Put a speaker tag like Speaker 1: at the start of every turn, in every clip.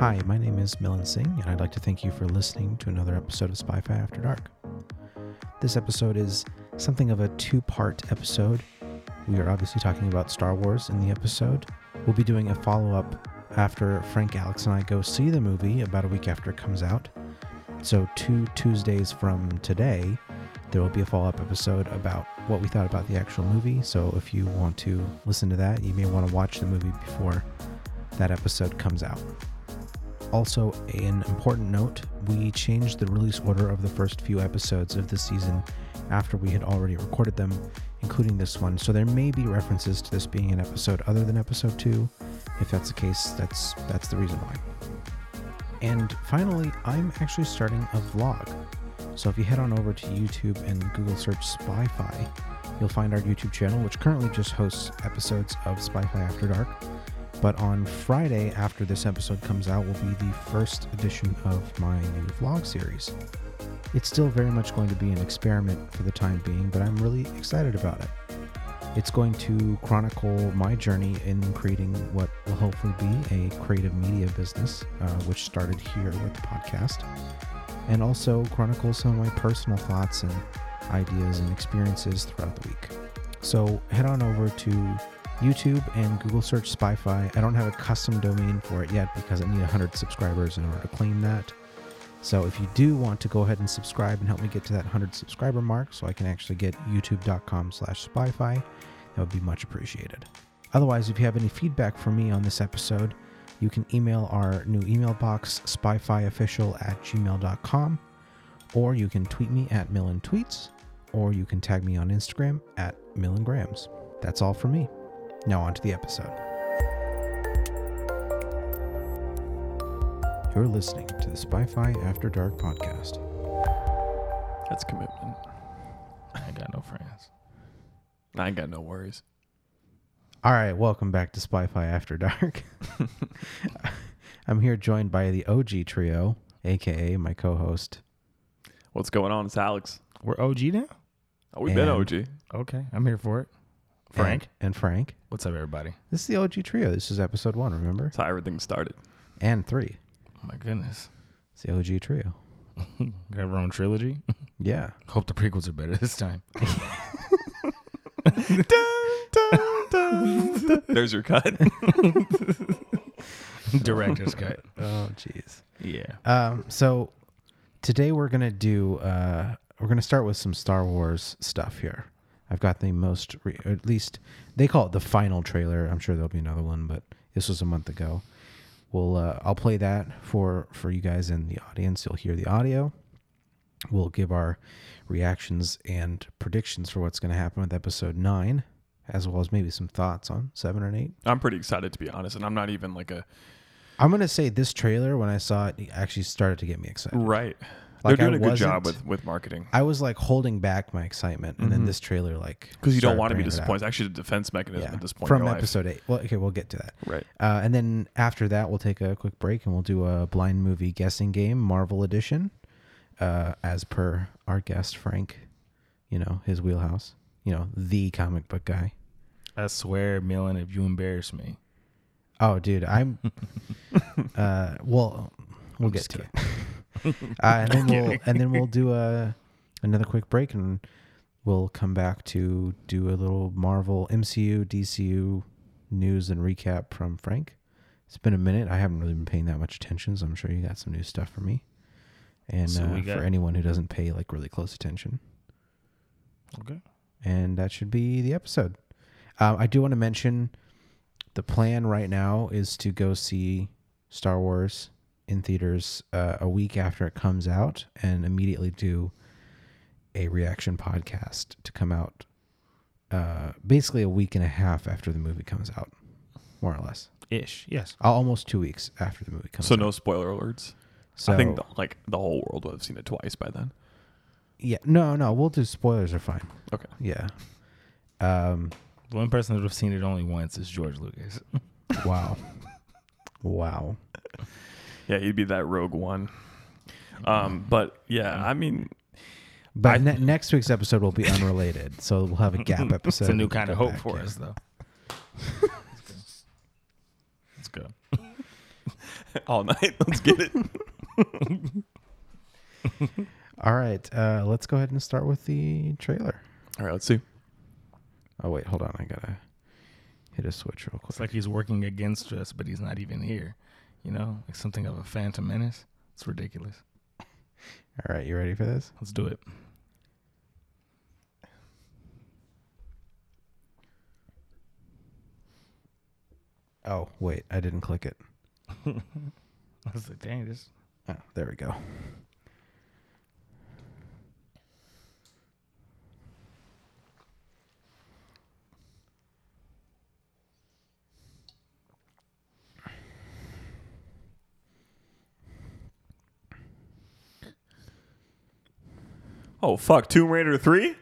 Speaker 1: Hi, my name is Milan Singh, and I'd like to thank you for listening to another episode of Spy Fi After Dark. This episode is something of a two part episode. We are obviously talking about Star Wars in the episode. We'll be doing a follow up after Frank, Alex, and I go see the movie about a week after it comes out. So, two Tuesdays from today, there will be a follow up episode about what we thought about the actual movie. So, if you want to listen to that, you may want to watch the movie before that episode comes out. Also, an important note we changed the release order of the first few episodes of this season after we had already recorded them, including this one. So there may be references to this being an episode other than episode 2. If that's the case, that's that's the reason why. And finally, I'm actually starting a vlog. So if you head on over to YouTube and Google search Spy-Fi, you'll find our YouTube channel, which currently just hosts episodes of Spy-Fi After Dark. But on Friday, after this episode comes out, will be the first edition of my new vlog series. It's still very much going to be an experiment for the time being, but I'm really excited about it. It's going to chronicle my journey in creating what will hopefully be a creative media business, uh, which started here with the podcast, and also chronicle some of my personal thoughts and ideas and experiences throughout the week. So head on over to YouTube and Google search Spy-Fi. I don't have a custom domain for it yet because I need 100 subscribers in order to claim that. So if you do want to go ahead and subscribe and help me get to that 100 subscriber mark so I can actually get youtube.com slash Spy-Fi, that would be much appreciated. Otherwise, if you have any feedback for me on this episode, you can email our new email box, spyfiofficial at gmail.com, or you can tweet me at Millen Tweets, or you can tag me on Instagram at Millen Grams. That's all for me. Now, on to the episode. You're listening to the Spy Fi After Dark podcast.
Speaker 2: That's commitment. I got no friends. I got no worries.
Speaker 1: All right, welcome back to Spy Fi After Dark. I'm here joined by the OG trio, aka my co host.
Speaker 2: What's going on? It's Alex.
Speaker 3: We're OG now?
Speaker 2: Oh, we've been
Speaker 1: And-
Speaker 2: OG.
Speaker 3: Okay, I'm here for it. Frank.
Speaker 1: And, and Frank.
Speaker 3: What's up, everybody?
Speaker 1: This is the OG trio. This is episode one, remember?
Speaker 2: That's how everything started.
Speaker 1: And three.
Speaker 3: Oh my goodness.
Speaker 1: It's the OG trio.
Speaker 3: Got our own trilogy.
Speaker 1: Yeah.
Speaker 3: Hope the prequels are better this time.
Speaker 2: There's your cut.
Speaker 3: Director's cut.
Speaker 1: Oh, jeez.
Speaker 3: Yeah.
Speaker 1: Um, so today we're gonna do uh, we're gonna start with some Star Wars stuff here. I've got the most, re- or at least they call it the final trailer. I'm sure there'll be another one, but this was a month ago. We'll uh, I'll play that for for you guys in the audience. You'll hear the audio. We'll give our reactions and predictions for what's going to happen with episode nine, as well as maybe some thoughts on seven and eight.
Speaker 2: I'm pretty excited to be honest, and I'm not even like a
Speaker 1: I'm going to say this trailer when I saw it actually started to get me excited.
Speaker 2: right.
Speaker 1: Like, I
Speaker 2: They're doing a good job
Speaker 1: wasn't-
Speaker 2: with with marketing
Speaker 1: I was like holding back my excitement, and then this trailer like
Speaker 2: because Mm-hmm. you don't
Speaker 1: started
Speaker 2: want to be
Speaker 1: bringing it out.
Speaker 2: disappointed. It's actually a defense mechanism
Speaker 1: Yeah,
Speaker 2: at this point
Speaker 1: from
Speaker 2: in your life.
Speaker 1: episode eight. Well, okay, we'll get to that.
Speaker 2: Right.
Speaker 1: Uh, and then after that, we'll take a quick break and we'll do a blind movie guessing game, Marvel edition, uh, as per our guest Frank. You know his wheelhouse. You know the comic book guy.
Speaker 3: I swear, Millen, if you embarrass me.
Speaker 1: Oh, dude, I'm. uh, well, we'll get to it. uh, and then we'll and then we'll do a another quick break, and we'll come back to do a little Marvel MCU DCU news and recap from Frank. It's been a minute. I haven't really been paying that much attention, so I'm sure you got some new stuff for me. And
Speaker 3: So
Speaker 1: uh,
Speaker 3: we got-
Speaker 1: for anyone who doesn't pay like really close attention,
Speaker 3: Okay.
Speaker 1: and that should be the episode. Um, I do want to mention the plan right now is to go see Star Wars in theaters uh, a week after it comes out and immediately do a reaction podcast to come out uh, basically a week and a half after the movie comes out, more or less.
Speaker 3: Ish. Yes.
Speaker 1: Al- Almost two weeks after the movie comes
Speaker 2: So
Speaker 1: out.
Speaker 2: no spoiler alerts.
Speaker 1: so
Speaker 2: I think the, like the whole world would have seen it twice by then.
Speaker 1: yeah, no, no, we'll do spoilers are fine.
Speaker 2: Okay.
Speaker 1: Yeah. Um,
Speaker 3: The one person that have seen it only once is George Lucas.
Speaker 1: wow. wow.
Speaker 2: Yeah, he'd be that Rogue One. Um, but yeah, I mean,
Speaker 1: But ne- next week's episode will be unrelated, so we'll have a gap episode.
Speaker 3: It's a new
Speaker 1: to
Speaker 3: kind of
Speaker 1: go
Speaker 3: hope
Speaker 1: back
Speaker 3: for
Speaker 1: in.
Speaker 3: us, though. Let's go.
Speaker 2: all night. Let's get it.
Speaker 1: All right, uh, let's go ahead and start with the trailer.
Speaker 2: All right, let's see.
Speaker 1: Oh wait, hold on, I gotta hit a switch real
Speaker 3: It's
Speaker 1: quick.
Speaker 3: like he's working against us, but he's not even here. You know, like something of a phantom menace. It's ridiculous.
Speaker 1: All right, you ready for this?
Speaker 3: Let's do it.
Speaker 1: Oh wait, I didn't click it.
Speaker 3: I was like, dang, this.
Speaker 1: Oh, there we go.
Speaker 2: Oh fuck, Tomb Raider three.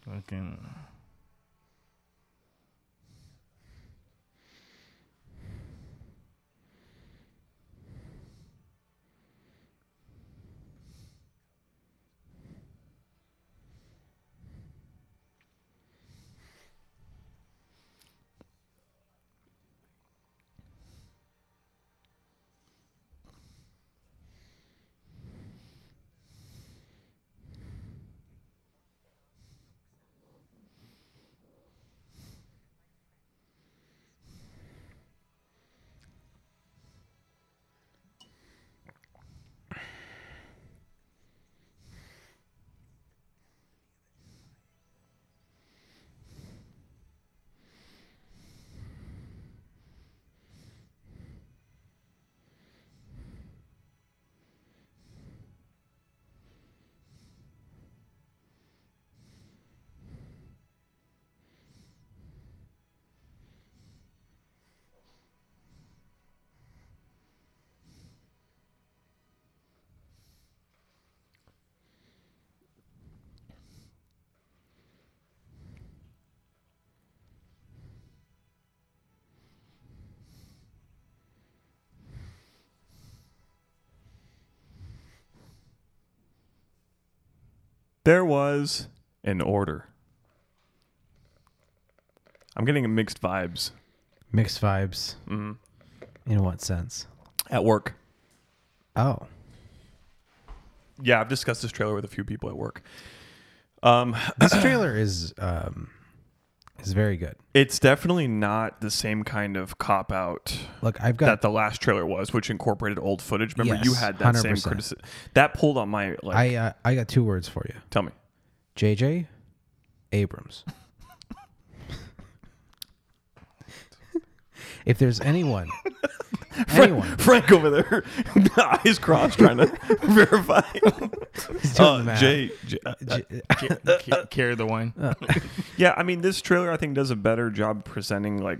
Speaker 3: Fucking.
Speaker 2: There was an order. I'm getting mixed vibes
Speaker 1: Mixed vibes.
Speaker 2: Mhm.
Speaker 1: In what sense?
Speaker 2: at work.
Speaker 1: Oh,
Speaker 2: Yeah, I've discussed this trailer with a few people at work.
Speaker 1: this trailer is um, is very good.
Speaker 2: It's definitely not the same kind of cop out
Speaker 1: Look, I've got
Speaker 2: that the last trailer was, which incorporated old footage. Remember, you
Speaker 1: Yes,
Speaker 2: had that same
Speaker 1: 100%.
Speaker 2: criticism that pulled on my like.
Speaker 1: I uh, I got two words for you.
Speaker 2: tell me,
Speaker 1: JJ Abrams. if there's anyone, anyone,
Speaker 2: Frank over there, eyes crossed, trying to verify.
Speaker 1: doing the
Speaker 2: uh,
Speaker 1: math.
Speaker 2: Jay, Jay- uh, uh,
Speaker 3: Ca- ca- Carry the wine.
Speaker 2: yeah, I mean, this trailer I think does a better job presenting like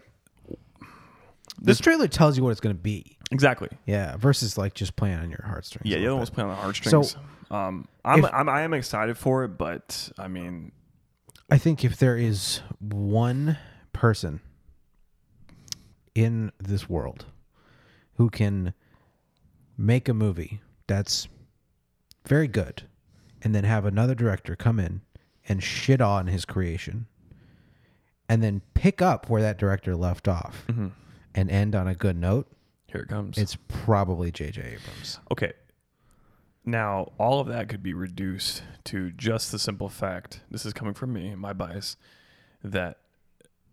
Speaker 1: this trailer tells you what it's going to be.
Speaker 2: exactly.
Speaker 1: Yeah, versus like just playing on your heartstrings.
Speaker 2: Yeah,
Speaker 1: a
Speaker 2: the
Speaker 1: little
Speaker 2: other one's
Speaker 1: bit.
Speaker 2: playing on the heartstrings. um, I'm, I'm I am excited for it, but I mean,
Speaker 1: I think if there is one person in this world who can make a movie that's very good and then have another director come in and shit on his creation and then pick up where that director left off
Speaker 2: Mm-hmm.
Speaker 1: and end on a good note,
Speaker 2: here it comes.
Speaker 1: it's probably J.J. Abrams.
Speaker 2: Okay. Now, all of that could be reduced to just the simple fact this is coming from me and my bias that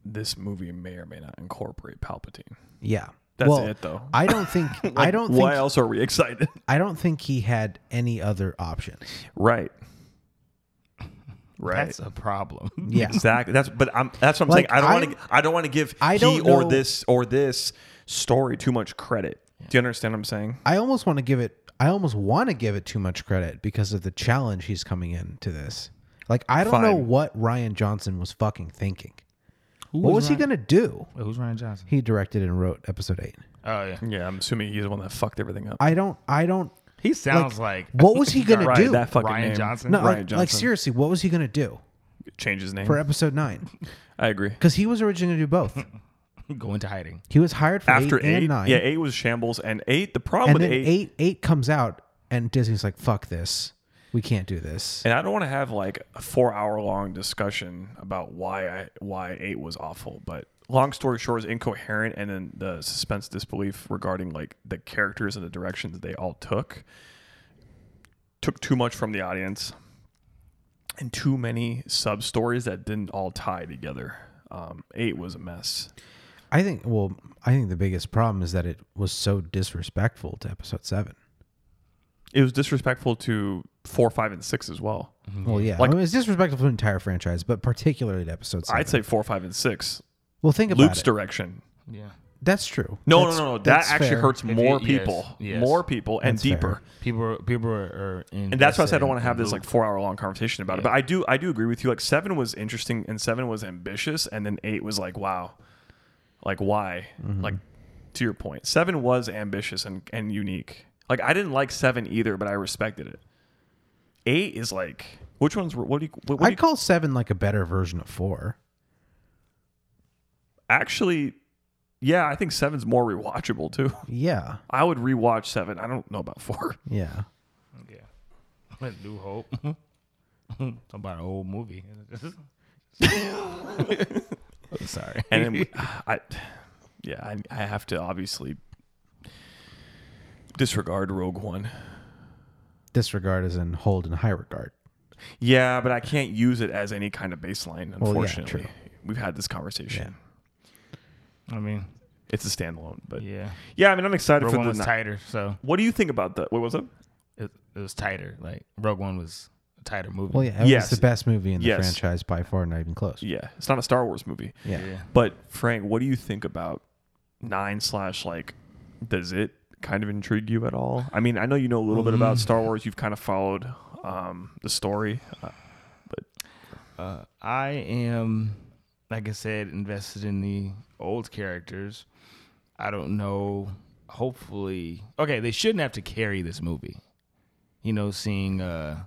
Speaker 2: this movie may or may not incorporate Palpatine.
Speaker 1: Yeah.
Speaker 2: That's
Speaker 1: well,
Speaker 2: it, though.
Speaker 1: I don't think I don't
Speaker 2: Why
Speaker 1: think
Speaker 2: else are we excited?
Speaker 1: I don't think he had any other options.
Speaker 2: Right. Right.
Speaker 3: That's a problem.
Speaker 1: Yeah.
Speaker 2: exactly. That's but I'm that's what I'm
Speaker 1: Like,
Speaker 2: saying. I don't
Speaker 1: I'm-
Speaker 2: want to I don't want to give
Speaker 1: I
Speaker 2: he
Speaker 1: don't
Speaker 2: or
Speaker 1: know-
Speaker 2: this or this story too much credit. Do you understand what I'm saying?
Speaker 1: I almost want to give it. I almost want to give it too much credit because of the challenge he's coming in to this. Like I don't know
Speaker 2: Fine.
Speaker 1: what Ryan Johnson was fucking thinking. what was he
Speaker 3: Ryan-
Speaker 1: gonna do?
Speaker 3: Wait, who's Ryan Johnson?
Speaker 1: He directed and wrote episode eight.
Speaker 3: Oh yeah.
Speaker 2: Yeah, I'm assuming he's the one that fucked everything up.
Speaker 1: I don't. I don't.
Speaker 3: He sounds like,
Speaker 1: What was he gonna
Speaker 2: Right,
Speaker 1: do?
Speaker 2: that fucking
Speaker 3: Ryan
Speaker 2: name.
Speaker 3: Johnson.
Speaker 1: no,
Speaker 2: Ryan
Speaker 1: like, like
Speaker 2: Johnson.
Speaker 1: seriously, what was he gonna do
Speaker 2: Change his name.
Speaker 1: for episode nine?
Speaker 2: I agree.
Speaker 1: Because he was originally gonna do both.
Speaker 3: go into hiding.
Speaker 1: He was hired for
Speaker 2: After
Speaker 1: eight,
Speaker 2: eight,
Speaker 1: and nine.
Speaker 2: yeah, eight was shambles, and eight. The problem
Speaker 1: and
Speaker 2: with
Speaker 1: then
Speaker 2: eight,
Speaker 1: eight. eight comes out, and Disney's like, "Fuck this, we can't do this."
Speaker 2: and I don't want to have like a four-hour-long discussion about why I why eight was awful. But long story short, is incoherent, and then the suspense disbelief regarding like the characters and the directions they all took took too much from the audience, and too many sub stories that didn't all tie together. Um, eight was a mess.
Speaker 1: I think. Well, I think the biggest problem is that it was so disrespectful to episode seven.
Speaker 2: It was disrespectful to four, five, and six as well.
Speaker 1: Well, yeah,
Speaker 2: Mm-hmm. Like-
Speaker 1: I mean, it's disrespectful to the entire franchise, but particularly to episode seven.
Speaker 2: I'd say four, five, and six.
Speaker 1: well, think about
Speaker 2: Luke's
Speaker 1: it.
Speaker 2: direction.
Speaker 3: Yeah.
Speaker 1: That's true.
Speaker 2: No,
Speaker 1: That's-
Speaker 2: no, no, no. That
Speaker 1: that's
Speaker 2: actually
Speaker 1: fair.
Speaker 2: hurts
Speaker 3: If
Speaker 2: more
Speaker 3: it- yes,
Speaker 2: people,
Speaker 3: yes.
Speaker 2: more people, and
Speaker 1: That's fair.
Speaker 2: deeper.
Speaker 3: People are, people are, are in.
Speaker 2: And that's why I said I don't want to have this like four hour long conversation about it. But I do, I do agree with you. Like seven was interesting, and seven was ambitious, and then eight was like, wow, like why?
Speaker 1: Mm-hmm.
Speaker 2: Like to your point, seven was ambitious and and unique. Like I didn't like seven either, but I respected it. Eight is like which ones? were What do you? What, what do
Speaker 1: I'd
Speaker 2: you
Speaker 1: call seven like a better version of four.
Speaker 2: actually? Yeah, I think seven's more rewatchable too.
Speaker 1: Yeah,
Speaker 2: I would rewatch seven. I don't know about four.
Speaker 1: yeah.
Speaker 3: Yeah. New Hope. Talking about an old movie. I'm sorry.
Speaker 2: and then we- I, yeah, I, I have to obviously disregard Rogue One.
Speaker 1: Disregard is in hold in high regard.
Speaker 2: Yeah, but I can't use it as any kind of baseline.
Speaker 1: Well, yeah,
Speaker 2: Unfortunately,
Speaker 1: true.
Speaker 2: we've had this conversation.
Speaker 3: I mean,
Speaker 2: It's a standalone, but yeah.
Speaker 3: yeah.
Speaker 2: I mean, I'm excited
Speaker 3: Rogue
Speaker 2: for
Speaker 3: One
Speaker 2: the.
Speaker 3: was
Speaker 2: ni-
Speaker 3: tighter, so
Speaker 2: what do you think about that? What was it?
Speaker 3: it, it was tighter. Like Rogue One was a tighter movie.
Speaker 1: Well, yeah, it
Speaker 2: Yes.
Speaker 1: was the best movie in the
Speaker 2: Yes.
Speaker 1: franchise by far, not even close.
Speaker 2: Yeah, it's not a Star Wars movie.
Speaker 1: Yeah.
Speaker 3: yeah.
Speaker 2: But Frank, what do you think about nine slash like? Does it kind of intrigue you at all? I mean, I know you know a little bit about Star Wars. You've kind of followed um, the story. Uh,
Speaker 3: Uh, I am, like I said, invested in the old characters. I don't know. Hopefully, okay, they shouldn't have to carry this movie. You know, seeing uh,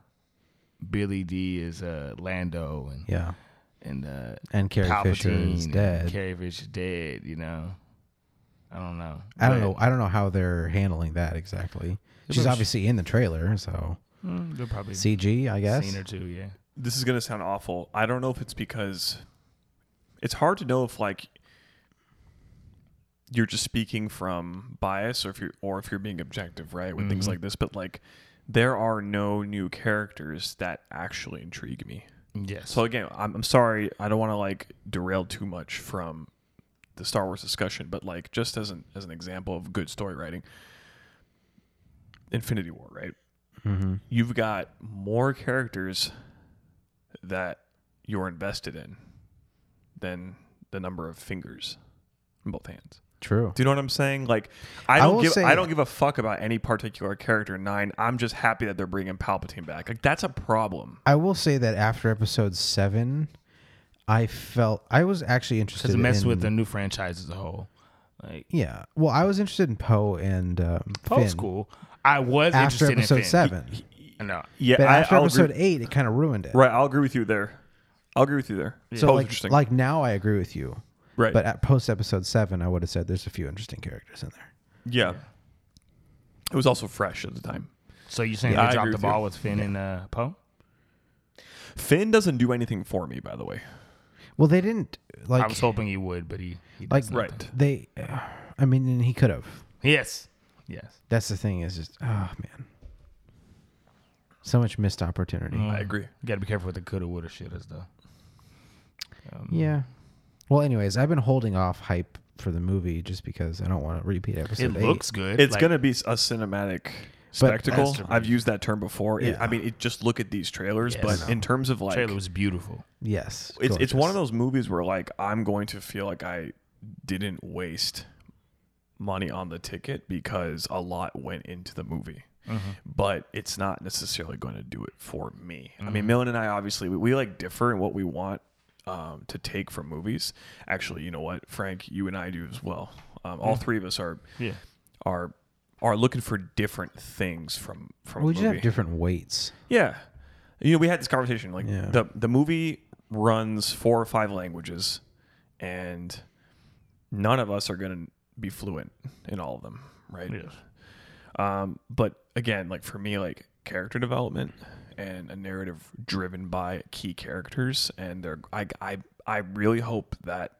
Speaker 3: Billy D as uh, Lando and
Speaker 1: Yeah.
Speaker 3: and uh,
Speaker 1: And Carrie Fisher is
Speaker 3: Palpatine and
Speaker 1: dead.
Speaker 3: Carrie Fisher dead. You know, I don't know.
Speaker 1: I don't
Speaker 3: But-
Speaker 1: know. I don't know how they're handling that exactly. She's
Speaker 3: probably-
Speaker 1: obviously in the trailer, so
Speaker 3: Mm, they'll probably
Speaker 1: CG, I guess.
Speaker 3: scene or two. Yeah,
Speaker 2: this is going to sound awful. I don't know if it's because it's hard to know if like you're just speaking from bias or if you're or if you're being objective, right? With things like this, but like there are no new characters that actually intrigue me.
Speaker 3: yes.
Speaker 2: So again, I'm, I'm sorry, I don't want to like derail too much from the Star Wars discussion, but like just as an as an example of good story writing, Infinity War, right?
Speaker 3: Mm-hmm.
Speaker 1: Mhm.
Speaker 2: You've got more characters that you're invested in than the number of fingers in both hands.
Speaker 1: True.
Speaker 2: Do you know what I'm saying? Like, I
Speaker 1: I
Speaker 2: don't
Speaker 1: will
Speaker 2: give
Speaker 1: say-
Speaker 2: I don't give a fuck about any particular character in nine. I'm just happy that they're bringing Palpatine back. Like, that's a problem.
Speaker 1: I will say that after episode seven, I felt I was actually interested.
Speaker 3: because it messed
Speaker 1: in,
Speaker 3: with the new franchise as a whole. Like
Speaker 1: Yeah. Well, I was interested in Poe and um,
Speaker 3: post
Speaker 1: Finn
Speaker 3: school, I was
Speaker 1: after
Speaker 3: interested
Speaker 1: episode
Speaker 3: in Finn.
Speaker 1: seven,
Speaker 3: No,
Speaker 2: Yeah,
Speaker 1: but after
Speaker 2: I'll agree-
Speaker 1: episode eight, it kind of ruined it.
Speaker 2: Right, I'll agree with you there. I'll agree with you there.
Speaker 1: So
Speaker 3: Oh,
Speaker 2: Both
Speaker 1: like,
Speaker 2: interesting.
Speaker 1: like now, I agree with you.
Speaker 2: right.
Speaker 1: But at post episode seven, I would have said there's a few interesting characters in there.
Speaker 2: yeah. It was also fresh at the time.
Speaker 3: So you're saying
Speaker 2: Yeah, I
Speaker 3: they dropped
Speaker 2: agree
Speaker 3: the
Speaker 2: with you.
Speaker 3: ball with Finn and uh, Poe?
Speaker 2: Finn doesn't do anything for me, by the way.
Speaker 1: Well, they didn't like
Speaker 3: I was hoping he would, but he, he
Speaker 1: like
Speaker 3: doesn't.
Speaker 2: Right.
Speaker 1: They, I mean, and he could have.
Speaker 3: Yes, yes.
Speaker 1: That's the thing is just oh man. So much missed opportunity.
Speaker 2: I agree.
Speaker 3: You got to be careful with the coulda, woulda, shittas though. Um,
Speaker 1: Yeah. Well, anyways, I've been holding off hype for the movie just because I don't want to repeat episode
Speaker 3: it
Speaker 1: eight.
Speaker 3: looks good.
Speaker 2: It's
Speaker 3: like,
Speaker 2: going to be a cinematic spectacle.
Speaker 3: Masterpiece.
Speaker 2: I've used that term before. It-
Speaker 1: Yeah.
Speaker 2: I mean, it, just look at these trailers,
Speaker 3: Yes.
Speaker 2: but in terms of like,
Speaker 3: trailer was beautiful.
Speaker 1: yes.
Speaker 2: it's, it's
Speaker 1: gorgeous.
Speaker 2: one of those movies where like I'm going to feel like I didn't waste money on the ticket because a lot went into the movie.
Speaker 3: Mm-hmm.
Speaker 2: But it's not necessarily going to do it for me. I
Speaker 3: Mm-hmm.
Speaker 2: mean, Millen and I obviously we, we like differ in what we want um, to take from movies. Actually, you know what, Frank, you and I do as well. Um, all three of us are
Speaker 3: Yeah.
Speaker 2: are are looking for different things from from
Speaker 1: we
Speaker 2: a
Speaker 1: just
Speaker 2: movie.
Speaker 1: have different weights.
Speaker 2: yeah, you know, we had this conversation. Like
Speaker 1: Yeah.
Speaker 2: the the movie runs four or five languages, and none of us are going to be fluent in all of them, right?
Speaker 3: Yes.
Speaker 2: Um, but again, like for me, like character development and a narrative driven by key characters, and they're I I I really hope that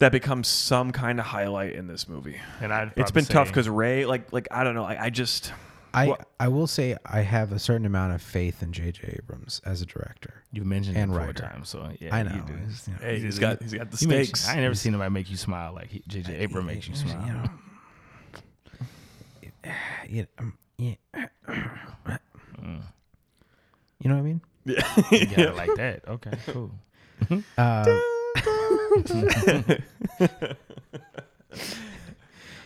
Speaker 2: that becomes some kind of highlight in this movie.
Speaker 3: And I'd
Speaker 2: It's
Speaker 3: probably
Speaker 2: been tough
Speaker 3: say-
Speaker 2: because Ray, like like I don't know, I, I just
Speaker 1: I
Speaker 2: Well-
Speaker 1: I will say I have a certain amount of faith in J.J. Abrams as a director.
Speaker 3: you've mentioned
Speaker 1: and
Speaker 3: him four
Speaker 1: writer.
Speaker 3: times, so yeah,
Speaker 1: I
Speaker 3: you
Speaker 1: know.
Speaker 3: do.
Speaker 1: it's, you know,
Speaker 2: hey, he's
Speaker 3: did-
Speaker 2: got he's got the
Speaker 3: He makes-
Speaker 2: stakes.
Speaker 3: I ain't never seen nobody make you smile like he-
Speaker 1: Uh,
Speaker 3: JJ Abrams makes you smile.
Speaker 1: you know, you know, um, you you know what I mean?
Speaker 3: You got it like that. Okay, cool.
Speaker 1: Uh,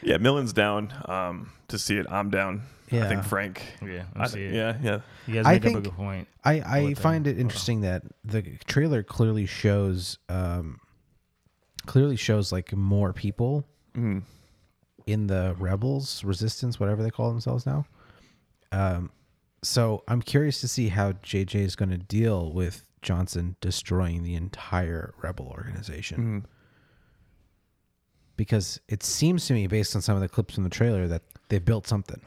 Speaker 2: yeah, Millen's down um, to see it. I'm down. I
Speaker 1: Yeah.
Speaker 2: think Frank.
Speaker 3: Yeah,
Speaker 2: I-
Speaker 3: I see it.
Speaker 2: yeah, yeah.
Speaker 3: You guys
Speaker 1: I
Speaker 3: make up
Speaker 1: think-
Speaker 3: a good point.
Speaker 1: I, I
Speaker 3: with, uh,
Speaker 1: find it interesting that the trailer clearly shows um, clearly shows like more people
Speaker 2: Mm.
Speaker 1: in the rebels resistance whatever they call themselves now. Um, so I'm curious to see how JJ is going to deal with Johnson destroying the entire rebel organization.
Speaker 2: Mm-hmm.
Speaker 1: Because it seems to me, based on some of the clips from the trailer, that they built something.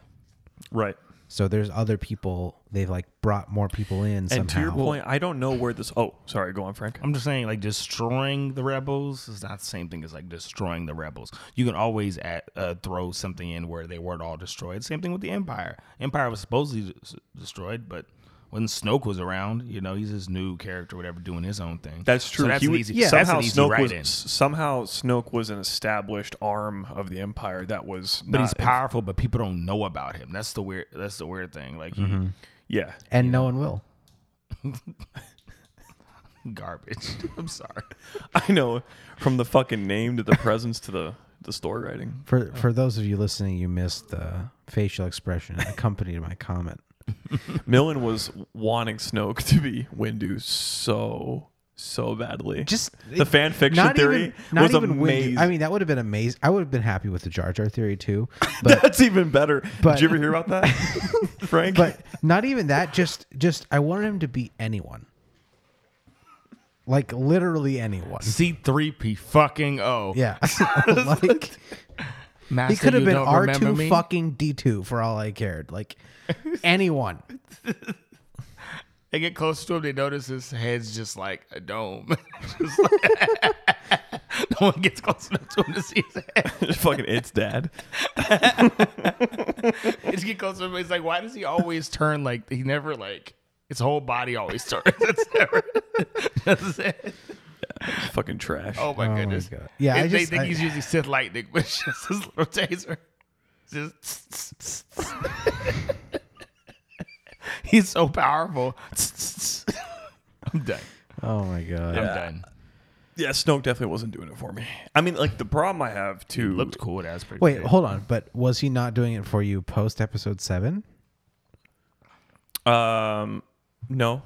Speaker 2: Right.
Speaker 1: So there's other people they've like brought more people in somehow.
Speaker 2: And to your point, I don't know where this. Oh, sorry. Go on, Frank.
Speaker 3: I'm just saying, like destroying the rebels is not the same thing as like destroying the rebels. You can always add, uh, throw something in where they weren't all destroyed. Same thing with the empire. Empire was supposedly des- destroyed, but when Snoke was around, you know, he's his new character, whatever, doing his own thing.
Speaker 2: That's true.
Speaker 3: So that's
Speaker 2: He
Speaker 3: an
Speaker 2: was-
Speaker 3: easy.
Speaker 1: yeah.
Speaker 3: that's
Speaker 2: somehow
Speaker 3: an easy
Speaker 2: Snoke was
Speaker 3: write-in.
Speaker 2: s- somehow Snoke was an established arm of the Empire that was.
Speaker 3: but
Speaker 2: not
Speaker 3: he's powerful, but people don't know about him. That's the weird. That's the weird thing. Like he-
Speaker 2: Mm-hmm. yeah.
Speaker 1: and no one will.
Speaker 3: garbage. I'm sorry.
Speaker 2: I know from the fucking name to the presence to the the story writing.
Speaker 1: For for those of you listening, you missed the facial expression that accompanied my comment.
Speaker 2: Millen was wanting Snoke to be Windu so so badly.
Speaker 1: Just
Speaker 2: the fan fiction theory was amazing.
Speaker 1: Windu. I mean, that would have been amazing. I would have been happy with the Jar Jar theory too, but
Speaker 2: that's even better.
Speaker 1: but-
Speaker 2: Did you ever hear about that, Frank?
Speaker 1: but not even that. Just just I wanted him to be anyone, like literally anyone.
Speaker 3: C3P fucking O.
Speaker 1: Yeah, like
Speaker 3: Master,
Speaker 1: he could have
Speaker 3: you
Speaker 1: been
Speaker 3: don't
Speaker 1: R
Speaker 3: remember
Speaker 1: two
Speaker 3: me?
Speaker 1: fucking D two for all I cared. Like anyone.
Speaker 3: They get close to him, they notice his head's just like a dome. Just like- no one gets close enough to him to see his head.
Speaker 2: fucking it's dad.
Speaker 3: They just get close to him. It's like, why does he always turn like he never like his whole body always turns. That's never. That's it.
Speaker 2: Fucking trash.
Speaker 3: Oh my goodness.
Speaker 1: God. Yeah,
Speaker 3: They,
Speaker 1: I
Speaker 3: they
Speaker 1: just-
Speaker 3: think
Speaker 1: I-
Speaker 3: he's using Sith lightning, but it's just his little taser. Just. he's so powerful. I'm done.
Speaker 1: Oh my god.
Speaker 3: I'm
Speaker 2: Yeah.
Speaker 3: done.
Speaker 2: Yeah, Snoke definitely wasn't doing it for me. I mean, like the problem I have too.
Speaker 3: Looked cool. That was pretty.
Speaker 1: Wait,
Speaker 3: good.
Speaker 1: hold on. But was he not doing it for you post episode seven?
Speaker 2: Um, no,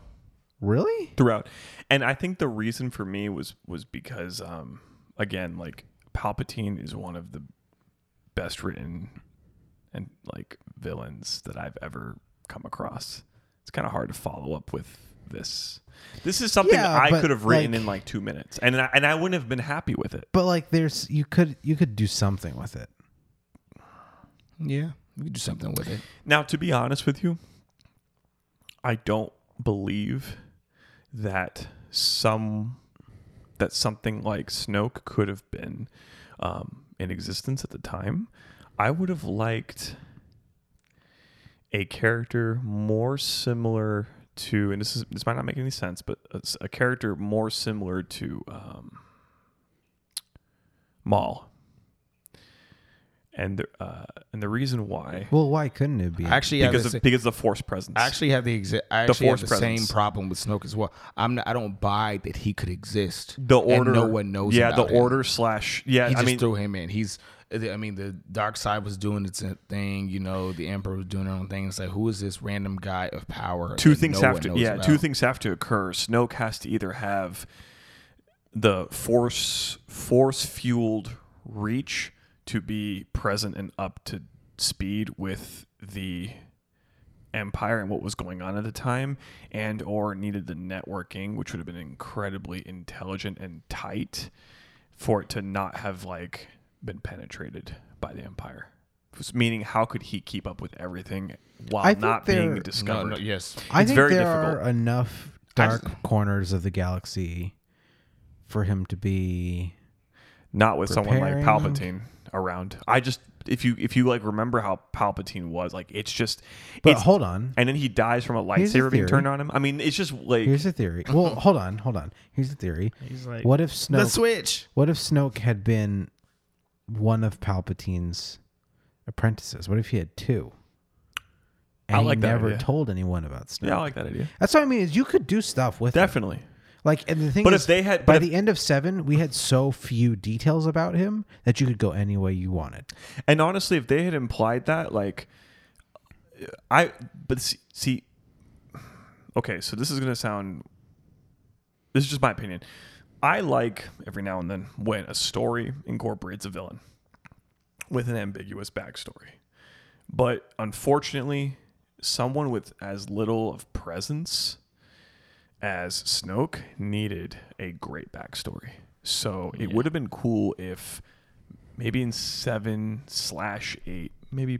Speaker 1: Really?
Speaker 2: throughout, and I think the reason for me was was because um, again, like Palpatine is one of the best written and like villains that I've ever come across. It's kind of hard to follow up with this. This is something
Speaker 1: Yeah,
Speaker 2: I
Speaker 1: but,
Speaker 2: could have written
Speaker 1: like-
Speaker 2: in like two minutes, and I, and I wouldn't have been happy with it.
Speaker 1: But like, there's you could you could do something with it.
Speaker 3: Yeah, we could do something with it.
Speaker 2: Now, to be honest with you, I don't believe that some that something like Snoke could have been um, in existence at the time. I would have liked a character more similar to, and this is this might not make any sense, but a, s- a character more similar to um, Maul. And the, uh, and the reason why
Speaker 1: Well, why couldn't it be?
Speaker 3: Actually, I
Speaker 2: because of, because of the force presence.
Speaker 3: I actually have the exact. I actually
Speaker 2: Force
Speaker 3: have the
Speaker 2: presence.
Speaker 3: same problem with Snoke as well. I'm. Not, I don't buy that he could exist.
Speaker 2: the order,
Speaker 3: And no one knows.
Speaker 2: Yeah,
Speaker 3: about
Speaker 2: the
Speaker 3: him.
Speaker 2: order slash. Yeah,
Speaker 3: He
Speaker 2: I
Speaker 3: just
Speaker 2: mean,
Speaker 3: threw him in. He's. I mean, the dark side was doing its thing. You know, the emperor was doing their own thing. It's like, who is this random guy of power?
Speaker 2: two
Speaker 3: that
Speaker 2: things
Speaker 3: no
Speaker 2: have
Speaker 3: one
Speaker 2: to.
Speaker 3: knows
Speaker 2: Yeah,
Speaker 3: about?
Speaker 2: two things have to occur. Snoke has to either have the force force fueled reach to be present and up to speed with the empire and what was going on at the time and or needed the networking which would have been incredibly intelligent and tight for it to not have like been penetrated by the empire Just meaning how could he keep up with everything
Speaker 1: I
Speaker 2: while
Speaker 1: think
Speaker 2: not being
Speaker 1: there-
Speaker 3: No,
Speaker 2: discovered
Speaker 3: no, yes.
Speaker 1: I
Speaker 2: It's
Speaker 1: think
Speaker 2: very
Speaker 1: there
Speaker 2: difficult.
Speaker 1: are enough dark corners of the galaxy for him to be.
Speaker 2: not with someone like
Speaker 1: Preparing
Speaker 2: Palpatine around. I just if you if you like remember how Palpatine was like it's just
Speaker 1: But
Speaker 2: it's,
Speaker 1: hold on.
Speaker 2: and then he dies from a
Speaker 1: a
Speaker 2: lightsaber being
Speaker 1: theory.
Speaker 2: turned on him. I mean, it's just like
Speaker 1: Here's a theory. Well, hold on, hold on. Here's a theory.
Speaker 3: He's like,
Speaker 1: What if
Speaker 3: the
Speaker 1: Snoke?
Speaker 3: switch?
Speaker 1: what if Snoke had been one of Palpatine's apprentices? What if he had two? And
Speaker 2: I like
Speaker 1: he
Speaker 2: that
Speaker 1: never
Speaker 2: idea.
Speaker 1: told anyone about Snoke.
Speaker 2: yeah, I like that idea.
Speaker 1: That's what I mean. Is you could do stuff with him.
Speaker 2: Definitely.
Speaker 1: Like, and the thing
Speaker 2: But
Speaker 1: is,
Speaker 2: if they had-
Speaker 1: by
Speaker 2: but if-
Speaker 1: the end of seven, we had so few details about him that you could go any way you wanted.
Speaker 2: And honestly, if they had implied that, like, I, but see, see okay, so this is going to sound, this is just my opinion. I like every now and then when a story incorporates a villain with an ambiguous backstory. But unfortunately, someone with as little of presence as Snoke needed a great backstory. So it would have been cool if maybe in seven slash eight, maybe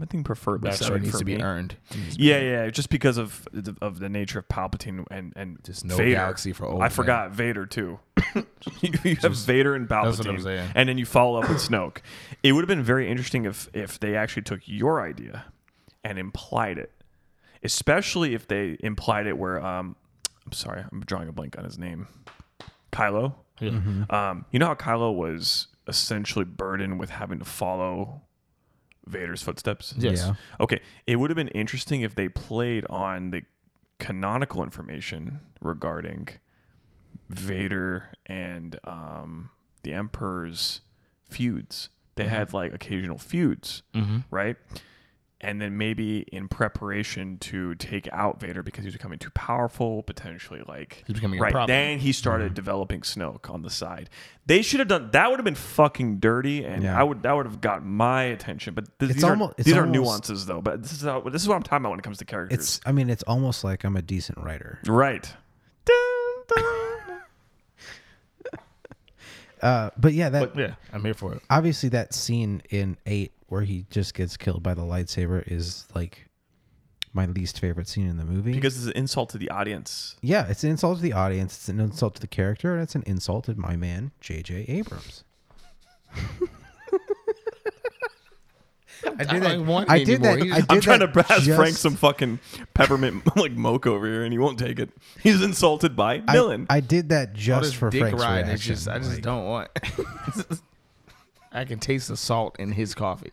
Speaker 2: I think preferably
Speaker 3: That's
Speaker 2: seven
Speaker 3: what needs
Speaker 2: for
Speaker 3: to be
Speaker 2: me.
Speaker 3: earned.
Speaker 2: Yeah, yeah, just because of the, of the nature of Palpatine and and
Speaker 3: Just no
Speaker 2: Vader.
Speaker 3: galaxy for old
Speaker 2: I
Speaker 3: men.
Speaker 2: forgot Vader too. you you have Vader and Palpatine,
Speaker 3: that's what I'm saying.
Speaker 2: and then you follow up with Snoke. It would have been very interesting if if they actually took your idea and implied it, especially if they implied it where um, I'm sorry, I'm drawing a blank on his name, Kylo.
Speaker 3: Mm-hmm.
Speaker 2: Um, you know how Kylo was essentially burdened with having to follow Vader's footsteps.
Speaker 3: Yes.
Speaker 1: Yeah.
Speaker 2: Okay, it would have been interesting if they played on the canonical information regarding Vader and um, the Emperor's feuds. They
Speaker 3: Mm-hmm.
Speaker 2: had like occasional feuds, right? And then maybe in preparation to take out Vader because he's becoming too powerful, potentially like
Speaker 3: He's becoming a
Speaker 2: right.
Speaker 3: problem. Mm-hmm.
Speaker 2: Then he started developing Snoke on the side. They should have done that. Would have been fucking dirty, and
Speaker 1: Yeah.
Speaker 2: I would that would have got my attention. But th-
Speaker 1: It's
Speaker 2: these
Speaker 1: almo-
Speaker 2: are
Speaker 1: it's
Speaker 2: these are
Speaker 1: almost-
Speaker 2: nuances though. But this is how, this is what I'm talking about when it comes to characters.
Speaker 1: It's. I mean, it's almost like I'm a decent writer.
Speaker 2: right. Dun, dun.
Speaker 1: Uh, but yeah, that
Speaker 3: But yeah, I'm here for it.
Speaker 1: obviously that scene in eight where he just gets killed by the lightsaber is like my least favorite scene in the movie.
Speaker 2: because it's an insult to the audience.
Speaker 1: yeah, it's an insult to the audience, it's an insult to the character, and it's an insult to my man J.J. Abrams. I did that.
Speaker 3: don't want
Speaker 1: I
Speaker 3: it
Speaker 1: did that.
Speaker 3: anymore. He's-
Speaker 1: I did
Speaker 2: I'm trying to
Speaker 1: that
Speaker 2: pass
Speaker 1: just-
Speaker 2: Frank some fucking peppermint like moke over here, and he won't take it. He's insulted by
Speaker 1: I-
Speaker 2: Dylan.
Speaker 1: I, did that
Speaker 3: All
Speaker 1: just
Speaker 3: this
Speaker 1: for
Speaker 3: dick
Speaker 1: Frank's
Speaker 3: riding
Speaker 1: reaction.
Speaker 3: is just I just
Speaker 1: Like,
Speaker 3: don't want. I can taste the salt in his coffee.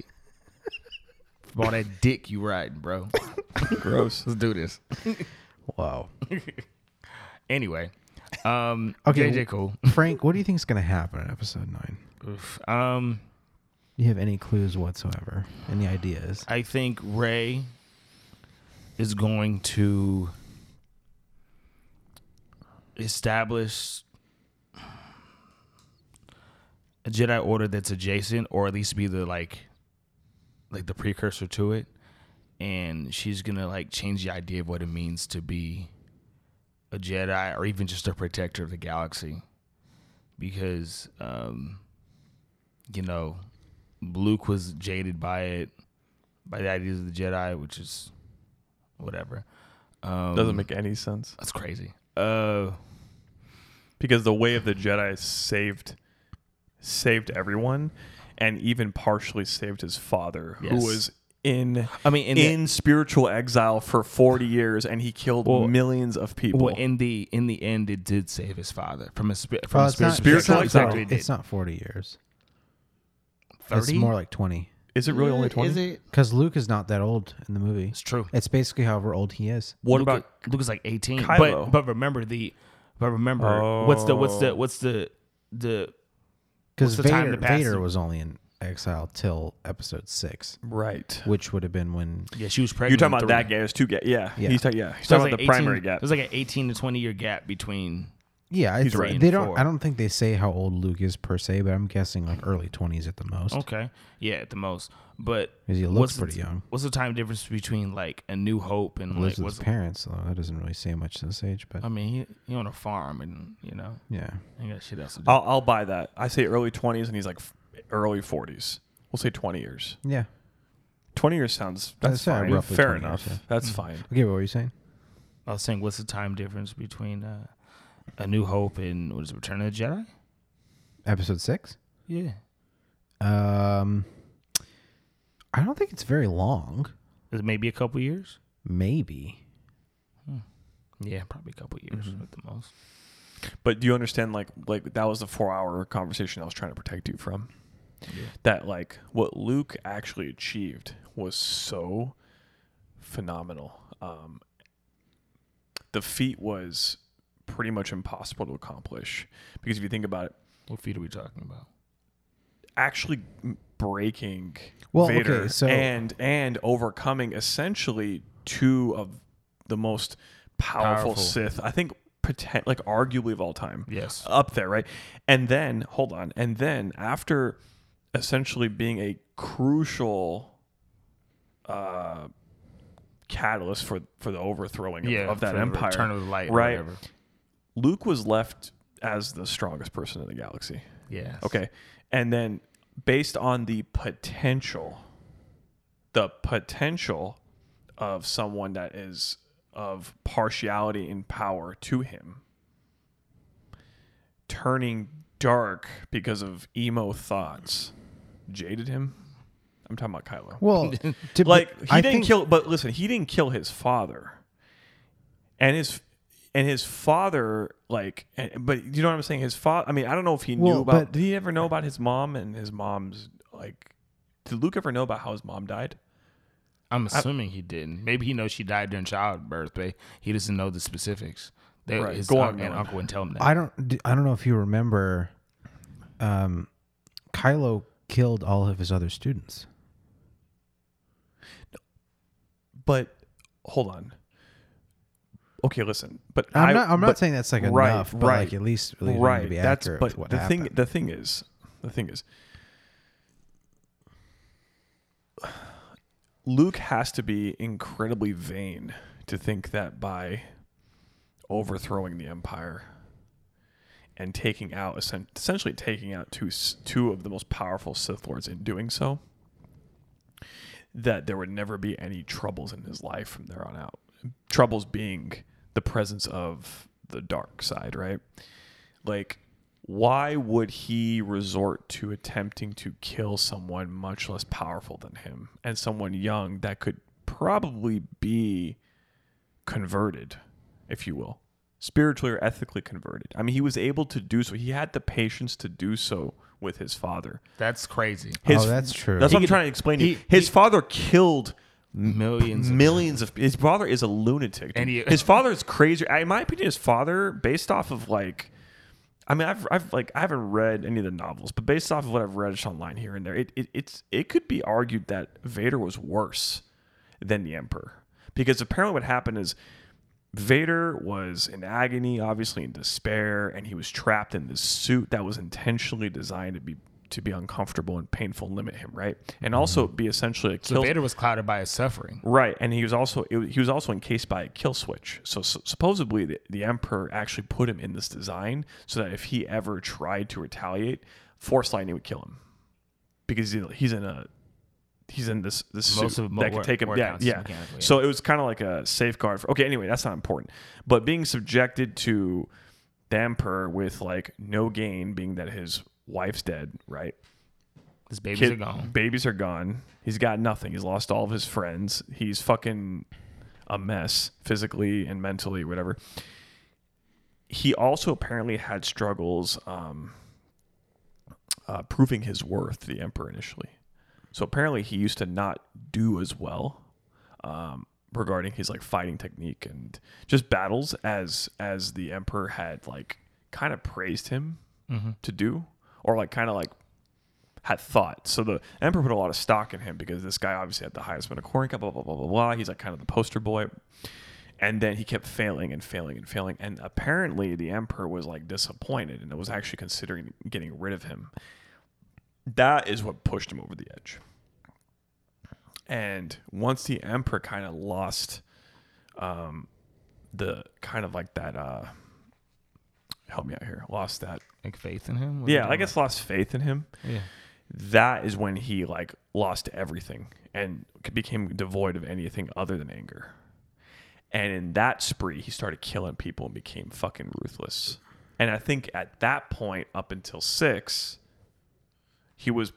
Speaker 3: For all that dick you riding, bro.
Speaker 2: Gross.
Speaker 3: Let's do this.
Speaker 1: Wow.
Speaker 3: Anyway, um,
Speaker 1: Okay.
Speaker 3: JJ Cole.
Speaker 1: Frank, what do you think is going to happen in episode nine?
Speaker 3: Oof. Um,
Speaker 1: Do you have any clues whatsoever? Any ideas?
Speaker 3: I think Ray is going to establish a Jedi Order that's adjacent, or at least be the like, like the precursor to it. And she's gonna like change the idea of what it means to be a Jedi, or even just a protector of the galaxy, because um, you know Luke was jaded by it, by the ideas of the Jedi, which is whatever. Um,
Speaker 2: Doesn't make any sense
Speaker 3: that's crazy. Uh,
Speaker 2: because the way of the Jedi saved saved everyone, and even partially saved his father,
Speaker 3: Yes.
Speaker 2: who was in
Speaker 3: I mean, in,
Speaker 2: in spiritual exile for 40 years, and he killed
Speaker 3: Well-
Speaker 2: millions of
Speaker 3: the,
Speaker 2: people.
Speaker 3: well, in the in the end, it did save his father from a spi- from
Speaker 1: Well,
Speaker 3: a
Speaker 1: Uh, it's not-
Speaker 3: spiritual,
Speaker 1: it's
Speaker 2: spiritual
Speaker 1: not
Speaker 2: it's not-
Speaker 1: forty-
Speaker 2: exactly.
Speaker 3: perspective, it
Speaker 1: It's
Speaker 3: did.
Speaker 1: not forty years. It's
Speaker 3: 30?
Speaker 1: more like twenty.
Speaker 2: is it really only 20?
Speaker 3: Is it?
Speaker 1: Because Luke is not that old in the movie.
Speaker 3: It's true.
Speaker 1: It's basically however old he is.
Speaker 2: What
Speaker 3: Luke,
Speaker 2: about
Speaker 3: Luke is like eighteen.
Speaker 2: Kylo?
Speaker 3: But but remember the but remember what's the what's the
Speaker 2: Oh.
Speaker 3: what's the the
Speaker 1: Because
Speaker 3: What's the time
Speaker 1: Vader,
Speaker 3: that passes?
Speaker 1: Vader was only in exile till Episode six,
Speaker 2: right?
Speaker 1: which would have been when.
Speaker 3: yeah she was
Speaker 2: You're
Speaker 3: pregnant.
Speaker 2: talking
Speaker 3: in
Speaker 2: about
Speaker 3: three.
Speaker 2: that gap. It's two gap. Yeah.
Speaker 1: Yeah.
Speaker 2: He's, ta- yeah. He's
Speaker 3: So
Speaker 2: talking
Speaker 3: it's
Speaker 2: about
Speaker 3: like
Speaker 2: the primary
Speaker 3: 18
Speaker 2: gap.
Speaker 3: There's like an eighteen to twenty year gap between
Speaker 1: Yeah,
Speaker 2: He's
Speaker 1: it's-
Speaker 2: right.
Speaker 1: They don't.
Speaker 3: Four.
Speaker 1: I don't think they say how old Luke is per se, but I'm guessing like early 20s at the most.
Speaker 3: Okay. Yeah, at the most. But
Speaker 1: 'Cause he looks
Speaker 3: what's
Speaker 1: pretty
Speaker 3: the,
Speaker 1: young.
Speaker 3: What's the time difference between like a New Hope and like Um,
Speaker 1: Lives with
Speaker 3: what's?
Speaker 1: his parents, though. That doesn't really say much to this age, but
Speaker 3: I mean, he, he on a farm and you know
Speaker 1: yeah.
Speaker 3: he got shit else to do.
Speaker 2: I'll, I'll buy that. I say early 20s, and he's like f- early 40s. We'll say 20 years.
Speaker 1: Yeah.
Speaker 2: 20 years sounds
Speaker 1: That's
Speaker 2: that's,
Speaker 1: fair,
Speaker 2: fine.
Speaker 1: roughly
Speaker 2: Fair
Speaker 1: 20 years,
Speaker 2: enough.
Speaker 1: yeah. Mm-hmm.
Speaker 2: That's fine.
Speaker 1: Okay, what were you saying?
Speaker 3: I was saying, what's the time difference between uh, a New Hope and what is it, Return of the Jedi?
Speaker 1: Episode six?
Speaker 3: Yeah.
Speaker 1: Um, I don't think it's very long.
Speaker 3: Is it maybe a couple years?
Speaker 1: Maybe.
Speaker 3: Yeah, probably a couple years at the most.
Speaker 2: But do you understand? Like, like that was the four-hour conversation I was trying to protect you from. That like what Luke actually achieved was so phenomenal. Um, the feat was pretty much impossible to accomplish because if you think about it,
Speaker 3: What feet are we talking about?
Speaker 2: actually breaking
Speaker 1: Well,
Speaker 2: Vader
Speaker 1: okay, so-
Speaker 2: and and overcoming essentially two of the most powerful,
Speaker 3: Powerful.
Speaker 2: Sith. I think poten- like arguably of all time.
Speaker 3: Yes.
Speaker 2: Up there, right? And then hold on. And then after essentially being a crucial uh catalyst for for the overthrowing of, of that
Speaker 3: for the
Speaker 2: empire.
Speaker 3: Return of the Light, or
Speaker 2: right?
Speaker 3: whatever.
Speaker 2: Luke was left as the strongest person in the galaxy.
Speaker 3: Yes.
Speaker 2: Okay. And then based on the potential, the potential of someone that is of partiality and power to him, turning dark because of emo thoughts jaded him. I'm talking about Kylo
Speaker 1: Well, to be-
Speaker 2: like he
Speaker 1: I
Speaker 2: didn't
Speaker 1: think-
Speaker 2: kill but listen he didn't kill his father and his and his father like and, but you know what i'm saying his father i mean i don't know if he
Speaker 1: Well,
Speaker 2: knew about
Speaker 1: but-
Speaker 2: did he ever know about his mom and his mom's like did luke ever know about how his mom died
Speaker 3: I'm assuming he didn't. Maybe he knows she died during childbirth, but he doesn't know the specifics. They,
Speaker 2: Right.
Speaker 3: His
Speaker 2: Go
Speaker 3: aunt
Speaker 2: on,
Speaker 3: and
Speaker 2: Nolan.
Speaker 3: uncle wouldn't tell him that.
Speaker 1: I don't. d- I don't know if you remember. Um, Kylo killed all of his other students.
Speaker 2: but hold on okay listen but
Speaker 1: I'm
Speaker 2: I-
Speaker 1: not. I'm not
Speaker 2: but-
Speaker 1: saying that's like
Speaker 2: right,
Speaker 1: enough, but
Speaker 2: right,
Speaker 1: like at least at least we need to be
Speaker 2: That's
Speaker 1: accurate.
Speaker 2: but
Speaker 1: with what
Speaker 2: the
Speaker 1: happened.
Speaker 2: thing the thing is the thing is Luke has to be incredibly vain to think that by overthrowing the empire and taking out essen- essentially taking out two s- two of the most powerful Sith lords in doing so that there would never be any troubles in his life from there on out. Troubles being the presence of the dark side, right? Like, why would he resort to attempting to kill someone much less powerful than him and someone young that could probably be converted, if you will, spiritually or ethically converted? I mean, he was able to do so, he had the patience to do so with his father.
Speaker 3: That's crazy.
Speaker 2: His,
Speaker 1: oh, that's true.
Speaker 2: that's what I'm trying to explain to you.
Speaker 3: he-
Speaker 2: His father killed
Speaker 3: Millions. of,
Speaker 2: millions of his father is a lunatic.
Speaker 3: And he-
Speaker 2: dude. his father is crazy. I- In my opinion, his father, based off of like, I mean, I've, I've like I haven't read any of the novels, but based off of what I've read just online here and there, it, it it's it could be argued that Vader was worse than the Emperor because apparently what happened is Vader was in agony, obviously in despair, and he was trapped in this suit that was intentionally designed to be to be uncomfortable and painful, and limit him, right, and also be essentially a
Speaker 3: Mm-hmm. so
Speaker 2: kill.
Speaker 3: Vader was clouded by his suffering.
Speaker 2: Right, and he was also it, was- he was also encased by a kill switch. So, su- supposedly the, the emperor actually put him in this design so that if he ever tried to retaliate, Force Lightning would kill him because he- he's in a he's in this this
Speaker 3: Most
Speaker 2: suit
Speaker 3: of them
Speaker 2: that could
Speaker 3: work-
Speaker 2: take him
Speaker 3: work
Speaker 2: yeah
Speaker 3: out
Speaker 2: yeah.
Speaker 3: mechanically, yeah.
Speaker 2: So it was kind of like a safeguard. For, okay, anyway, that's not important. But being subjected to the emperor with like no gain, being that his wife's dead, right?
Speaker 3: His babies
Speaker 2: Kid-
Speaker 3: are gone.
Speaker 2: Babies are gone. He's got nothing. He's lost all of his friends. He's fucking a mess physically and mentally, whatever. He also apparently had struggles um, uh, proving his worth to the emperor initially. So apparently he used to not do as well um, regarding his like fighting technique and just battles as as the emperor had like kind of praised him
Speaker 3: Mm-hmm.
Speaker 2: to do or like kind of like had thought. So the emperor put a lot of stock in him because this guy obviously had the highest medical rank, blah, blah, blah, blah, blah. He's like kind of the poster boy. And then he kept failing and failing and failing. And apparently the emperor was like disappointed and was actually considering getting rid of him. That is what pushed him over the edge. And once the emperor kind of lost um, the kind of like that, uh, help me out here, lost that.
Speaker 3: Like faith in him. What are you
Speaker 2: Yeah, I
Speaker 3: talking
Speaker 2: guess lost faith in him
Speaker 3: about? Yeah.
Speaker 2: that is when he like lost everything and became devoid of anything other than anger. And in that spree, he started killing people and became fucking ruthless. And I think at that point, up until six, he was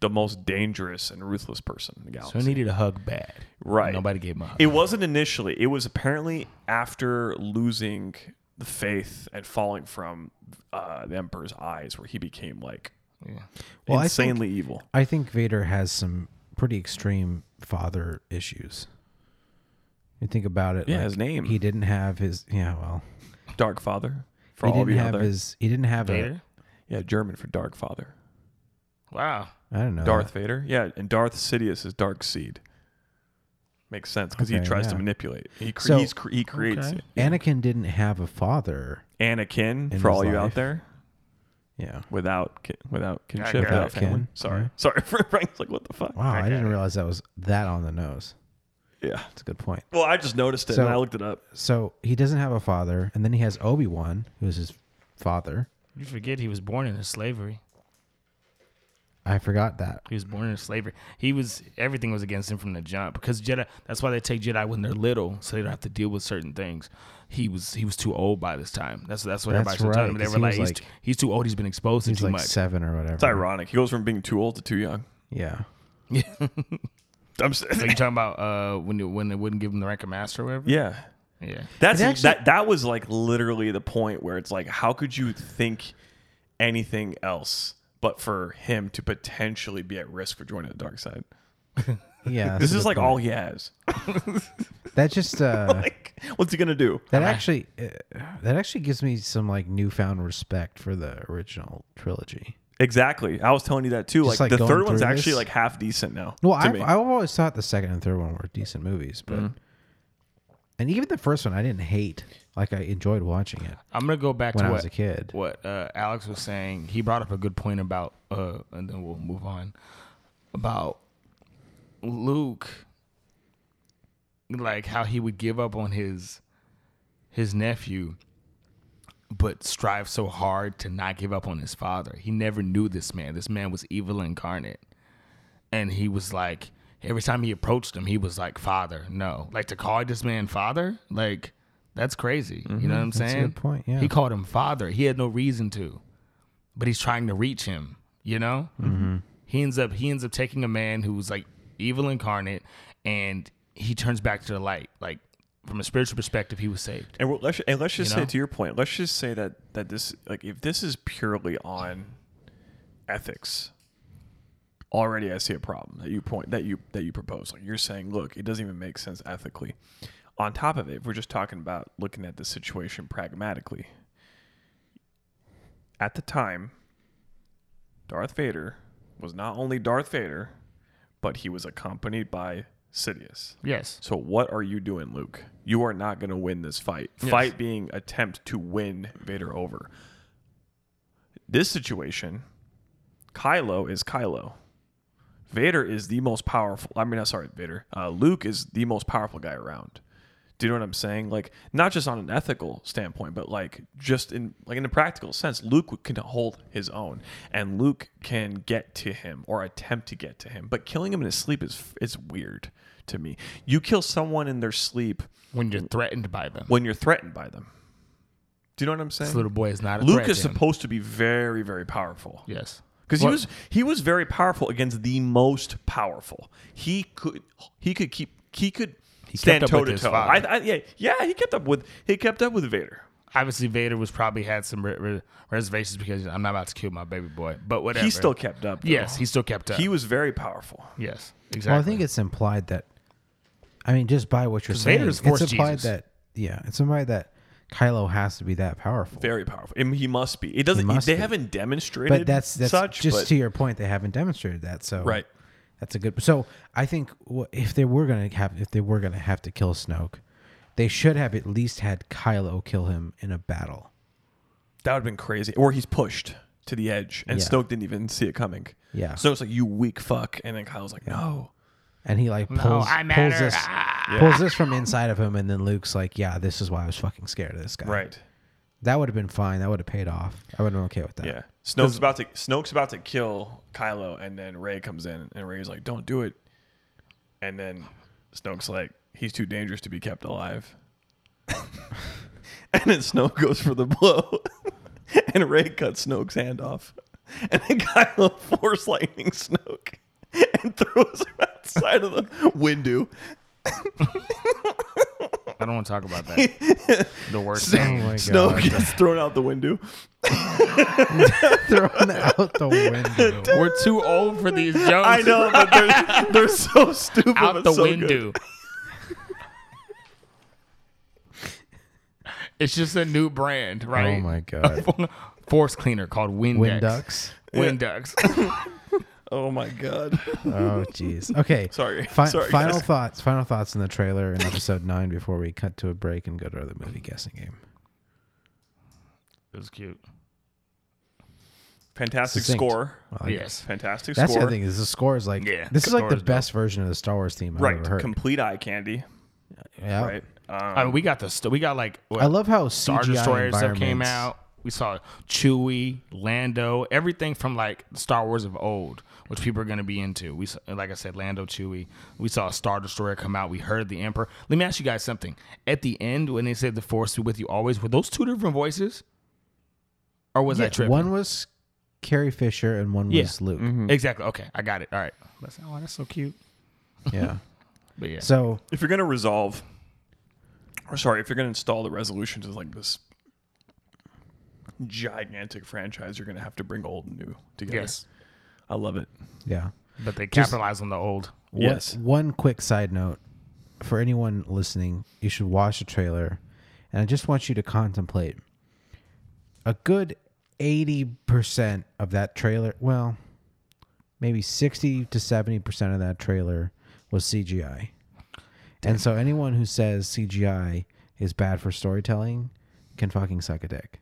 Speaker 2: the most dangerous and ruthless person in the
Speaker 3: So
Speaker 2: galaxy.
Speaker 3: he needed a hug bad.
Speaker 2: Right.
Speaker 3: Nobody gave him a hug.
Speaker 2: It wasn't initially. It was apparently after losing the faith and falling from uh, the Emperor's eyes, where he became like
Speaker 3: yeah.
Speaker 1: Well, I think-
Speaker 2: insanely evil.
Speaker 1: I think Vader has some pretty extreme father issues. You think about it.
Speaker 2: Yeah, his name.
Speaker 1: He didn't have his. Yeah, well,
Speaker 2: Dark Father. For
Speaker 1: he
Speaker 2: all of
Speaker 1: didn't
Speaker 2: you
Speaker 1: have
Speaker 2: out there.
Speaker 1: his. He didn't have
Speaker 3: Vader.
Speaker 2: yeah, German for Dark Father.
Speaker 3: Wow.
Speaker 1: a. I don't know.
Speaker 2: Darth Vader. Yeah, and Darth Sidious is Dark Seed. Makes sense because
Speaker 1: Okay,
Speaker 2: he tries
Speaker 1: yeah.
Speaker 2: to manipulate. He, cre-
Speaker 1: So-
Speaker 2: he's cre- he creates
Speaker 3: Okay.
Speaker 1: Anakin didn't have a father.
Speaker 2: it. Anakin
Speaker 1: In
Speaker 2: for
Speaker 1: his
Speaker 2: all you
Speaker 1: life.
Speaker 2: out there
Speaker 1: Yeah.
Speaker 2: without ki- without kinship
Speaker 3: got
Speaker 2: without
Speaker 1: it.
Speaker 2: family.
Speaker 1: Kin,
Speaker 2: Sorry,
Speaker 1: yeah.
Speaker 2: sorry. Frank's like, what the fuck?
Speaker 1: Wow, I,
Speaker 3: Okay.
Speaker 1: didn't realize that was that on the nose.
Speaker 2: Yeah.
Speaker 1: That's a good point.
Speaker 2: Well, I just noticed it
Speaker 1: So-
Speaker 2: and I looked it up.
Speaker 1: So he doesn't have a father, and then he has Obi Wan, who is his father.
Speaker 3: You forget he was born into slavery.
Speaker 1: I forgot that.
Speaker 3: He was born into slavery. He was everything was against him from the jump because Jedi. That's why they take Jedi when they're little, so they don't have to deal with certain things. He was he was too old by this time. That's that's what
Speaker 1: That's
Speaker 3: everybody everybody's telling
Speaker 1: right,
Speaker 3: him. They
Speaker 1: 'cause
Speaker 3: were
Speaker 1: he
Speaker 3: like,
Speaker 1: was
Speaker 3: he's,
Speaker 1: like-
Speaker 3: too, he's too old. He's been exposed to
Speaker 1: He's
Speaker 3: too
Speaker 1: like
Speaker 3: much.
Speaker 1: seven or whatever.
Speaker 2: It's ironic. He goes from being too old to too young.
Speaker 1: Yeah.
Speaker 3: Yeah.
Speaker 2: I'm s-
Speaker 3: Are you talking about uh, when you, when they wouldn't give him the rank of master or whatever?
Speaker 2: yeah.
Speaker 3: yeah.
Speaker 2: That's
Speaker 1: It actually-
Speaker 2: that. That was like literally the point where it's like, how could you think anything else but for him to potentially be at risk for joining the dark side?
Speaker 1: Yeah. that's a
Speaker 2: This is Oh
Speaker 1: good
Speaker 2: like
Speaker 1: point.
Speaker 2: all he has.
Speaker 1: That just. Uh,
Speaker 2: Like, what's he gonna do?
Speaker 1: That actually, uh, that actually gives me some like newfound respect for the original trilogy.
Speaker 2: Exactly. I was telling you that too.
Speaker 1: Just, like,
Speaker 2: Like, the
Speaker 1: going
Speaker 2: third one's
Speaker 1: through
Speaker 2: actually
Speaker 1: this?
Speaker 2: like half decent now.
Speaker 1: Well,
Speaker 2: to
Speaker 1: I've,
Speaker 2: me. Mm-hmm.
Speaker 1: I've always thought the second and third one were decent movies, but and even the first one I didn't hate. Like I enjoyed watching it
Speaker 3: I'm gonna go back
Speaker 1: when
Speaker 3: to
Speaker 1: I
Speaker 3: what
Speaker 1: was a kid.
Speaker 3: what uh, Alex was saying, he brought up a good point about, uh, and then we'll move on about Luke, like how he would give up on his his nephew, but strive so hard to not give up on his father. He never knew this man. This man was evil incarnate, and he was like every time he approached him, he was like, "Father, no!" Like to call this man father, like. That's crazy. You know what I'm
Speaker 1: Mm-hmm. That's a
Speaker 3: saying?
Speaker 1: good point, yeah.
Speaker 3: He called him father. He had no reason to, but he's trying to reach him. You know,
Speaker 1: Mm-hmm.
Speaker 3: he ends up he ends up taking a man who's like evil incarnate, and he turns back to the light. Like from a spiritual perspective, he was saved.
Speaker 2: And we'll- let's and let's just
Speaker 3: You
Speaker 2: say
Speaker 3: know?
Speaker 2: to your point, let's just say that that this like if this is purely on ethics, already I see a problem that you point that you that you propose. Like you're saying, look, it doesn't even make sense ethically. On top of it, if we're just talking about looking at the situation pragmatically, at the time, Darth Vader was not only Darth Vader, but he was accompanied by Sidious.
Speaker 3: Yes,
Speaker 2: So what are you doing, Luke? You are not going to win this fight. Fight being attempt to win Vader over. This situation, Kylo is Kylo. Vader is the most powerful. I mean, I'm sorry, Vader. Uh, Luke is the most powerful guy around. Do you know what I'm saying? Like, not just on an ethical standpoint, but like just in like in a practical sense, Luke can hold his own, and Luke can get to him or attempt to get to him. But killing him in his sleep is is weird to me. You kill someone in their sleep
Speaker 3: when you're threatened by them,
Speaker 2: when you're threatened by them. Do you know what I'm saying?
Speaker 3: this little boy is not a
Speaker 2: Luke
Speaker 3: threat
Speaker 2: is
Speaker 3: to him.
Speaker 2: supposed to be very, very powerful.
Speaker 3: Yes,
Speaker 2: Because he
Speaker 3: Well-
Speaker 2: was he was very powerful against the most powerful. He could he could keep he could stand
Speaker 3: kept up
Speaker 2: toe
Speaker 3: with
Speaker 2: to
Speaker 3: his
Speaker 2: toe. I,
Speaker 3: father.
Speaker 2: I, yeah, yeah, he kept up with he kept up with Vader.
Speaker 3: obviously Vader was probably had some re- re- reservations because I'm not about to kill my baby boy. But whatever,
Speaker 2: He still kept up. though.
Speaker 3: yes, he still kept up.
Speaker 2: he was very powerful.
Speaker 3: yes, exactly.
Speaker 1: Well, I think it's implied that. I mean, just by what you're
Speaker 3: 'Cause
Speaker 1: saying,
Speaker 3: Vader's
Speaker 1: it's
Speaker 3: Force
Speaker 1: implied
Speaker 3: Jesus.
Speaker 1: that yeah, it's implied that Kylo has to be that powerful.
Speaker 2: Very powerful. I mean, he must be. It doesn't.
Speaker 1: must
Speaker 2: they
Speaker 1: be.
Speaker 2: haven't demonstrated.
Speaker 1: but that's that's
Speaker 2: such.
Speaker 1: just
Speaker 2: but
Speaker 1: to your point. They haven't demonstrated that, so
Speaker 2: Right.
Speaker 1: That's a good. So I think wh- if they were gonna have, if they were gonna have to kill Snoke, They should have at least had Kylo kill him in a battle.
Speaker 2: That would have been crazy. Or he's pushed to the edge, and
Speaker 1: Yeah.
Speaker 2: Snoke didn't even see it coming.
Speaker 1: Yeah.
Speaker 2: Snoke's like, "You weak fuck," and then Kyle's like, "No."
Speaker 1: and he like pulls,
Speaker 3: I
Speaker 1: pulls
Speaker 3: matter. Ah.
Speaker 1: this pulls this from inside of him, and then Luke's like, "Yeah, this is why I was fucking scared of this guy."
Speaker 2: Right.
Speaker 1: That would have been fine. That would have paid off. I would have been okay with that.
Speaker 2: Yeah. Snoke's about to Snoke's about to kill Kylo, and then Ray comes in, and Ray's like, "Don't do it." And then Snoke's like, "He's too dangerous to be kept alive." and then Snoke goes for the blow, and Ray cuts Snoke's hand off, and then Kylo force lightning Snoke and throws him outside of the window.
Speaker 3: I don't want to talk about that. the worst
Speaker 1: Oh
Speaker 3: thing.
Speaker 2: Snoke gets thrown out the window.
Speaker 1: Thrown out the window.
Speaker 3: We're too old for these jokes.
Speaker 2: I know, but they're, they're so stupid.
Speaker 3: Out
Speaker 2: but
Speaker 3: the
Speaker 2: so good.
Speaker 3: window. it's just a new brand, right?
Speaker 1: Oh my god.
Speaker 3: Force cleaner called Windex.
Speaker 1: Winducks.
Speaker 3: Windex.
Speaker 2: Oh my god.
Speaker 1: Oh jeez. Okay.
Speaker 2: Sorry.
Speaker 1: Fi-
Speaker 2: Sorry,
Speaker 1: final
Speaker 2: guys.
Speaker 1: thoughts. Final thoughts in the trailer in episode nine before we cut to a break and go to the movie guessing game.
Speaker 3: it was cute.
Speaker 2: Fantastic
Speaker 1: Succinct.
Speaker 2: score.
Speaker 1: I like
Speaker 3: yes.
Speaker 2: Fantastic
Speaker 1: That's the
Speaker 2: score.
Speaker 1: other thing is the score is like
Speaker 3: Yeah,
Speaker 1: this is
Speaker 3: the
Speaker 1: like the
Speaker 3: score is
Speaker 1: best version of the Star Wars theme I've
Speaker 2: Right.
Speaker 1: ever heard. Oh.
Speaker 2: Complete eye candy.
Speaker 1: yeah.
Speaker 2: Right. Um,
Speaker 3: I mean, we got the st- we got like what,
Speaker 1: I love how
Speaker 3: Star
Speaker 1: CGI
Speaker 3: Destroyer stuff came
Speaker 1: environments-
Speaker 3: out. We saw Chewie, Lando, everything from like Star Wars of old, which people are going to be into. We saw, like I said, Lando, Chewie. We saw Star Destroyer come out. We heard the Emperor. Let me ask you guys something. At the end, when they said the Force be with you always, were those two different voices, or was that tripping?
Speaker 1: One was Carrie Fisher and one
Speaker 3: Yeah. Mm-hmm.
Speaker 1: was Luke.
Speaker 3: exactly. Okay, I got it. All right. Hmm. That's, oh, that's so cute.
Speaker 1: Yeah.
Speaker 3: But yeah,
Speaker 1: So
Speaker 2: if you're gonna resolve, or sorry, if you're gonna install the resolutions as like this gigantic franchise, you're gonna have to bring old and new together.
Speaker 3: yes,
Speaker 2: I love it.
Speaker 1: yeah.
Speaker 3: but they capitalized on the old.
Speaker 1: One-
Speaker 2: Yes.
Speaker 1: One quick side note for anyone listening, you should watch the trailer, and I just want you to contemplate a good eighty percent of that trailer. Well, maybe sixty to seventy percent of that trailer was CGI, and so anyone who says CGI is bad for storytelling can fucking suck a dick.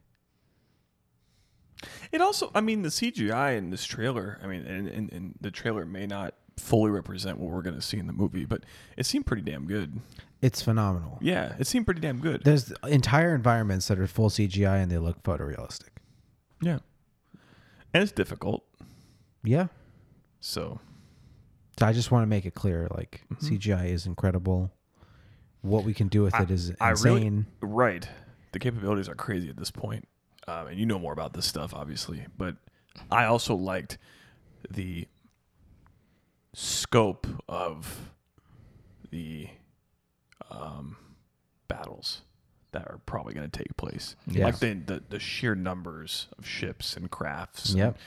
Speaker 2: It also, I mean, the CGI in this trailer, I mean, and, and, and the trailer may not fully represent what we're gonna see in the movie, but it seemed pretty damn good.
Speaker 1: It's phenomenal.
Speaker 2: Yeah, it seemed pretty damn good.
Speaker 1: There's entire environments that are full CGI and they look photorealistic.
Speaker 2: Yeah, and it's difficult,
Speaker 1: Yeah.
Speaker 2: so
Speaker 1: So I just want to make it clear, like CGI is incredible. What we can do with it is
Speaker 2: Mm-hmm. I really-
Speaker 1: insane.
Speaker 2: Right. The capabilities are crazy at this point. Um, and you know more about this stuff, obviously. But I also liked the scope of the um, battles that are probably going to take place.
Speaker 1: Yeah.
Speaker 2: Like the, the, the sheer numbers of ships and crafts. and
Speaker 1: Yep,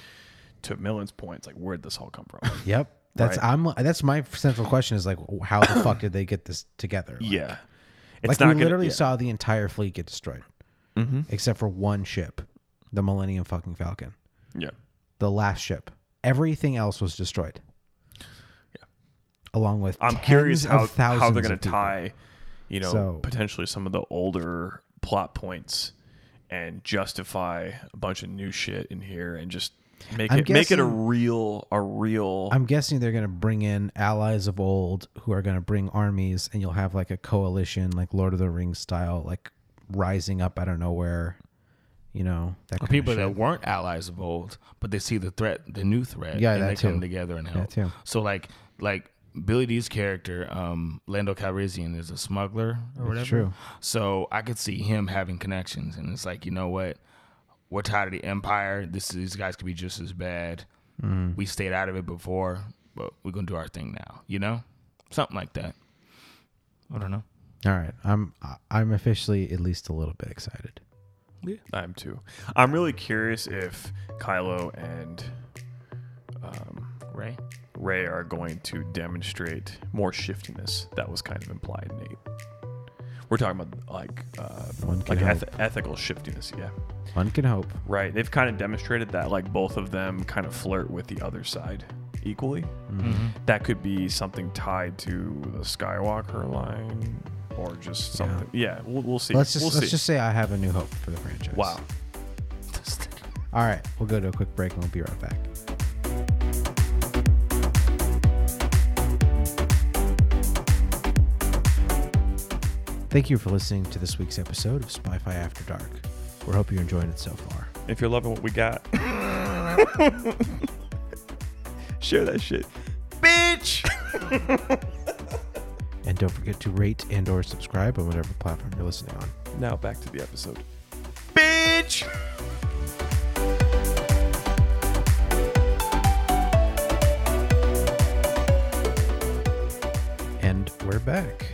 Speaker 2: to Millen's point, it's like, where'd this all come from?
Speaker 1: yep. That's
Speaker 2: Right.
Speaker 1: I'm. That's my central question is like, how the fuck did they get this together? Like,
Speaker 2: yeah.
Speaker 1: like
Speaker 2: It's
Speaker 1: we
Speaker 2: not gonna-
Speaker 1: literally
Speaker 2: yeah. Mm-hmm.
Speaker 1: saw the entire fleet get destroyed, except for one ship, the Millennium fucking Falcon,
Speaker 2: Yeah.
Speaker 1: the last ship. Everything else was destroyed.
Speaker 2: Yeah.
Speaker 1: Along with
Speaker 2: I'm
Speaker 1: tens
Speaker 2: curious
Speaker 1: of
Speaker 2: how,
Speaker 1: thousands
Speaker 2: how they're going
Speaker 1: of
Speaker 2: to
Speaker 1: people.
Speaker 2: tie, you know,
Speaker 1: So-
Speaker 2: potentially some of the older plot points and justify a bunch of new shit in here and just make
Speaker 1: I'm
Speaker 2: it make it a
Speaker 1: guessing-
Speaker 2: real a real
Speaker 1: I'm guessing they're going to bring in allies of old who are going to bring armies, and you'll have like a coalition, like Lord of the Rings style, like rising up out of nowhere. You know that kind
Speaker 3: people
Speaker 1: of shit.
Speaker 3: that weren't allies of old, but they see the threat, the new threat,
Speaker 1: Yeah,
Speaker 3: and
Speaker 1: that
Speaker 3: they
Speaker 1: too.
Speaker 3: come together and help.
Speaker 1: too.
Speaker 3: So like like Billy Dee's character, um, Lando Calrissian, is a smuggler or whatever.
Speaker 1: true.
Speaker 3: So I could see him having connections, and it's like you know what, we're tired of the Empire. This these guys could be just as bad.
Speaker 1: Mm.
Speaker 3: We stayed out of it before, but we're gonna do our thing now. You know, something like that. I don't know.
Speaker 1: All right, I'm I- I'm officially at least a little bit excited.
Speaker 2: I'm too. I'm really curious if Kylo and
Speaker 3: Ray.
Speaker 2: Ray are going to demonstrate more shiftiness that was kind of implied, Nate. We're talking about like uh,
Speaker 1: One can
Speaker 2: like
Speaker 1: hope.
Speaker 2: eth- ethical shiftiness, yeah.
Speaker 1: One can hope.
Speaker 2: Right. They've kind of demonstrated that like both of them kind of flirt with the other side Mm-hmm. equally. That could be something tied to the Skywalker line or just something. Yeah, we'll, we'll see.
Speaker 1: Let's just
Speaker 2: we'll
Speaker 1: let's
Speaker 2: see.
Speaker 1: just say I have a new hope for the franchise.
Speaker 2: wow.
Speaker 1: All right, we'll go to a quick break and we'll be right back. Thank you for listening to this week's episode of Spy-Fi After Dark. We hope you're enjoying it so far.
Speaker 2: If you're loving what we got, share that shit.
Speaker 3: Bitch!
Speaker 1: And don't forget to rate and or subscribe on whatever platform you're listening on.
Speaker 2: Now back to the episode.
Speaker 3: Bitch!
Speaker 1: And we're back.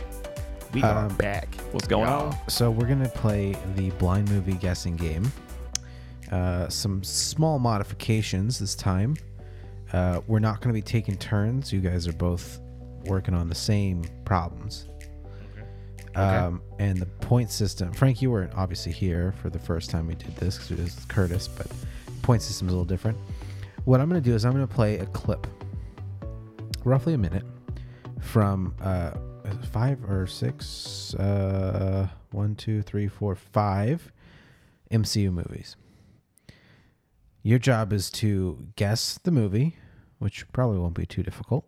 Speaker 3: We
Speaker 1: are
Speaker 3: are back.
Speaker 2: What's going
Speaker 3: Y'all.
Speaker 2: on?
Speaker 1: So we're gonna play the blind movie guessing game. Uh, some small modifications this time. Uh, we're not gonna be taking turns. You guys are both working on the same problems. Um, and the point system. Frank, you weren't obviously here for the first time we did this because we did this with Curtis, but point system is a little different. What I'm gonna do is I'm gonna play a clip, roughly a minute, from uh, five or six, uh, one, two, three, four, five MCU movies. Your job is to guess the movie, which probably won't be too difficult.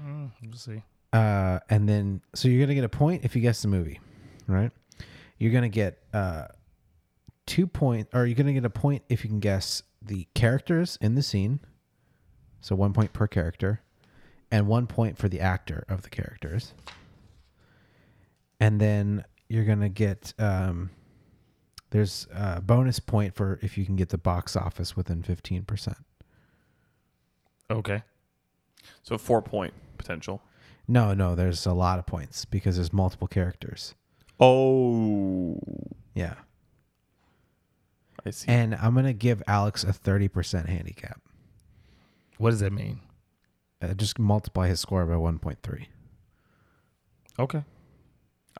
Speaker 3: Mm, we'll see.
Speaker 1: Uh, and then, so you're gonna get a point if you guess the movie, right? You're gonna get uh, two point, or you're gonna get a point if you can guess the characters in the scene. So one point per character, and one point for the actor of the characters. And then you're gonna get um, there's a bonus point for if you can get the box office within fifteen percent.
Speaker 3: Okay.
Speaker 2: So four point potential.
Speaker 1: No, no, there's a lot of points because there's multiple characters.
Speaker 2: Oh,
Speaker 1: Yeah.
Speaker 2: I see.
Speaker 1: And I'm gonna give Alex a 30% handicap.
Speaker 3: What does that mean?
Speaker 1: Uh, just multiply his score by 1.3.
Speaker 3: Okay.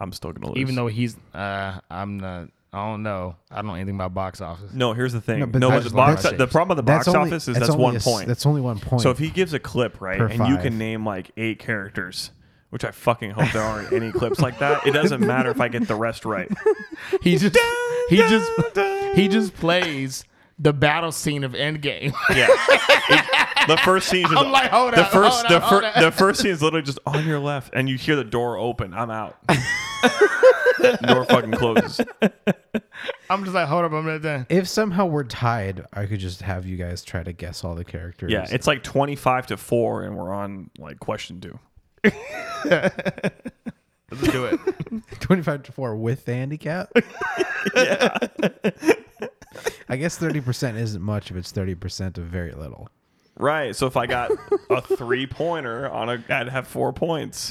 Speaker 2: I'm still gonna lose.
Speaker 3: Even though he's, uh, I'm not. I don't know. I don't know anything about box office.
Speaker 2: no, here's the thing.
Speaker 1: No,
Speaker 2: No,
Speaker 1: but
Speaker 2: but
Speaker 1: that's
Speaker 2: the
Speaker 1: like-
Speaker 2: box.
Speaker 3: that's-
Speaker 2: The problem with the box
Speaker 1: only-
Speaker 2: office is that's
Speaker 1: only
Speaker 2: one
Speaker 1: a s-
Speaker 2: point.
Speaker 1: That's only one point.
Speaker 2: So if he gives a clip, right,
Speaker 1: Per
Speaker 2: and you
Speaker 1: five.
Speaker 2: can name like eight characters, which I fucking hope there aren't any clips like that. It doesn't matter if I get the rest right.
Speaker 3: He just, he just, he just plays the battle scene of Endgame.
Speaker 2: Yeah. It- the first scene is just,
Speaker 3: I'm like, hold
Speaker 2: the
Speaker 3: up,
Speaker 2: first
Speaker 3: hold
Speaker 2: the,
Speaker 3: up, hold
Speaker 2: fir-
Speaker 3: up.
Speaker 2: the first scene is literally just on your left and you hear the door open. I'm out. door fucking closes.
Speaker 3: I'm just like, hold up, I'm not done.
Speaker 1: if somehow we're tied, I could just have you guys try to guess all the characters.
Speaker 2: Yeah, it's like 25 to 4 and we're on like question 2.
Speaker 3: Let's do it.
Speaker 1: 25 to 4 with the handicap. I guess 30% isn't much if it's 30% of very little.
Speaker 2: Right. So if I got a 3 pointer on a I'd have 4 points.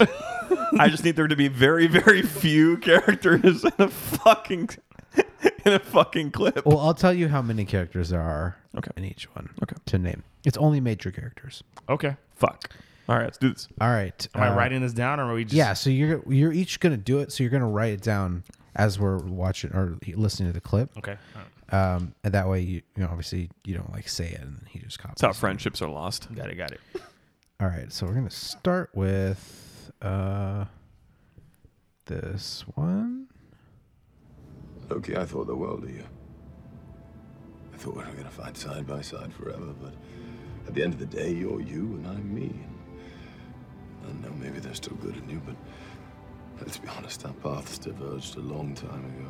Speaker 2: I just need there to be very very few characters in a fucking in a fucking clip.
Speaker 1: Well, I'll tell you how many characters there are
Speaker 2: Okay.
Speaker 1: in each one
Speaker 2: Okay.
Speaker 1: to name. It's only major characters.
Speaker 3: Okay.
Speaker 2: Fuck. All right, let's do this.
Speaker 1: All right.
Speaker 3: Am I
Speaker 1: uh,
Speaker 3: writing this down, or are we just?
Speaker 1: Yeah, so you're you're each gonna do it. So you're gonna write it down as we're watching or listening to the clip.
Speaker 3: Okay. all
Speaker 1: Um, and that way you you know obviously you don't like say it and then he just copies.
Speaker 2: That's how friendships are lost.
Speaker 3: right. Got it. Got it.
Speaker 1: All right, so we're gonna start with uh this one.
Speaker 4: Loki, I thought the world of you. I thought we were going to fight side by side forever, but at the end of the day, you're you and I'm me. And I know maybe they're still good in you, but let's be honest, our paths diverged a long time ago.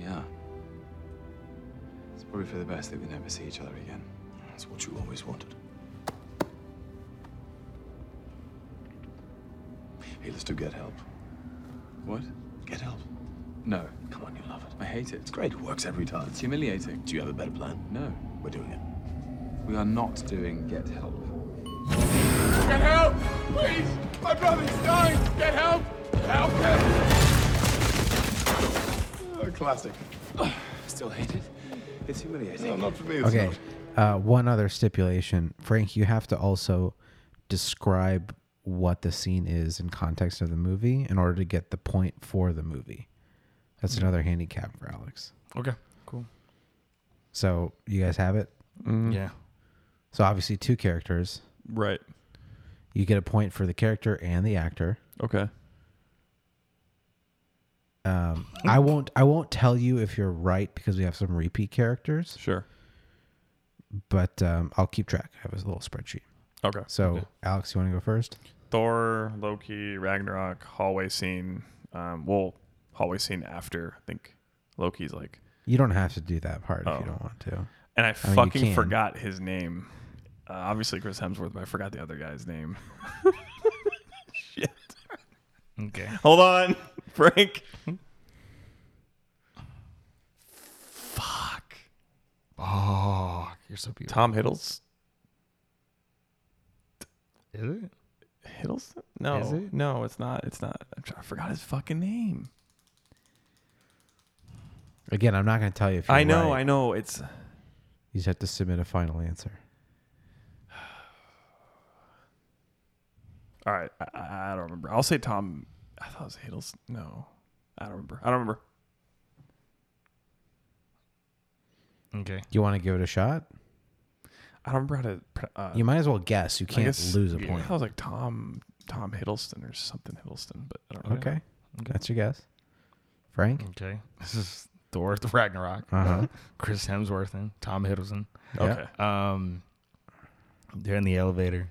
Speaker 5: Yeah. It's probably for the best that we never see each other again.
Speaker 4: That's what you always wanted. Hey, let's do get help.
Speaker 5: What?
Speaker 4: Get help.
Speaker 5: No.
Speaker 4: Come on, you love it.
Speaker 5: I hate it.
Speaker 4: It's great, it works every time.
Speaker 5: It's humiliating.
Speaker 4: Do you have a better plan?
Speaker 5: No.
Speaker 4: We're doing it.
Speaker 5: We are not doing get help.
Speaker 6: Get help! Please! My brother's dying! Get help! Help him!
Speaker 4: A Oh, classic.
Speaker 5: Still hate it? It's humiliating.
Speaker 4: No, not for me. It's
Speaker 1: Okay.
Speaker 4: not.
Speaker 1: Uh, one other stipulation, Frank. You have to also describe what the scene is in context of the movie in order to get the point for the movie. That's
Speaker 3: Hmm.
Speaker 1: another handicap for Alex.
Speaker 3: Okay. Cool.
Speaker 1: So you guys have it.
Speaker 3: Yeah.
Speaker 1: So obviously two characters.
Speaker 2: Right.
Speaker 1: You get a point for the character and the actor.
Speaker 2: Okay.
Speaker 1: Um, I won't. I won't tell you if you're right because we have some repeat characters,
Speaker 2: Sure.
Speaker 1: but um, I'll keep track. I have a little spreadsheet.
Speaker 2: Okay.
Speaker 1: So, Alex, you want to go first?
Speaker 2: Thor, Loki, Ragnarok, hallway scene. Um, well, hallway scene after I think Loki's like,
Speaker 1: You don't have to do that part if
Speaker 2: Oh.
Speaker 1: you don't want to.
Speaker 2: and I
Speaker 1: mean, you
Speaker 2: fucking
Speaker 1: can.
Speaker 2: forgot his name. Uh, obviously Chris Hemsworth, but I forgot the other guy's name. Shit.
Speaker 3: Okay.
Speaker 2: Hold on, Frank. Fuck.
Speaker 3: Oh, you're so beautiful.
Speaker 2: Tom Hiddles.
Speaker 3: Is it?
Speaker 2: Hiddles? No,
Speaker 3: Is it?
Speaker 2: no, it's not. It's not. I'm trying, I forgot his fucking name.
Speaker 1: Again, I'm not going to tell you if you're
Speaker 2: I know.
Speaker 1: right.
Speaker 2: I know. It's
Speaker 1: You just have to submit a final answer.
Speaker 2: all right. I- I, I don't remember. I'll say Tom. I thought it was Hiddles. No, I don't remember. I don't remember.
Speaker 3: Okay.
Speaker 1: You want to give it a shot?
Speaker 2: I don't remember how to. pr- Uh,
Speaker 1: You might as well guess. You
Speaker 2: I
Speaker 1: can't
Speaker 2: guess-
Speaker 1: lose a
Speaker 2: yeah,
Speaker 1: point.
Speaker 2: I was like Tom Tom Hiddleston or something Hiddleston, but I don't know.
Speaker 1: Okay. That's your guess. Frank?
Speaker 3: Okay. This is Thor the Ragnarok.
Speaker 1: Uh-huh.
Speaker 3: Chris Hemsworth and Tom Hiddleston.
Speaker 1: Yeah.
Speaker 2: Okay.
Speaker 3: Um, they're in the elevator,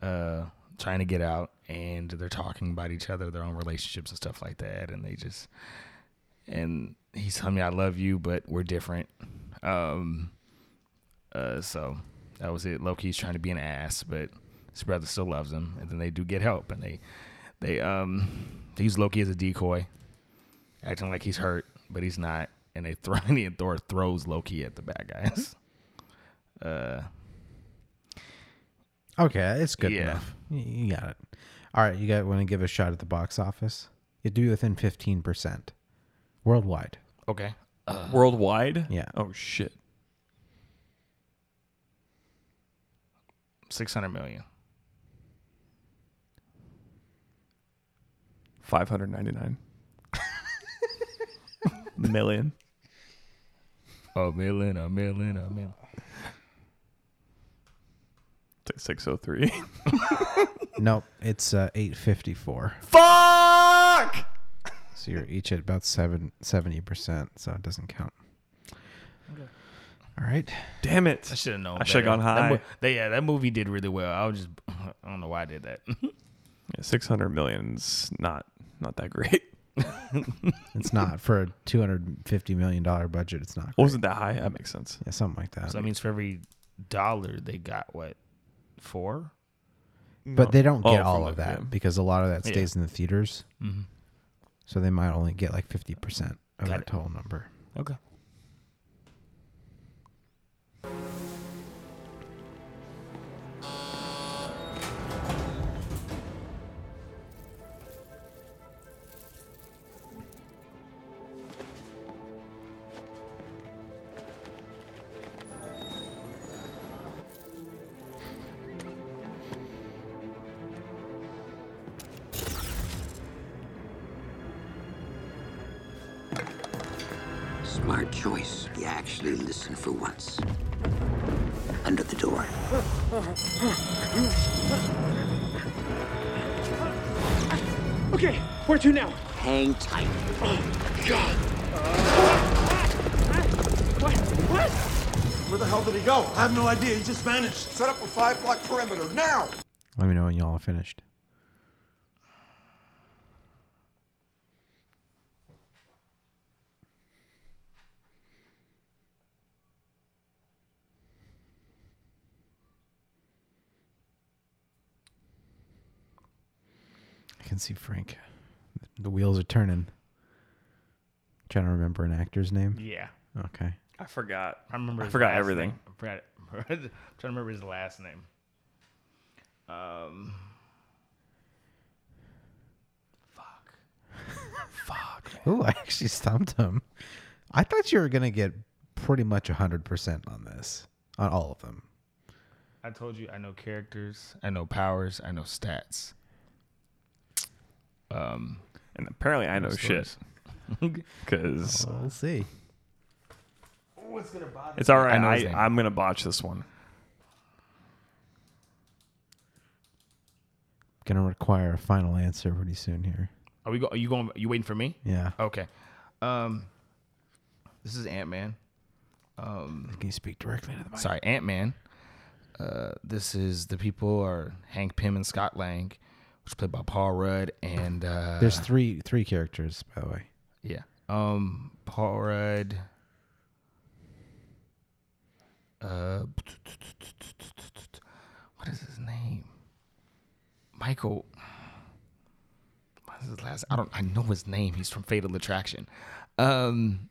Speaker 3: uh, trying to get out, and they're talking about each other, their own relationships and stuff like that, and they just, and he's telling me I love you, but we're different. Um, uh, so that was it. Loki's trying to be an ass, but his brother still loves him, and then they do get help, and they, they um, they use Loki as a decoy, acting like he's hurt, but he's not, and they throw and Thor throws Loki at the bad guys. Uh,
Speaker 1: Okay, it's good
Speaker 3: Yeah.
Speaker 1: enough. Y- You got it. All right, you got want to give a shot at the box office? You do within 15% worldwide.
Speaker 3: okay.
Speaker 2: Worldwide.
Speaker 1: Yeah.
Speaker 2: Oh shit.
Speaker 3: Six hundred million.
Speaker 2: Five hundred ninety nine million.
Speaker 3: A million, a million, a million.
Speaker 2: Six oh three.
Speaker 1: Nope, it's uh, 854.
Speaker 2: Fuck.
Speaker 1: So you're each at about seven, 70%, so it doesn't count. All right.
Speaker 2: Damn it.
Speaker 3: I should have known.
Speaker 2: I shoulda
Speaker 3: better.
Speaker 2: gone
Speaker 3: That mo-
Speaker 2: high.
Speaker 3: they, yeah, that movie did really well. I was just, I don't know why I did that.
Speaker 2: Six hundred million's not not that great.
Speaker 1: It's not for a $250 million budget. It's not. Great.
Speaker 2: Wasn't that high? That makes sense.
Speaker 1: Yeah, something like that.
Speaker 3: so that means for every dollar they got what four?
Speaker 1: But they don't
Speaker 2: Oh,
Speaker 1: get
Speaker 2: from
Speaker 1: all
Speaker 2: the-
Speaker 1: of that
Speaker 2: yeah.
Speaker 1: because a lot of that
Speaker 3: Yeah.
Speaker 1: stays in the theaters.
Speaker 3: Mm-hmm.
Speaker 1: So they might only get like 50% of
Speaker 3: Got
Speaker 1: that
Speaker 3: it.
Speaker 1: total number.
Speaker 3: Okay.
Speaker 7: Smart choice. You actually listened for once. Under the door.
Speaker 6: Okay, where to now?
Speaker 7: Hang tight.
Speaker 8: Where the hell did he go? I have no idea. He just vanished. Set up a five block perimeter now.
Speaker 1: Let me know when y'all are finished. I can see Frank. The wheels are turning. Trying to remember an actor's name.
Speaker 3: Yeah,
Speaker 1: Okay.
Speaker 2: I forgot.
Speaker 3: I remember.
Speaker 2: I
Speaker 3: his
Speaker 2: forgot
Speaker 3: last
Speaker 2: everything.
Speaker 3: name. I forgot. I'm trying to remember his last name. Um.
Speaker 1: Ooh, I actually stumped him. I thought you were gonna get pretty much hundred percent on this, on all of them.
Speaker 3: I told you I know characters, I know powers, I know stats. Um,
Speaker 2: And apparently I know shit
Speaker 3: Oh,
Speaker 2: because
Speaker 1: We'll see.
Speaker 2: it's all right.
Speaker 3: know his
Speaker 2: I,
Speaker 3: name.
Speaker 2: I'm gonna botch this one.
Speaker 1: Gonna require a final answer pretty soon here.
Speaker 3: Are we? Go- are you going? Are you waiting for me?
Speaker 1: Yeah.
Speaker 3: Okay. Um, this is Ant Man.
Speaker 1: Can you speak directly to the mic?
Speaker 3: Sorry, Ant Man. Uh, this is the people are Hank Pym and Scott Lang, which is played by Paul Rudd and uh,
Speaker 1: There's three three characters, by the way.
Speaker 3: yeah, um, Paul Rudd. Uh, what is his name? Michael. What is his last? I don't. I know his name. He's from Fatal Attraction. Um,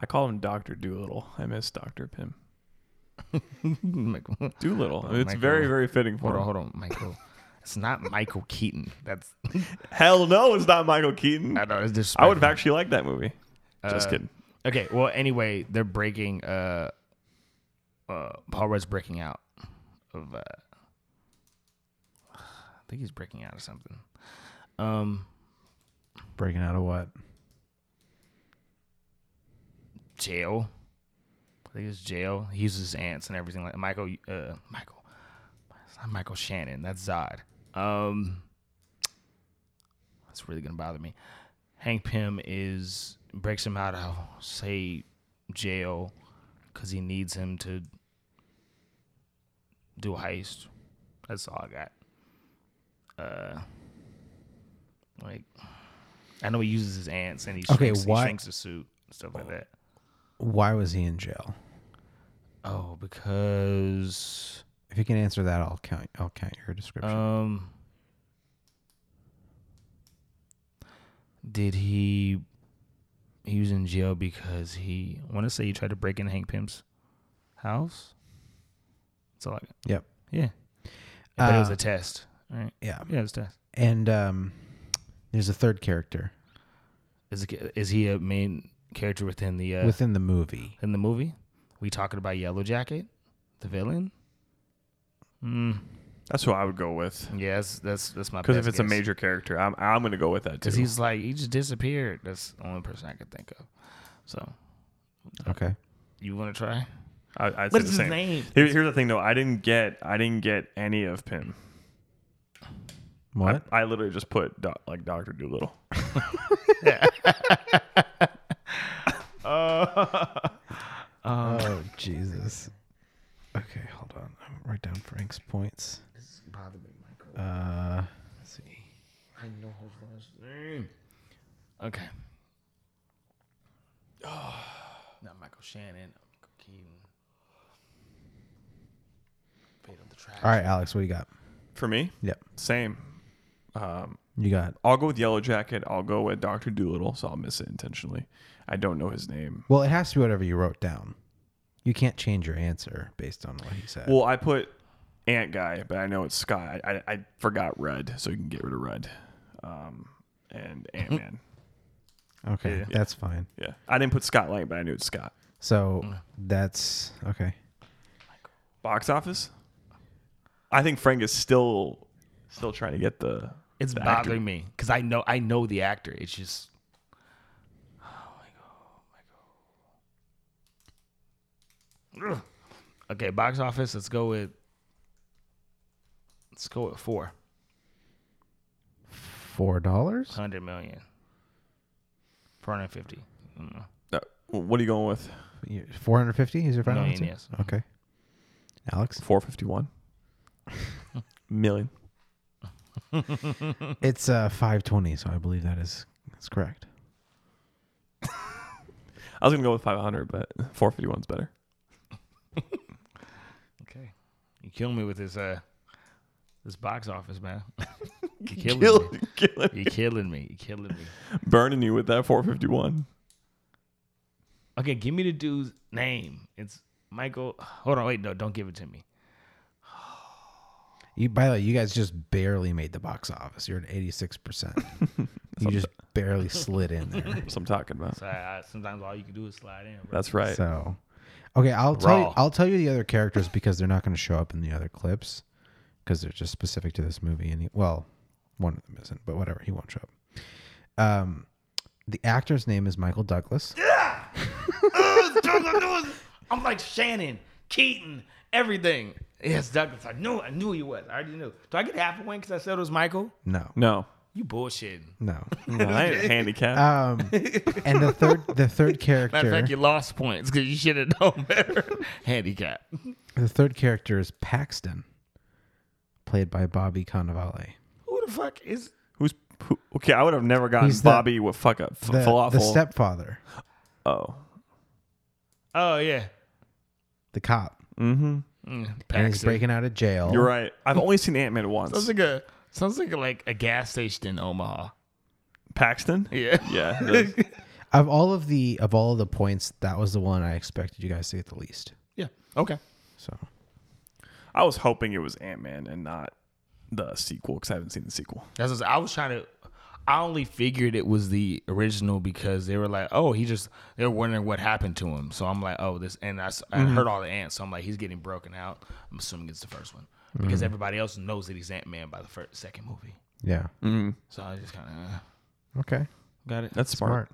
Speaker 2: I call him Doctor Doolittle. I miss Doctor Pym.
Speaker 3: Michael.
Speaker 2: Doolittle.
Speaker 3: Oh,
Speaker 2: it's
Speaker 3: Michael.
Speaker 2: very very fitting for
Speaker 3: Hold on,
Speaker 2: him.
Speaker 3: hold on, Michael. It's not Michael Keaton. That's
Speaker 2: Hell no, it's not Michael Keaton.
Speaker 3: I Uh, know it's just.
Speaker 2: I would have actually liked that movie. Just kidding.
Speaker 3: Okay, well, anyway, they're breaking. Uh, uh, Paul Rudd's breaking out of. Uh, I think he's breaking out of something. Um,
Speaker 1: Breaking out of what?
Speaker 3: jail. I think it's jail. He uses his aunts and everything like Michael. Uh, Michael. It's not Michael Shannon. That's Zod. Um, that's really gonna bother me. Hank Pym is breaks him out of say jail because he needs him to do a heist. That's all I got. Uh, like I know he uses his aunts and he
Speaker 1: Okay,
Speaker 3: shrinks,
Speaker 1: why- Oh.
Speaker 3: he shrinks the suit and stuff like that.
Speaker 1: Why was he in jail?
Speaker 3: Oh, because
Speaker 1: If you can answer that, I'll count. I'll count your description.
Speaker 3: um, did he? He was in jail because he. I want to say he tried to break into Hank Pim's house. That's all I got.
Speaker 1: yep.
Speaker 3: Yeah, but it was
Speaker 1: Uh,
Speaker 3: a test, right?
Speaker 1: Yeah.
Speaker 3: Yeah, it was a test.
Speaker 1: And um, there's a third character
Speaker 3: Is it, is he a main character within the uh,
Speaker 1: within the movie.
Speaker 3: in the movie? We talking about Yellow Jacket, the villain? Hmm,
Speaker 2: That's who I would go with.
Speaker 3: Yeah, that's that's, that's my
Speaker 2: Because if
Speaker 3: best
Speaker 2: it's a
Speaker 3: guess.
Speaker 2: major character, I'm I'm gonna go with that too.
Speaker 3: Because he's like, he just disappeared. That's the only person I could think of. So,
Speaker 1: Okay.
Speaker 3: you want to try?
Speaker 2: I, I'd say
Speaker 3: What's
Speaker 2: the
Speaker 3: his
Speaker 2: same.
Speaker 3: name?
Speaker 2: Here- here's the thing though. I didn't get I didn't get any of Pym.
Speaker 1: What?
Speaker 2: I literally just put doc, like Doctor Doolittle.
Speaker 1: oh Jesus. Okay, hold on. I'll write down Frank's points. Uh, let's see.
Speaker 3: Okay. Not Michael Shannon. Michael Keaton. Fate of the Trash.
Speaker 1: All right, Alex, what do you got?
Speaker 2: For me,
Speaker 1: Yep.
Speaker 2: same.
Speaker 1: You got.
Speaker 2: I'll go with Yellow Jacket. I'll go with Doctor Doolittle. So I'll miss it intentionally. I don't know his name.
Speaker 1: Well, it has to be whatever you wrote down. You can't change your answer based on what he said.
Speaker 2: Well, I put Ant Guy, but I know it's Scott. I, I, I forgot Rudd, so you can get rid of Rudd. Um, and Ant Man.
Speaker 1: okay, that's fine.
Speaker 2: yeah, I didn't put Scott Lang, but I knew it's Scott.
Speaker 1: So that's okay.
Speaker 2: Box office. I think Frank is still still trying to get the.
Speaker 3: It's
Speaker 2: the actor.
Speaker 3: bothering me because I know I know the actor. It's just oh my god, oh my god. Ugh. Okay, box office. Let's go with. Let's go with four
Speaker 1: Four dollars.
Speaker 3: hundred million. Four hundred fifty. Mm.
Speaker 2: Uh, what are you going with?
Speaker 1: Four hundred fifty is your final
Speaker 3: Million,
Speaker 1: answer.
Speaker 3: yes.
Speaker 1: Okay. Alex,
Speaker 2: Four fifty one million.
Speaker 1: it's uh five twenty, so I believe that is that's correct.
Speaker 2: I was gonna go with five hundred, but four fifty one's better.
Speaker 3: Okay, you kill me with this uh, this box office, man. you killing
Speaker 2: Kill,
Speaker 3: me.
Speaker 2: killing,
Speaker 3: You killing me. You killing me.
Speaker 2: burning you with that four fifty one.
Speaker 3: Okay, give me the dude's name. It's Michael. Hold on, wait, no, don't give it to me.
Speaker 1: You by the way, you guys just barely made the box office. You're at eighty six percent. You just barely slid in there.
Speaker 2: That's what I'm talking about.
Speaker 3: So I, I, sometimes all you can do is slide in. Bro.
Speaker 2: That's right.
Speaker 1: So, okay, I'll tell you,
Speaker 3: Raw.
Speaker 1: I'll tell you the other characters because they're not going to show up in the other clips because they're just specific to this movie. And he, well, one of them isn't, but whatever, he won't show up. Um, the actor's name is Michael Douglas.
Speaker 3: I'm like Shannon, Keaton, everything. Yes, Douglas. I knew. I knew he was. I already knew. Do I get half a win because I said it was Michael?
Speaker 1: No,
Speaker 2: No. Uh,
Speaker 3: You bullshitting.
Speaker 1: no.
Speaker 2: No, I ain't handicapped.
Speaker 1: Um, and the third, the third
Speaker 3: Matter of
Speaker 1: character,
Speaker 3: fact, you lost points because you should have known better. Handicap.
Speaker 1: the third character is Paxton, played by Bobby Cannavale.
Speaker 3: Who the fuck is?
Speaker 2: Who's who, okay? I would have never gotten
Speaker 1: He's the-
Speaker 2: Bobby with fuck up f-
Speaker 1: The,
Speaker 2: falafel.
Speaker 1: the stepfather,
Speaker 2: oh,
Speaker 3: Oh yeah,
Speaker 1: the cop, and he's
Speaker 3: Paxton.
Speaker 1: breaking out of jail.
Speaker 2: you're right. I've only seen Ant Man once.
Speaker 3: Sounds like a sounds like a, like a gas station in Omaha.
Speaker 2: Paxton.
Speaker 3: Yeah.
Speaker 2: Yeah. it does.
Speaker 1: Of all of the of all of the points, that was the one I expected you guys to get the least.
Speaker 3: Yeah. Okay.
Speaker 1: So
Speaker 2: I was hoping it was Ant Man and not the sequel because I haven't seen the sequel.
Speaker 3: That's what I was trying to. I only figured it was the original because they were like, "Oh, he just." They're wondering what happened to him, so I'm like, "Oh, this." And I, s- I heard all the ants, so I'm like, "He's getting broken out." I'm assuming it's the first one because everybody else knows that he's Ant Man by the first, second movie.
Speaker 1: yeah,
Speaker 3: Mm. So I just kind of
Speaker 1: okay,
Speaker 3: got it.
Speaker 2: That's smart.
Speaker 1: smart.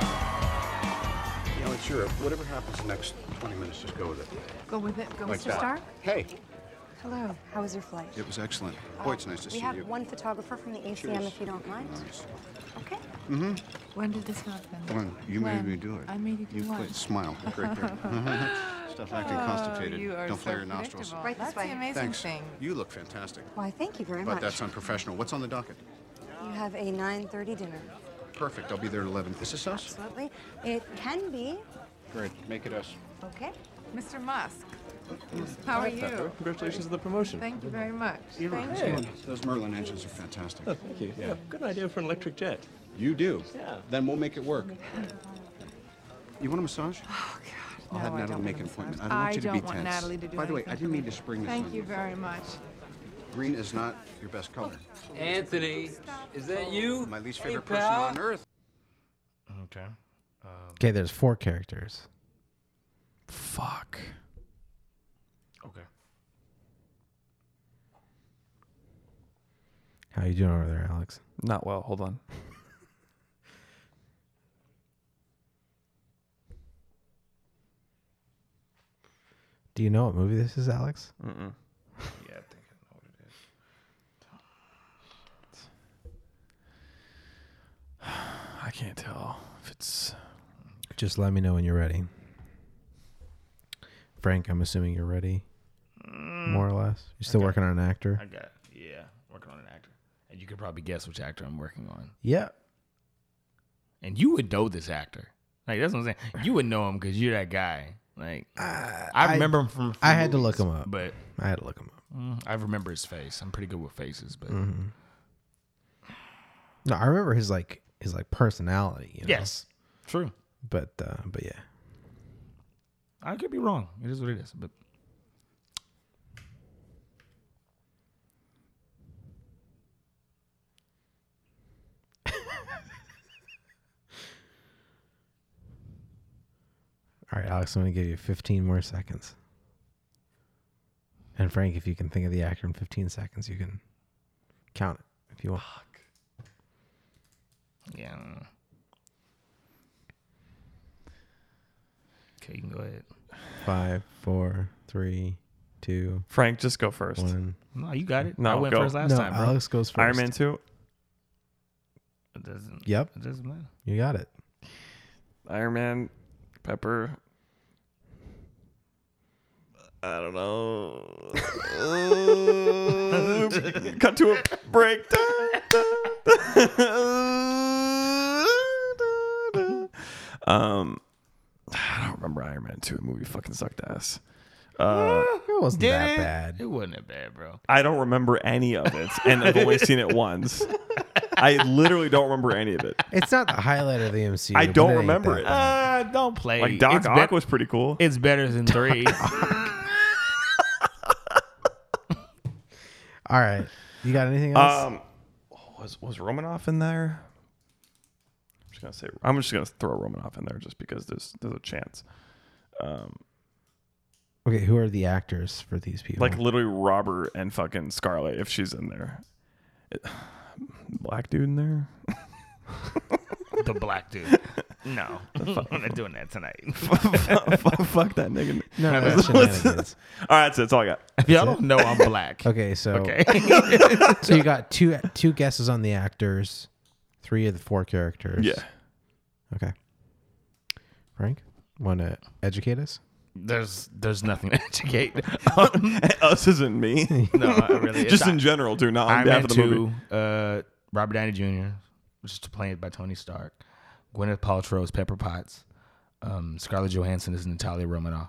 Speaker 9: You know, it's Europe. Whatever happens next 20 minutes, just go with it.
Speaker 10: Go with it. Go,
Speaker 9: Like
Speaker 10: Mr.
Speaker 9: that.
Speaker 10: Stark.
Speaker 9: Hey,
Speaker 10: Hello. How was your flight? Uh,
Speaker 9: it was excellent. Boy, it's nice to
Speaker 10: we
Speaker 9: see
Speaker 10: have
Speaker 9: you.
Speaker 10: one photographer from the ACM,
Speaker 9: Cheers.
Speaker 10: if you don't mind. Okay.
Speaker 11: When did this happen?
Speaker 9: Ellen, you made
Speaker 11: When?
Speaker 9: me do it.
Speaker 11: I made you do what?
Speaker 9: quit. Smile. Look right there. Stuff acting constipated.
Speaker 11: You are
Speaker 9: Don't
Speaker 11: so
Speaker 9: flare your nostrils.
Speaker 11: predictable.
Speaker 10: Right this
Speaker 11: That's
Speaker 10: way.
Speaker 11: the amazing
Speaker 9: Thanks.
Speaker 11: thing.
Speaker 9: You look fantastic.
Speaker 10: Why? Thank you very
Speaker 9: But
Speaker 10: much.
Speaker 9: that's unprofessional. What's on the docket?
Speaker 10: You have a 9:30 dinner.
Speaker 9: Perfect. I'll be there at 11. Is this us?
Speaker 10: Absolutely. It can be.
Speaker 9: Great. Make it us.
Speaker 10: Okay.
Speaker 11: Mr. Musk, how are you?
Speaker 5: Congratulations on the promotion.
Speaker 11: Thank you very much. Thank you.
Speaker 9: Those Merlin engines are fantastic.
Speaker 5: Thank you. Yeah. Good idea for an electric jet.
Speaker 9: You do?
Speaker 5: Yeah.
Speaker 9: Then we'll make it work. You want a massage? I'll
Speaker 11: Oh, No,
Speaker 9: have
Speaker 11: I
Speaker 9: Natalie
Speaker 11: don't
Speaker 9: make an
Speaker 11: want
Speaker 9: appointment.
Speaker 11: massage.
Speaker 9: I don't want you to be
Speaker 11: I don't want
Speaker 9: tense.
Speaker 11: Natalie to do
Speaker 9: By the way, I
Speaker 11: anything
Speaker 9: didn't
Speaker 11: for
Speaker 9: mean
Speaker 11: me.
Speaker 9: to spring this
Speaker 11: Thank
Speaker 9: on
Speaker 11: you
Speaker 9: you.
Speaker 11: very much.
Speaker 9: Green is not your best color.
Speaker 6: Anthony, is that you?
Speaker 9: My least favorite person on earth.
Speaker 3: Okay.
Speaker 1: Okay, there's four characters.
Speaker 2: Fuck.
Speaker 3: Okay.
Speaker 1: How you doing over there, Alex?
Speaker 2: Not well. Hold on.
Speaker 1: Do you know what movie this is, Alex?
Speaker 3: Yeah, I think I know what it is.
Speaker 2: I can't tell if it's.
Speaker 1: Just let me know when you're ready. Frank, I'm assuming you're ready, more or less. You're still working on an actor.
Speaker 3: Mm. I got. Yeah, working on an actor, and you could probably guess which actor I'm working on.
Speaker 1: Yeah.
Speaker 3: and you would know this actor. Like that's what I'm saying. You would know him because you're that guy. Like I remember him from. a few
Speaker 1: I had to look him up.
Speaker 3: but
Speaker 1: I had to look him up.
Speaker 3: mm, I remember his face. I'm pretty good with faces, but
Speaker 1: No, I remember his like his like personality. You know?
Speaker 3: yes, true.
Speaker 1: But uh, but yeah.
Speaker 3: I could be wrong. It is what it is. But
Speaker 1: All right, Alex, I'm gonna give you 15 more seconds. And Frank, if you can think of the actor in 15 seconds, you can count it if you want.
Speaker 2: Ah,
Speaker 3: yeah. I don't know. Okay, you can go ahead.
Speaker 1: Five, four, three, two,
Speaker 2: Frank, just go first.
Speaker 1: one.
Speaker 3: No, you got it.
Speaker 2: No,
Speaker 3: I went
Speaker 2: go.
Speaker 3: first last
Speaker 1: no,
Speaker 3: time, bro.
Speaker 1: Alex goes first.
Speaker 2: Iron Man two.
Speaker 3: it doesn't.
Speaker 1: Yep,
Speaker 3: It doesn't matter.
Speaker 1: you got it.
Speaker 2: Iron Man. Pepper. I don't know. Cut to a break. Da, da, da. um, I don't remember Iron Man 2. The movie fucking sucked ass. Uh,
Speaker 1: It wasn't that
Speaker 3: it?
Speaker 1: bad.
Speaker 3: It wasn't that bad, bro.
Speaker 2: I don't remember any of it, and I've only seen it once. I literally don't remember any of it.
Speaker 1: It's not the highlight of the MCU.
Speaker 2: I
Speaker 1: but
Speaker 2: don't
Speaker 1: ain't
Speaker 2: remember
Speaker 1: that
Speaker 2: it.
Speaker 1: bad.
Speaker 3: Uh, don't play.
Speaker 2: Like Doc
Speaker 3: it's
Speaker 2: Ock
Speaker 3: bet-
Speaker 2: was pretty cool.
Speaker 3: It's better than three.
Speaker 1: All right, you got anything else?
Speaker 2: Uh, Um, was was Romanoff in there? I'm just gonna say I'm just gonna throw Romanoff in there just because there's there's a chance.
Speaker 1: okay, who are the actors for these people?
Speaker 2: Like literally Robert and fucking Scarlet if she's in there. It- black dude in there.
Speaker 3: the black dude. No, I'm not doing that tonight.
Speaker 12: fuck, fuck that nigga.
Speaker 1: No,
Speaker 3: My
Speaker 1: that's
Speaker 3: bad.
Speaker 1: shenanigans.
Speaker 2: All right, that's it. That's all I got.
Speaker 3: If y'all don't know, I'm black.
Speaker 1: Okay, so
Speaker 3: Okay.
Speaker 1: so you got two two guesses on the actors, three of the four characters.
Speaker 12: Yeah.
Speaker 1: Okay. Frank, want to educate us?
Speaker 3: There's there's nothing to educate.
Speaker 2: Us isn't me.
Speaker 3: No, I really it's
Speaker 2: Just
Speaker 3: not-
Speaker 2: in general, too. Not on
Speaker 3: Iron
Speaker 2: behalf
Speaker 3: Man
Speaker 2: of the movie.
Speaker 3: Two, uh, Robert Downey Jr., which is played by Tony Stark. Gwyneth Paltrow is Pepper Potts. Um, Scarlett Johansson is Natalia Romanoff.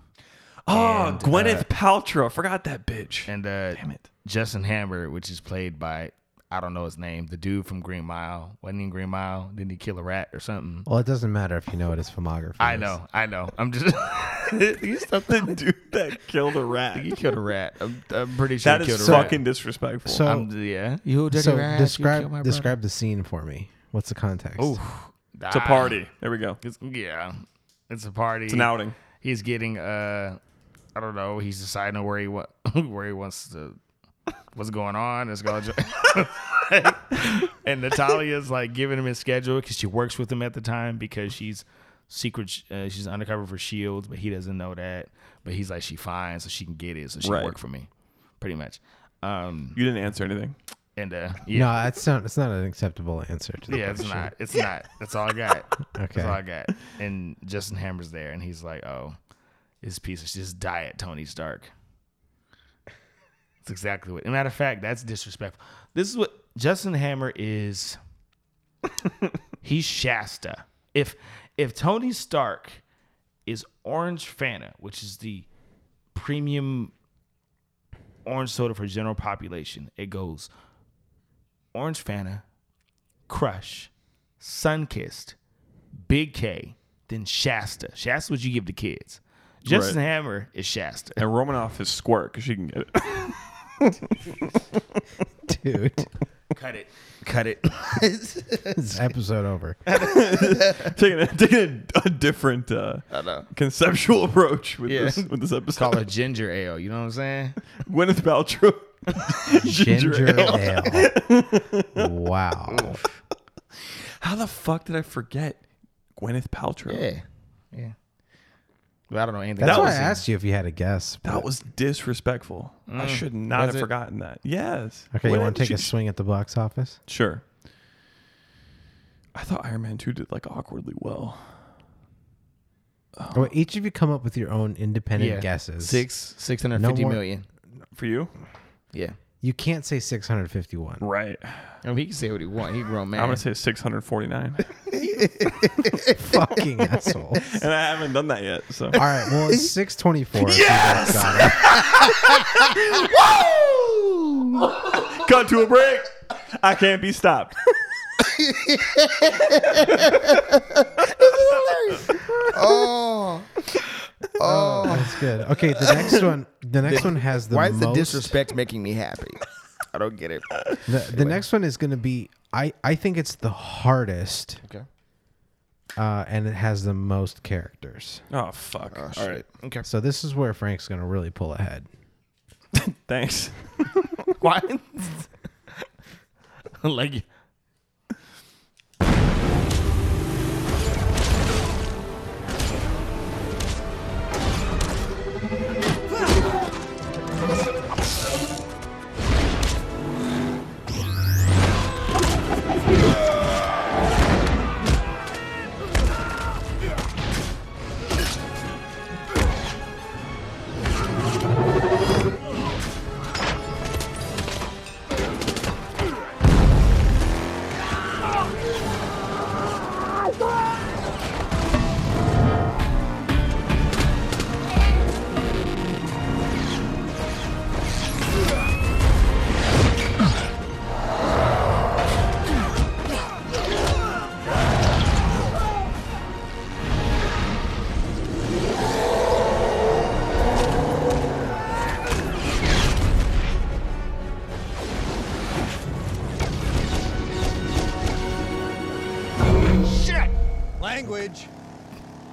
Speaker 12: Oh,
Speaker 3: And,
Speaker 12: Gwyneth
Speaker 3: uh,
Speaker 12: Paltrow. I forgot that bitch.
Speaker 3: And uh, damn it, Justin Hammer, which is played by I don't know his name, the dude from Green Mile. Wasn't he in Green Mile? Didn't he kill a rat or something?
Speaker 1: Well, it doesn't matter if you know what his filmography.
Speaker 3: I
Speaker 1: is.
Speaker 3: know, I know. I'm just he's something dude that killed a rat. He killed a rat. I'm, I'm pretty sure
Speaker 2: That
Speaker 3: he
Speaker 2: is
Speaker 3: killed a rat.
Speaker 2: fucking disrespectful.
Speaker 1: So
Speaker 3: I'm- yeah, you dirty
Speaker 1: so
Speaker 3: rat. you killed my
Speaker 1: describe
Speaker 3: brother.
Speaker 1: describe the scene for me. What's the context?
Speaker 3: Oh,
Speaker 2: It's a party.
Speaker 3: uh,
Speaker 2: There we go.
Speaker 3: It's, yeah, it's a party.
Speaker 2: It's an outing.
Speaker 3: He's getting uh, I don't know. He's deciding where he wa- where he wants to. What's going on? It's going. and Natalia's like giving him his schedule because she works with him at the time because she's secret. Uh, she's undercover for Shields, but he doesn't know that. But he's like, she fine, so she can get it, so she can
Speaker 2: Right.
Speaker 3: work for me, pretty much. Um,
Speaker 2: you didn't answer anything.
Speaker 3: And uh, yeah,
Speaker 1: No, that's not. It's not an acceptable answer. To the
Speaker 3: yeah, it's
Speaker 1: question.
Speaker 3: not. It's not. That's all I got.
Speaker 1: Okay.
Speaker 3: That's all I got. And Justin Hammer's there, and he's like, "Oh, this piece of just diet Tony Stark." That's exactly what. matter of fact, that's disrespectful. This is what Justin Hammer is. he's Shasta. If if Tony Stark is Orange Fanta, which is the premium orange soda for general population, it goes Orange Fanta, Crush, Sunkist, Big K, then Shasta. Shasta's what you give to kids. Justin
Speaker 2: Right.
Speaker 3: Hammer is Shasta.
Speaker 2: And Romanoff is squirt because she can get it.
Speaker 1: dude.
Speaker 3: Cut it. Cut it.
Speaker 1: It's episode over.
Speaker 2: taking a, taking a, a different uh, conceptual approach with this with this episode.
Speaker 3: Call her ginger ale. You know what I'm saying?
Speaker 2: Gwyneth Paltrow.
Speaker 1: Ginger ale. wow.
Speaker 2: How the fuck did I forget Gwyneth Paltrow?
Speaker 3: Yeah. Yeah. But I don't know anything.
Speaker 1: That's
Speaker 3: about
Speaker 1: why I
Speaker 3: this.
Speaker 1: asked you if you had a guess.
Speaker 2: That was disrespectful. I
Speaker 3: Mm.
Speaker 2: should not
Speaker 3: Was
Speaker 2: have
Speaker 3: it?
Speaker 2: forgotten that. Yes.
Speaker 1: Okay, you
Speaker 2: Gwyneth-
Speaker 1: want to take a
Speaker 2: she-
Speaker 1: swing at the box office?
Speaker 2: Sure. I thought Iron Man 2 did like awkwardly well.
Speaker 1: Well, each of you come up with your own independent
Speaker 3: Oh. Yeah.
Speaker 1: guesses.
Speaker 3: Six six hundred
Speaker 1: No
Speaker 3: fifty
Speaker 1: more-
Speaker 3: million.
Speaker 2: For you?
Speaker 3: Yeah.
Speaker 1: You can't say 651.
Speaker 2: Right.
Speaker 3: I mean, he can say what he want. He a grown man.
Speaker 2: I'm going to say 649.
Speaker 1: Fucking asshole.
Speaker 2: and I haven't done that yet. So.
Speaker 1: All right, well, it's 624. if you
Speaker 2: Yes!
Speaker 1: guys got it.
Speaker 2: Cut to a break. I can't be stopped.
Speaker 3: oh. Oh.
Speaker 1: That's good. Okay, the next one. The next one has the
Speaker 3: Why is
Speaker 1: most.
Speaker 3: the disrespect making me happy? I don't get it.
Speaker 1: The, the next one is going to be. I I think it's the hardest.
Speaker 3: Okay.
Speaker 1: Uh, and it has the most characters.
Speaker 2: Oh, fuck. All right.
Speaker 3: Okay.
Speaker 1: So this is where Frank's going to really pull ahead.
Speaker 2: Thanks.
Speaker 3: Why? like,
Speaker 8: Shit! Language.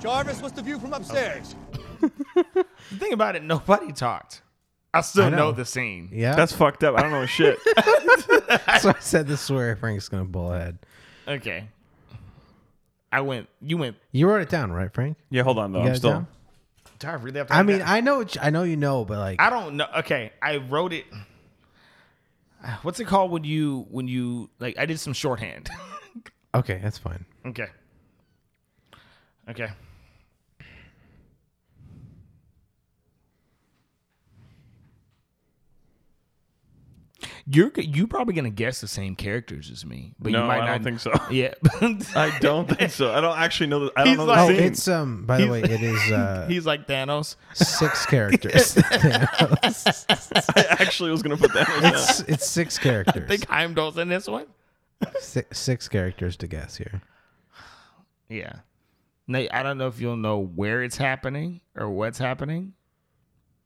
Speaker 8: Jarvis, what's the view from upstairs?
Speaker 3: the thing about it, nobody talked. I still
Speaker 1: I
Speaker 3: know.
Speaker 1: know.
Speaker 3: the scene.
Speaker 1: Yeah.
Speaker 2: That's fucked up. I don't know shit.
Speaker 1: so I said this is where Frank's going to pull ahead.
Speaker 3: Okay. I went. You went.
Speaker 1: You wrote it down, right, Frank?
Speaker 2: Yeah, hold on though.
Speaker 1: You got
Speaker 2: I'm
Speaker 1: it
Speaker 2: still.
Speaker 1: down?
Speaker 3: Do I really have to
Speaker 1: I
Speaker 3: write
Speaker 1: mean,
Speaker 3: that?
Speaker 1: I know, I know you know, but like,
Speaker 3: I don't know. Okay, I wrote it. What's it called when you when you like? I did some shorthand.
Speaker 1: okay, that's fine.
Speaker 3: okay. Okay. You're g- you probably gonna guess the same characters as me, but
Speaker 2: No,
Speaker 3: you might
Speaker 2: I
Speaker 3: not
Speaker 2: don't think so.
Speaker 3: Yeah,
Speaker 2: I don't think so. I don't actually know. The, I don't
Speaker 3: He's
Speaker 2: know.
Speaker 3: like-
Speaker 1: oh,
Speaker 2: the scene.
Speaker 1: it's um. By the way, it is uh
Speaker 3: he's like Thanos.
Speaker 1: six characters.
Speaker 2: I actually was gonna put that. in there.
Speaker 1: it's it's six
Speaker 3: I
Speaker 1: characters.
Speaker 3: think Heimdall's in this one.
Speaker 1: six, six characters to guess here.
Speaker 3: Yeah. Now, I don't know if you'll know where it's happening or what's happening,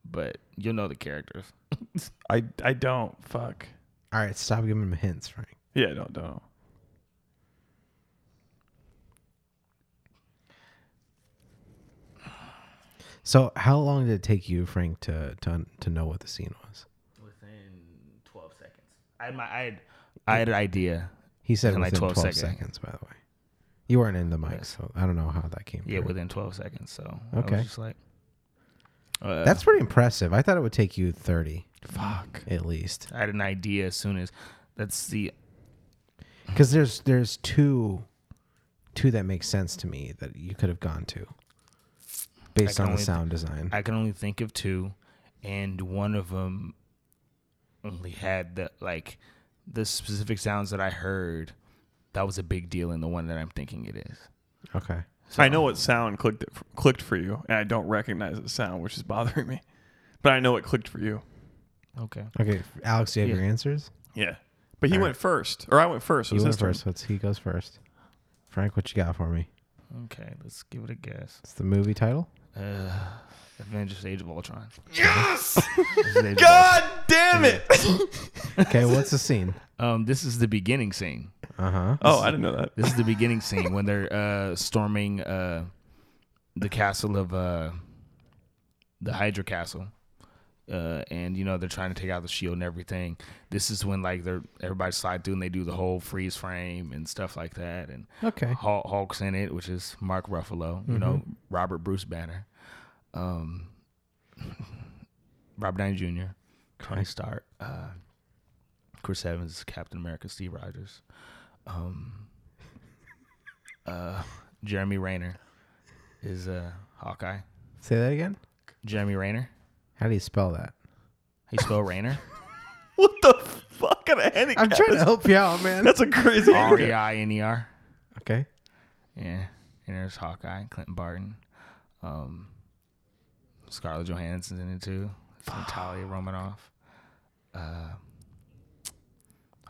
Speaker 3: but you'll know the characters.
Speaker 2: I I don't. Fuck.
Speaker 1: All right, stop giving him hints, Frank.
Speaker 2: Yeah, don't don't.
Speaker 1: So, how long did it take you, Frank, to to to know what the scene was?
Speaker 3: Within 12 seconds. I had, my, I had, I had an idea.
Speaker 1: He said
Speaker 3: Kinda like
Speaker 1: within 12,
Speaker 3: 12
Speaker 1: seconds. By the way, you weren't in the mic, so I don't know how that came.
Speaker 3: Yeah,
Speaker 1: through.
Speaker 3: within 12 seconds. So I
Speaker 1: Okay.
Speaker 3: was just like, uh,
Speaker 1: that's pretty impressive. I thought it would take you thirty
Speaker 3: fuck.
Speaker 1: at least,
Speaker 3: I had an idea as soon as that's the
Speaker 1: because there's there's two two that make sense to me that you could have gone to based
Speaker 3: I can
Speaker 1: on the
Speaker 3: only
Speaker 1: sound design.
Speaker 3: I can only think of two, and one of them only had the like the specific sounds that I heard. That was a big deal in the one that I'm thinking it is.
Speaker 1: okay,
Speaker 2: I know what sound clicked it, clicked for you, and I don't recognize the sound, which is bothering me. But I know it clicked for you.
Speaker 3: Okay.
Speaker 1: okay, Alex, do you have
Speaker 3: Yeah.
Speaker 1: your answers?
Speaker 2: Yeah. But he went first, or I went first.
Speaker 1: you
Speaker 2: It was
Speaker 1: went
Speaker 2: his turn.
Speaker 1: first. Let's he goes first. Frank, what you got for me?
Speaker 3: Okay. Let's give it a guess.
Speaker 1: It's the movie title.
Speaker 3: Uh, Avengers: Age of Ultron.
Speaker 13: Yes!
Speaker 3: Avengers Age of
Speaker 13: God damn it!
Speaker 1: Okay, what's the scene?
Speaker 3: Ultron. Um, this is the beginning scene.
Speaker 1: Uh huh.
Speaker 2: Oh, I didn't know that.
Speaker 3: This is the beginning scene when they're uh, storming uh, the castle of uh, the Hydra Castle, uh, and you know they're trying to take out the shield and everything. This is when like they're everybody slide through and they do the whole freeze frame and stuff like that. And
Speaker 1: Okay.
Speaker 3: Hulk, Hulk's in it, which is Mark Ruffalo, you know Robert Bruce Banner, um, Robert Downey Jr., Tony Stark, uh, Chris Evans, Captain America, Steve Rogers, um, uh, Jeremy Rayner is uh, Hawkeye.
Speaker 1: Say that again.
Speaker 3: Jeremy Rayner.
Speaker 1: How do you spell that?
Speaker 3: He spelled Rayner.
Speaker 13: What the fuck kind of handicap?
Speaker 1: I'm trying to
Speaker 13: is-
Speaker 1: help you out, man.
Speaker 13: That's a
Speaker 2: Oh,
Speaker 13: crazy
Speaker 3: R
Speaker 13: handicap.
Speaker 3: E I N E R.
Speaker 1: Okay.
Speaker 3: Yeah. And there's Hawkeye, Clinton Barton. Um, Scarlett Johansson's in it too. It's Natalia Romanoff. Uh,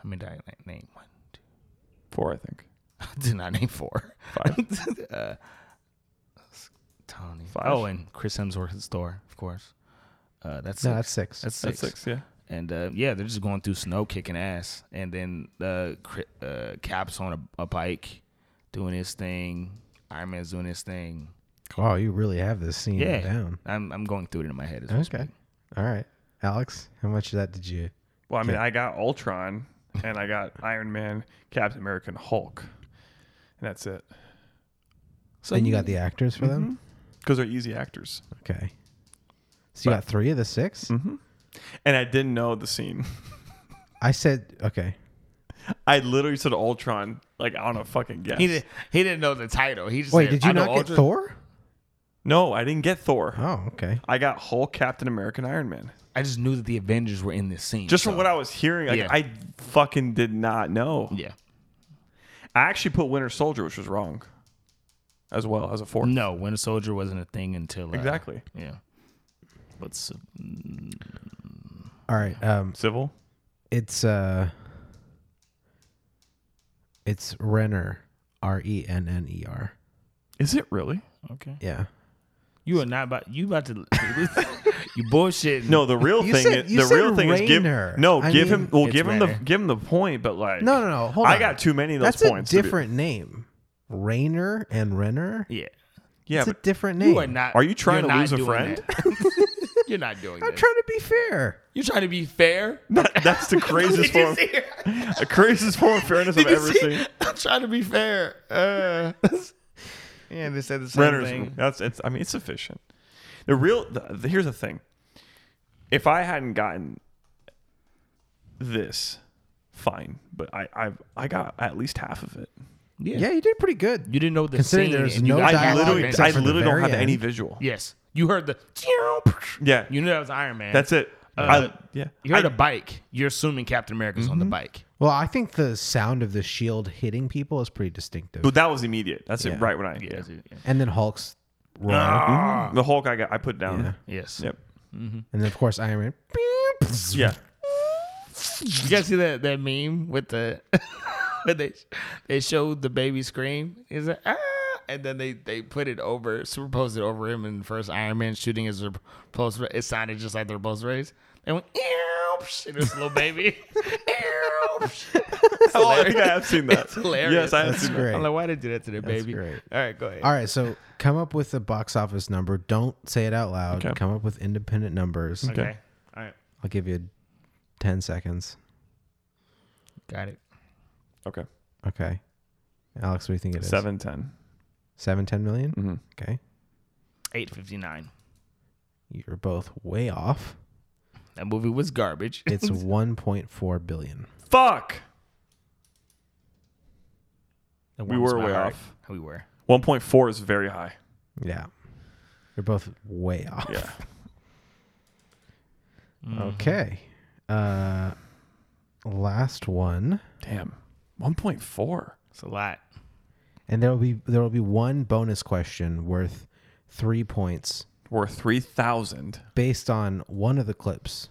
Speaker 3: I mean, did I na- name one? Two.
Speaker 2: Four, I think.
Speaker 3: did not name four.
Speaker 2: Five.
Speaker 3: uh, s- Tony.
Speaker 2: Five.
Speaker 3: Oh, and Chris Hemsworth's Thor, of course. Uh, that's
Speaker 1: No,
Speaker 3: six.
Speaker 1: that's six.
Speaker 3: That's
Speaker 2: That's
Speaker 3: six.
Speaker 2: six, yeah.
Speaker 3: And uh, yeah, they're just going through snow, kicking ass, and then uh, Cri- uh, Cap's on a, a bike, doing his thing. Iron Man's doing his thing.
Speaker 1: Wow, you really have this scene
Speaker 3: Yeah,
Speaker 1: down.
Speaker 3: I'm I'm going through it in my head. As we
Speaker 1: Okay.
Speaker 3: speak.
Speaker 1: All right. Alex, how much of that did you?
Speaker 2: Well, I mean, I got Ultron, and I got Iron Man, Captain America, and Hulk. And that's it.
Speaker 3: So Mm-hmm.
Speaker 1: and you got the actors for them?
Speaker 2: Because they're easy actors.
Speaker 1: Okay. So you got three of the 6
Speaker 3: Mm-hmm.
Speaker 2: And I didn't know the scene.
Speaker 1: I said, okay.
Speaker 2: I literally said Ultron, like, on a fucking guess.
Speaker 3: He did, he didn't know the title. He just
Speaker 1: Wait,
Speaker 3: said,
Speaker 1: did you
Speaker 3: "I know
Speaker 1: not get
Speaker 3: Ultra-
Speaker 1: Thor?
Speaker 2: No, I didn't get Thor.
Speaker 1: Oh, okay.
Speaker 2: I got Hulk, Captain America, and Iron Man.
Speaker 3: I just knew that the Avengers were in this scene.
Speaker 2: Just from
Speaker 3: so-
Speaker 2: what I was hearing, like,
Speaker 3: Yeah.
Speaker 2: I fucking did not know.
Speaker 3: yeah.
Speaker 2: I actually put Winter Soldier, which was wrong, as well as a four.
Speaker 3: No, Winter Soldier wasn't a thing until uh,
Speaker 2: Exactly.
Speaker 3: Yeah. What's
Speaker 1: All right. Um,
Speaker 2: Civil.
Speaker 1: it's uh, it's Renner, R E N N E R.
Speaker 2: Is it really?
Speaker 3: okay?
Speaker 1: Yeah.
Speaker 3: You are not about you about to you bullshit.
Speaker 2: No, the real
Speaker 1: You
Speaker 2: thing.
Speaker 1: said-
Speaker 2: is,
Speaker 1: you
Speaker 2: the real
Speaker 1: said
Speaker 2: thing is give.
Speaker 1: Rainer.
Speaker 2: No,
Speaker 1: I
Speaker 2: give
Speaker 1: mean-
Speaker 2: him. Well,
Speaker 3: It's
Speaker 2: give him
Speaker 3: Rainer.
Speaker 2: the give him the point. But like,
Speaker 1: No, no, no. Hold on.
Speaker 2: I got too many of those
Speaker 1: That's
Speaker 2: points.
Speaker 1: a
Speaker 2: to be-
Speaker 1: different name. Rainer and Renner.
Speaker 3: yeah.
Speaker 2: yeah,
Speaker 1: it's a
Speaker 2: but
Speaker 1: different name.
Speaker 3: You are not.
Speaker 2: Are you trying to
Speaker 3: you're not
Speaker 2: lose a
Speaker 3: doing
Speaker 2: friend?
Speaker 3: that. you're not doing
Speaker 1: I'm
Speaker 3: that.
Speaker 1: trying to be fair.
Speaker 3: you're trying to be fair.
Speaker 2: that- that's the craziest form. The craziest form of fairness I've ever seen.
Speaker 3: I'm trying to be fair. Uh, Yeah, they said the same
Speaker 2: Renter's-
Speaker 3: thing.
Speaker 2: That's it's. I mean, it's sufficient. The real. The, the- here's the thing. If I hadn't gotten this, fine. But I I I got at least half of it.
Speaker 1: Yeah, you did pretty good.
Speaker 3: You didn't know the
Speaker 2: Considering
Speaker 3: scene.
Speaker 2: there's
Speaker 3: and you
Speaker 2: no
Speaker 3: got-
Speaker 2: dialogue I literally- except I for the literally don't very have any end. visual.
Speaker 3: Yes, you heard the.
Speaker 2: Yeah,
Speaker 3: you knew that was Iron Man.
Speaker 2: That's it.
Speaker 3: Uh,
Speaker 2: I- Mm-hmm. yeah.
Speaker 3: you heard a bike. You're assuming Captain America's on the bike.
Speaker 1: Well, I think the sound of the shield hitting people is pretty distinctive.
Speaker 2: But that was immediate. That's
Speaker 1: Yeah.
Speaker 2: it. Right when I. Yeah.
Speaker 1: And then Hulk's roar.
Speaker 2: Ah, The Hulk I got. I put down.
Speaker 1: Yeah.
Speaker 3: Yes.
Speaker 2: Yep.
Speaker 1: And then, of course, Iron Man.
Speaker 2: Yeah.
Speaker 3: You guys see that that meme with the where they they showed the baby scream? Is it ah? And then they they put it over, superposed it over him in the first Iron Man shooting his post. It sounded just like their post race. And went ew, psh, and this little baby.
Speaker 2: Oh, I think I have seen that.
Speaker 3: It's hilarious.
Speaker 2: Yes, I have
Speaker 1: That's
Speaker 2: seen
Speaker 1: great.
Speaker 3: I'm like, why did you do that to the
Speaker 1: That's
Speaker 3: baby?
Speaker 1: great.
Speaker 3: All right, go ahead.
Speaker 1: All right, so come up with a box office number. Don't say it out loud.
Speaker 3: Okay.
Speaker 1: Come up with independent numbers.
Speaker 3: Okay. Okay. All right.
Speaker 1: I'll give you 10 seconds.
Speaker 3: Got it.
Speaker 2: Okay.
Speaker 1: Okay. Alex, what do you think it is?
Speaker 2: Seven ten.
Speaker 1: Seven, 10 million? Okay.
Speaker 3: Eight fifty nine.
Speaker 1: You're both way off.
Speaker 3: That movie was garbage.
Speaker 1: It's 1.4 billion.
Speaker 2: Fuck.
Speaker 3: That
Speaker 2: We
Speaker 3: warms
Speaker 2: were
Speaker 3: my
Speaker 2: way
Speaker 3: heart.
Speaker 2: off.
Speaker 3: We were.
Speaker 2: One point four is very high.
Speaker 1: Yeah. You're both way off.
Speaker 2: Yeah.
Speaker 1: Okay. Uh last one.
Speaker 2: Damn. 1.4.
Speaker 3: It's a lot.
Speaker 1: And there will be there will be one bonus question worth 3 points
Speaker 2: Worth 3000.
Speaker 1: based on one of the clips.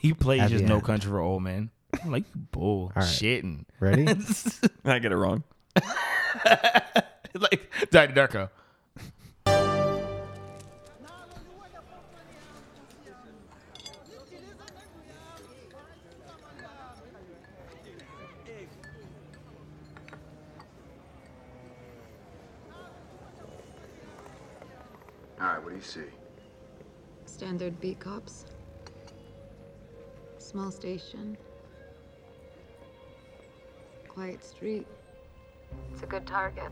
Speaker 3: He plays
Speaker 1: At
Speaker 3: just
Speaker 1: the
Speaker 3: no
Speaker 1: end.
Speaker 3: country for old man. I'm like you bullshitting.
Speaker 1: Ready?
Speaker 2: I get it wrong.
Speaker 3: like Daddy Darko.
Speaker 9: All right, what do you see?
Speaker 14: Standard beat cops. Small station. Quiet street. It's a good target.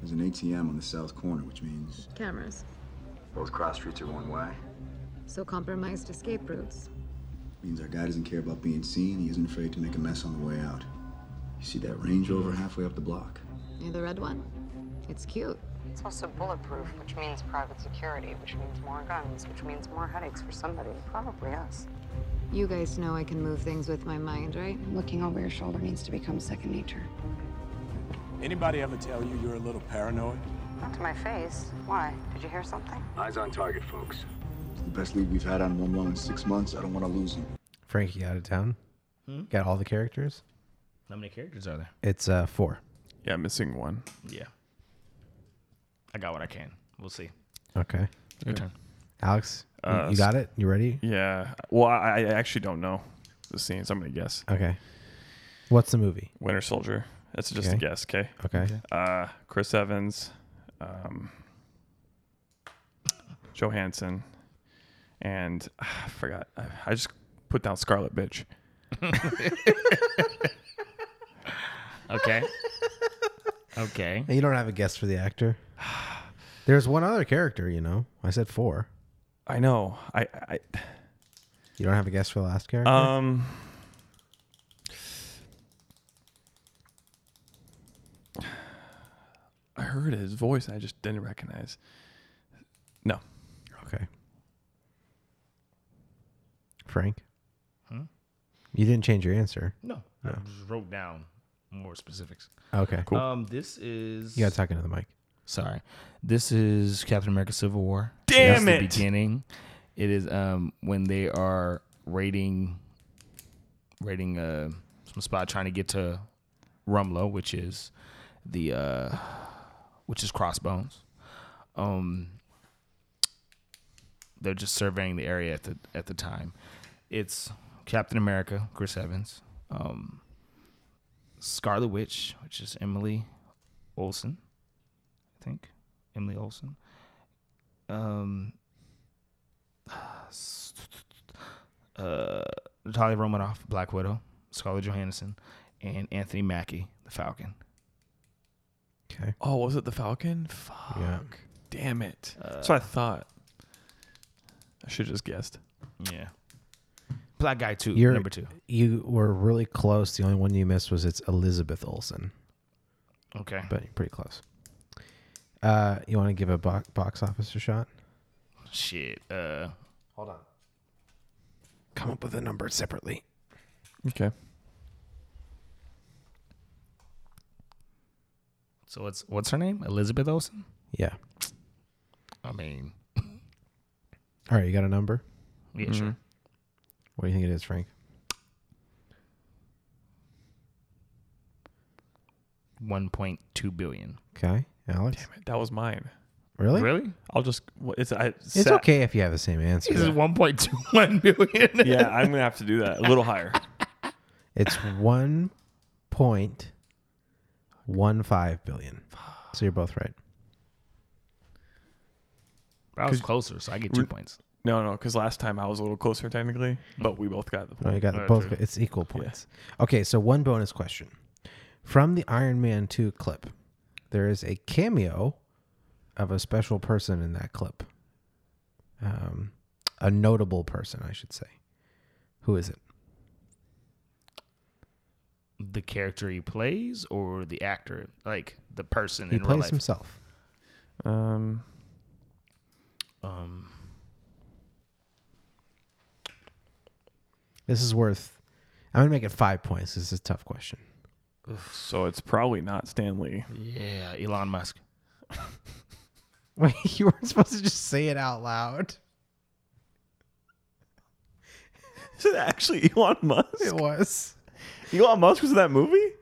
Speaker 9: There's an ATM on the south corner, which means
Speaker 14: Cameras.
Speaker 9: both cross streets are one way.
Speaker 14: So compromised escape routes.
Speaker 9: Means our guy doesn't care about being seen. He isn't afraid to make a mess on the way out. You see that Range Rover halfway up the block?
Speaker 14: You the red one? It's cute.
Speaker 15: It's also bulletproof, which means private security, which means more guns, which means more headaches for somebody, probably us.
Speaker 14: You guys know I can move things with my mind, right? Looking over your shoulder needs to become second nature.
Speaker 8: Anybody ever tell you you're a little paranoid?
Speaker 15: Not to my face. Why? Did you hear something?
Speaker 9: Eyes on target, folks. It's the best lead we've had on one run in six months. I don't want to lose him.
Speaker 1: Frankie out of town. Got all the characters?
Speaker 3: How many characters are there?
Speaker 1: It's uh 4.
Speaker 2: Yeah, missing one.
Speaker 3: Yeah. I got what I can. We'll see.
Speaker 1: Okay.
Speaker 3: Your turn.
Speaker 1: Alex, you-
Speaker 2: Uh,
Speaker 1: you got it? You ready?
Speaker 2: Yeah. Well, I, I actually don't know the scenes. I'm going to guess.
Speaker 1: Okay. What's the movie?
Speaker 2: Winter Soldier. That's just
Speaker 1: Okay.
Speaker 2: a guess, okay?
Speaker 1: Okay. Okay.
Speaker 2: Uh, Chris Evans, um, Johansson, and ah, I forgot. I, I just put down Scarlet Bitch.
Speaker 3: okay. Okay.
Speaker 1: You don't have a guess for the actor. There's one other character, you know. I said four.
Speaker 2: I know. I, I
Speaker 1: You don't have a guess for the last character.
Speaker 2: um. I heard his voice. I just didn't recognize. No.
Speaker 1: Okay. Frank.
Speaker 3: Hmm?
Speaker 1: You didn't change your answer.
Speaker 3: No. I just wrote down more specifics.
Speaker 1: Okay. Cool.
Speaker 3: Um, this is.
Speaker 1: You got to talk into the mic.
Speaker 3: Sorry. This is Captain America Civil War.
Speaker 1: Damn
Speaker 3: That's
Speaker 1: it!
Speaker 3: The beginning. It is um when they are raiding raiding uh some spot trying to get to Rumlow, which is the uh which is crossbones. Um they're just surveying the area at the at the time. It's Captain America, Chris Evans, um, Scarlet Witch, which is Emily Olsen, I think Emily Olsen. Um, uh, Natalia Romanoff, Black Widow, Scarlett Johansson, and Anthony Mackie, the Falcon.
Speaker 1: Okay.
Speaker 2: Oh, was it the Falcon? Fuck.
Speaker 1: Yeah.
Speaker 2: Damn it.
Speaker 1: Uh,
Speaker 2: That's what I thought. I should just guessed.
Speaker 3: Yeah. Black guy 2
Speaker 1: You're-
Speaker 3: number two.
Speaker 1: You were really close. The only one you missed was it's Elizabeth Olsen.
Speaker 3: Okay.
Speaker 1: But you're pretty close. Uh, you want to give a bo- box office a shot?
Speaker 3: Shit. Uh,
Speaker 1: Hold on. Come up with a number separately.
Speaker 2: Okay.
Speaker 3: So what's what's her name? Elizabeth Olsen.
Speaker 1: Yeah.
Speaker 3: I mean,
Speaker 1: All right, you got a number?
Speaker 3: Yeah,
Speaker 1: Mm-hmm.
Speaker 3: sure. Mhm.
Speaker 1: What do you think it is, Frank?
Speaker 3: one point two billion.
Speaker 1: Okay, Alex.
Speaker 2: Damn it. That was mine.
Speaker 1: Really?
Speaker 3: Really?
Speaker 2: I'll just. well, It's I.
Speaker 1: It's okay if you have the same answer.
Speaker 3: This is one point two one billion.
Speaker 2: yeah, I'm gonna have to do that a little higher.
Speaker 1: It's one point one five billion. So you're both right.
Speaker 3: I was closer, so I get two points.
Speaker 2: No, no, because last time I was a little closer technically, but we both got the point.
Speaker 1: No, you got both. It's equal points. Okay, so one bonus question from the Iron Man two clip. There is a cameo of a special person in that clip. Um, a notable person, I should say. Who is it?
Speaker 3: The character he plays, or the actor, like the person
Speaker 1: He
Speaker 3: in real
Speaker 1: plays
Speaker 3: life.
Speaker 1: himself.
Speaker 2: Um,
Speaker 3: Um,
Speaker 1: This is worth. I'm gonna make it five points. This is a tough question.
Speaker 2: So it's probably not Stanley.
Speaker 3: Yeah, Elon Musk.
Speaker 1: Wait, you weren't supposed to just say it out loud.
Speaker 2: Is it actually Elon Musk? It
Speaker 1: was.
Speaker 2: Elon Musk was in that movie?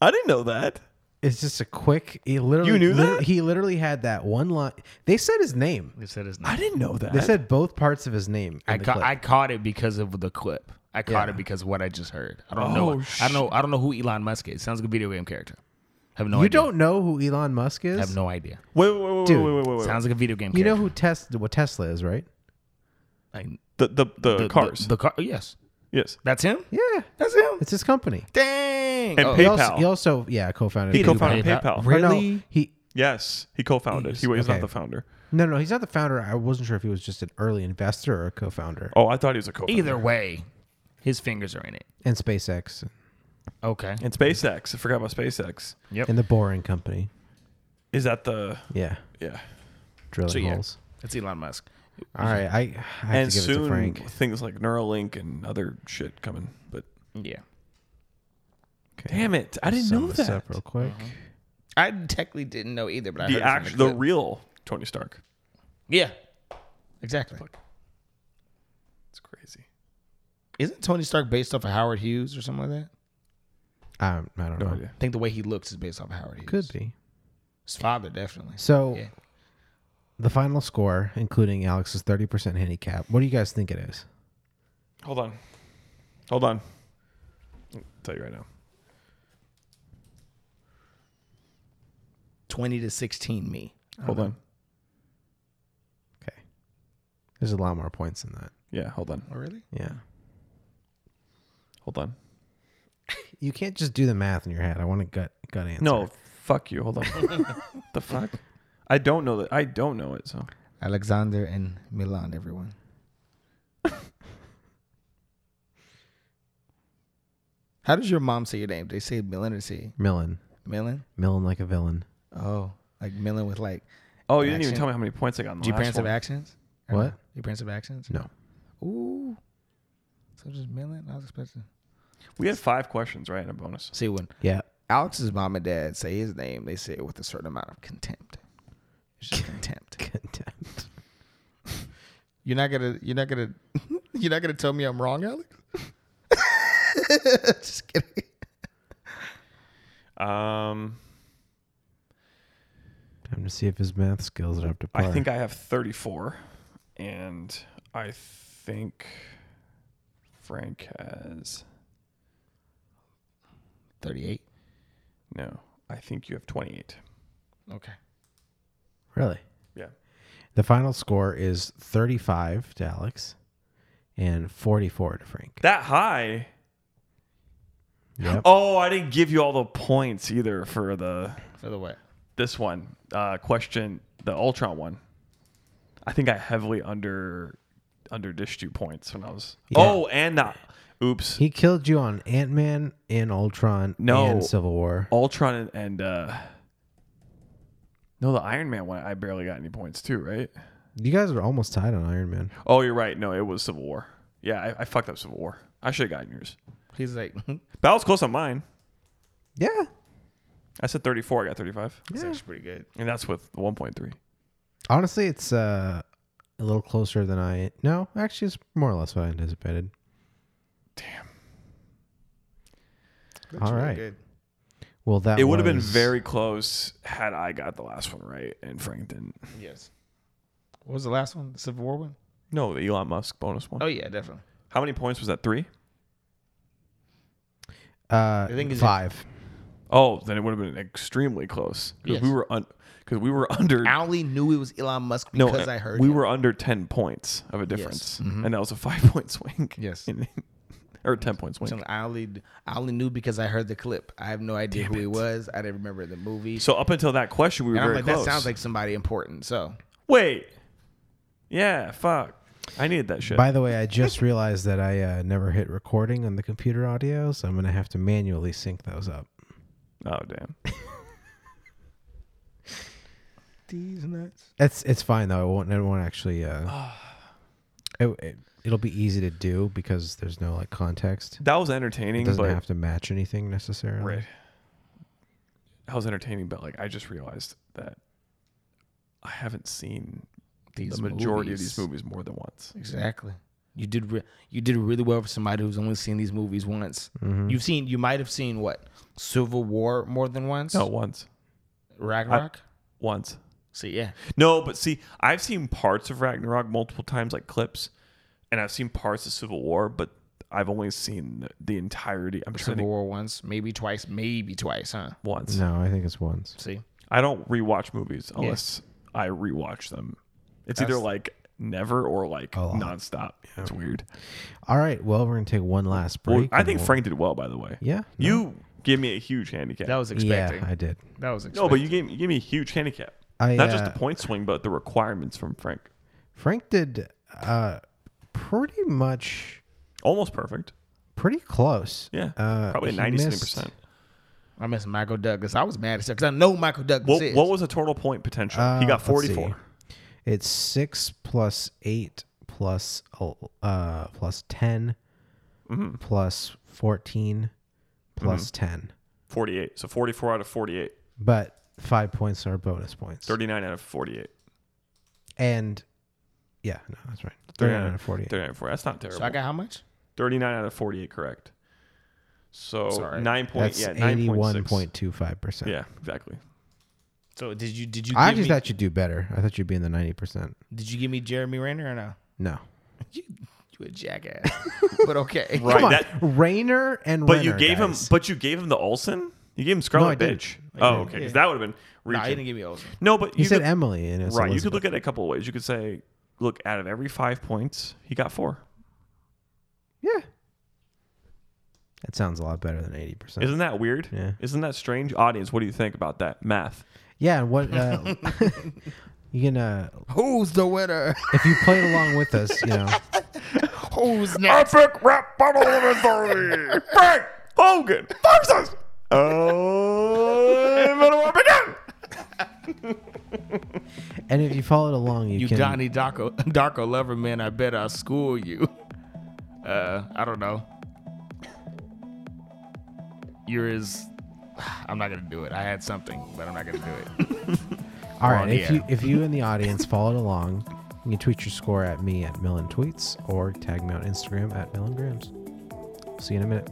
Speaker 2: I didn't know that.
Speaker 1: It's just a quick. He literally.
Speaker 2: You knew
Speaker 1: lit-
Speaker 2: that?
Speaker 1: He literally had that one line. They said his name.
Speaker 3: They said his name.
Speaker 2: I didn't know that.
Speaker 1: They said both parts of his name. in
Speaker 3: I,
Speaker 1: the
Speaker 3: ca-
Speaker 1: clip.
Speaker 3: I caught it because of the clip. I caught
Speaker 1: Yeah.
Speaker 3: it because of what I just heard. I don't
Speaker 1: Oh,
Speaker 3: know. I don't know. I don't know who Elon Musk is. Sounds like a video game character. Have no
Speaker 1: you
Speaker 3: idea.
Speaker 1: don't know who Elon Musk is?
Speaker 3: I have no idea.
Speaker 2: Wait, wait, wait,
Speaker 1: Dude,
Speaker 3: Sounds like a video game.
Speaker 1: You know
Speaker 3: character.
Speaker 1: who Tesla? What Tesla is, right?
Speaker 3: I-
Speaker 2: the, the, the cars.
Speaker 3: The, car. Yes.
Speaker 2: Yes.
Speaker 3: That's him.
Speaker 1: Yeah.
Speaker 3: That's him.
Speaker 1: It's his company.
Speaker 3: Dang.
Speaker 2: And
Speaker 1: Oh, He
Speaker 2: PayPal.
Speaker 1: also, he also- yeah, co-founded.
Speaker 2: He
Speaker 1: PayPal.
Speaker 2: co-founded PayPal.
Speaker 1: Or no, he
Speaker 2: Yes, he co-founded. He was
Speaker 1: okay.
Speaker 2: not the founder.
Speaker 1: no, no, he's not the founder. I wasn't sure if he was just an early investor or a co-founder.
Speaker 2: Oh, I thought he was a co-founder.
Speaker 3: Either way, his fingers are in it.
Speaker 1: And SpaceX
Speaker 3: Okay.
Speaker 2: And SpaceX. I forgot about SpaceX.
Speaker 3: Yep.
Speaker 1: and the Boring Company.
Speaker 2: Is that the?
Speaker 1: Yeah.
Speaker 2: Yeah.
Speaker 1: Drilling
Speaker 3: So yeah,
Speaker 1: holes.
Speaker 3: it's Elon Musk.
Speaker 1: All right, I, I have
Speaker 2: and
Speaker 1: to give
Speaker 2: soon
Speaker 1: it to Frank.
Speaker 2: things like Neuralink and other shit coming. But
Speaker 3: yeah.
Speaker 2: Damn it! I didn't
Speaker 1: Sum
Speaker 2: know
Speaker 1: this
Speaker 2: that.
Speaker 1: up real quick.
Speaker 3: I technically didn't know either, but I
Speaker 2: The
Speaker 3: heard it from
Speaker 2: act,
Speaker 3: the
Speaker 2: the
Speaker 3: clip.
Speaker 2: real Tony Stark.
Speaker 3: yeah, exactly.
Speaker 2: It's crazy.
Speaker 3: Isn't Tony Stark based off of Howard Hughes or something like that?
Speaker 1: Um, I don't
Speaker 2: Uh-huh. No
Speaker 1: know.
Speaker 2: idea.
Speaker 3: I think the way he looks is based off of Howard Hughes.
Speaker 1: Could be.
Speaker 3: His father definitely.
Speaker 1: So
Speaker 3: Yeah.
Speaker 1: the final score, including Alex's thirty percent handicap. What do you guys think it is?
Speaker 2: Hold on. Hold on. I'll tell you right now.
Speaker 3: twenty to sixteen, me.
Speaker 2: Hold on.
Speaker 1: There's a lot more points than that.
Speaker 2: Yeah, hold on.
Speaker 3: Oh, really?
Speaker 1: Yeah.
Speaker 2: Hold on.
Speaker 1: You can't just do the math in your head. I want a gut gut answer.
Speaker 2: No, fuck you. Hold on. the fuck? I don't know that. I don't know it. So
Speaker 3: Alexander and Milan, everyone. How does your mom say your name? They say Milan or say
Speaker 1: Millen.
Speaker 3: Millen?
Speaker 1: Millen like a villain.
Speaker 3: Oh, like Millen with like.
Speaker 2: Oh, you didn't even
Speaker 3: action?
Speaker 2: tell me how many points I got in the
Speaker 3: Do your
Speaker 2: last
Speaker 3: parents have
Speaker 2: one.
Speaker 3: accents? Or
Speaker 1: What?
Speaker 3: no? Your parents have accents?
Speaker 1: No.
Speaker 3: Ooh. So just Millen? I was expecting.
Speaker 2: we had five questions, right? And a bonus.
Speaker 3: See when
Speaker 1: Yeah.
Speaker 3: Alex's mom and dad say his name, they say it with a certain amount of contempt. It's just contempt.
Speaker 1: Contempt.
Speaker 3: You're not gonna. You're not gonna. You're not gonna tell me I'm wrong, Alex. just kidding.
Speaker 2: Um,
Speaker 1: Time to see if his math skills are up to par.
Speaker 2: I think I have 34, and I think Frank has
Speaker 3: Thirty-eight.
Speaker 2: no. I think you have 28.
Speaker 3: Okay.
Speaker 1: really.
Speaker 2: Yeah.
Speaker 1: The final score is thirty-five to Alex, and forty-four to Frank.
Speaker 2: That high.
Speaker 1: Yep.
Speaker 2: Oh, I didn't give you all the points either for the
Speaker 3: Another way.
Speaker 2: This one, uh, question the Ultron one. I think I heavily under under dished you points when I was.
Speaker 1: Yeah.
Speaker 2: Oh, and the oops.
Speaker 1: He killed you on Ant Man and Ultron
Speaker 2: No.
Speaker 1: and Civil War.
Speaker 2: Ultron and, and uh No, the Iron Man one I barely got any points too, right?
Speaker 1: You guys were almost tied on Iron Man.
Speaker 2: Oh, you're right. No, it was Civil War. Yeah, I, I fucked up Civil War. I should have gotten yours.
Speaker 3: He's like,
Speaker 2: That was close on mine.
Speaker 1: Yeah.
Speaker 2: I said 34, I got 35.
Speaker 3: That's actually pretty good.
Speaker 2: And that's with 1.3.
Speaker 1: Honestly, it's uh, a little closer than I. No, actually, it's more or less what I anticipated. Damn.
Speaker 2: That's
Speaker 1: All
Speaker 2: really
Speaker 1: right.
Speaker 2: good.
Speaker 1: Well, that
Speaker 2: it would have been
Speaker 1: was-
Speaker 2: very close had I got the last one right and Frank didn't.
Speaker 3: Yes. What was the last one? The Civil War one?
Speaker 2: No, the Elon Musk bonus one.
Speaker 3: Oh, yeah, definitely.
Speaker 2: How many points was that? Three?
Speaker 1: Uh,
Speaker 3: I think it's-
Speaker 1: five.
Speaker 2: Oh, then it would have been extremely close because
Speaker 3: Yes.
Speaker 2: we were un- cause we were under.
Speaker 3: I only knew it was Elon Musk
Speaker 2: No,
Speaker 3: because I heard
Speaker 2: we
Speaker 3: him.
Speaker 2: were under ten points of a difference,
Speaker 3: Mhm.
Speaker 2: and that was a five point swing.
Speaker 3: Yes,
Speaker 2: or ten point swing.
Speaker 3: So I only I only knew because I heard the clip. I have no idea who he was. I didn't remember the movie.
Speaker 2: So up until that question, we were
Speaker 3: and I'm
Speaker 2: very
Speaker 3: like,
Speaker 2: close.
Speaker 3: that sounds like somebody important. So
Speaker 2: Wait, yeah, fuck, I needed that shit.
Speaker 1: By the way, I just realized that I uh, never hit recording on the computer audio, so I'm gonna have to manually sync those up.
Speaker 2: Oh damn.
Speaker 3: these nuts.
Speaker 1: It's it's fine though. It won't it won't actually. Uh, it, it it'll be easy to do because there's no like context.
Speaker 2: That was entertaining,
Speaker 1: It doesn't
Speaker 2: but-
Speaker 1: have to match anything necessarily.
Speaker 2: Right. That was entertaining, but like I just realized that I haven't seen
Speaker 3: These
Speaker 2: the majority
Speaker 3: movies.
Speaker 2: of these movies more than once.
Speaker 3: Exactly. You did re- you did really well for somebody who's only seen these movies once.
Speaker 2: Mhm.
Speaker 3: You've seen you might have seen what Civil War more than once.
Speaker 2: No, once.
Speaker 3: Ragnarok.
Speaker 2: Once.
Speaker 3: See, yeah.
Speaker 2: No, but see, I've seen parts of Ragnarok multiple times, like clips, and I've seen parts of Civil War, but I've only seen the, the entirety. I'm trying to
Speaker 3: Civil War once, maybe twice, maybe twice, huh?
Speaker 2: Once.
Speaker 1: No, I think it's once.
Speaker 3: See,
Speaker 2: I don't rewatch movies unless I rewatch them. It's either
Speaker 1: That's-
Speaker 2: like never or like nonstop. It's weird.
Speaker 1: All right. Well, we're gonna take one last
Speaker 2: Well,
Speaker 1: break.
Speaker 2: I
Speaker 1: and
Speaker 2: think
Speaker 1: we'll-
Speaker 2: Frank did well, by the way.
Speaker 1: Yeah,
Speaker 2: You gave me a huge handicap. That
Speaker 3: was
Speaker 1: Yeah, I did.
Speaker 3: That was
Speaker 2: No, but you gave, you gave me a huge handicap.
Speaker 1: I,
Speaker 2: Not just the
Speaker 1: uh,
Speaker 2: point swing, but the requirements from Frank.
Speaker 1: Frank did uh, pretty much
Speaker 2: almost perfect.
Speaker 1: Pretty close.
Speaker 2: Yeah,
Speaker 1: Uh,
Speaker 2: probably
Speaker 1: he
Speaker 2: 97%.
Speaker 3: I missed Michael Douglas. I was mad at because I know Michael Douglas
Speaker 2: What,
Speaker 3: is.
Speaker 2: what was the total point potential? he
Speaker 1: Uh,
Speaker 2: got
Speaker 1: let's
Speaker 2: 44.
Speaker 1: see. It's six plus eight plus el- uh plus 10
Speaker 2: Mhm.
Speaker 1: plus fourteen plus
Speaker 2: Mhm.
Speaker 1: ten.
Speaker 2: 48. So 44 out of 48.
Speaker 1: But five points are bonus points.
Speaker 2: 39 out of 48.
Speaker 1: And yeah, no, that's right. Thirty nine out of forty eight.
Speaker 2: 39 out of 48. That's not terrible.
Speaker 3: So I got how much?
Speaker 2: 39 out of 48, correct. So
Speaker 3: Sorry.
Speaker 2: 9 point,
Speaker 1: That's
Speaker 2: yeah,
Speaker 1: 81.25%.
Speaker 2: 9.6. Yeah, exactly.
Speaker 3: So did you did you?
Speaker 1: I
Speaker 3: give
Speaker 1: actually
Speaker 3: me,
Speaker 1: thought you'd do better. I thought you'd be in the ninety percent.
Speaker 3: did you give me Jeremy Renner or no?
Speaker 1: No.
Speaker 3: You a jackass. but okay,
Speaker 2: Right,
Speaker 1: Come on.
Speaker 2: that-
Speaker 1: Rainer and
Speaker 2: But you
Speaker 1: Renner,
Speaker 2: gave
Speaker 1: guys.
Speaker 2: him but you gave him the Olsen? You gave
Speaker 1: No,
Speaker 2: him
Speaker 1: I
Speaker 2: Scarlet
Speaker 1: didn't.
Speaker 2: Bitch.
Speaker 1: I
Speaker 2: Oh,
Speaker 1: didn't.
Speaker 2: okay. Because
Speaker 1: Yeah.
Speaker 2: that would have been
Speaker 3: No,
Speaker 2: reaching.
Speaker 3: he didn't give me Olsen.
Speaker 2: No, but
Speaker 1: He
Speaker 2: you
Speaker 1: said
Speaker 2: could-
Speaker 1: Emily and it's
Speaker 2: Right. You
Speaker 1: Elizabeth.
Speaker 2: could look at it a couple ways. You could say, look, out of every 5 points, he got 4.
Speaker 1: That sounds a lot better than eighty percent.
Speaker 2: Isn't that weird?
Speaker 1: Yeah.
Speaker 2: Isn't that strange? Audience, what do you think about that math?
Speaker 1: Yeah, and what uh, you can uh,
Speaker 3: who's the winner?
Speaker 1: if you played along with us, you know.
Speaker 3: Who's next?
Speaker 6: Epic rap battle of authority. Frank Hogan versus. Oh, middle up again.
Speaker 1: And if you followed along, you,
Speaker 3: You
Speaker 1: can
Speaker 3: Donnie Darko, Darko lover man. I bet I'll school you. Uh, I don't know. You're as I'm not gonna do it. I had something, but I'm not gonna do it.
Speaker 1: All
Speaker 3: We're
Speaker 1: right,
Speaker 3: on
Speaker 1: if
Speaker 3: the
Speaker 1: you
Speaker 3: air.
Speaker 1: if you in the audience followed along, you can tweet your score at me at Millen Tweets or tag me on Instagram at Millen Grams. See you in a minute.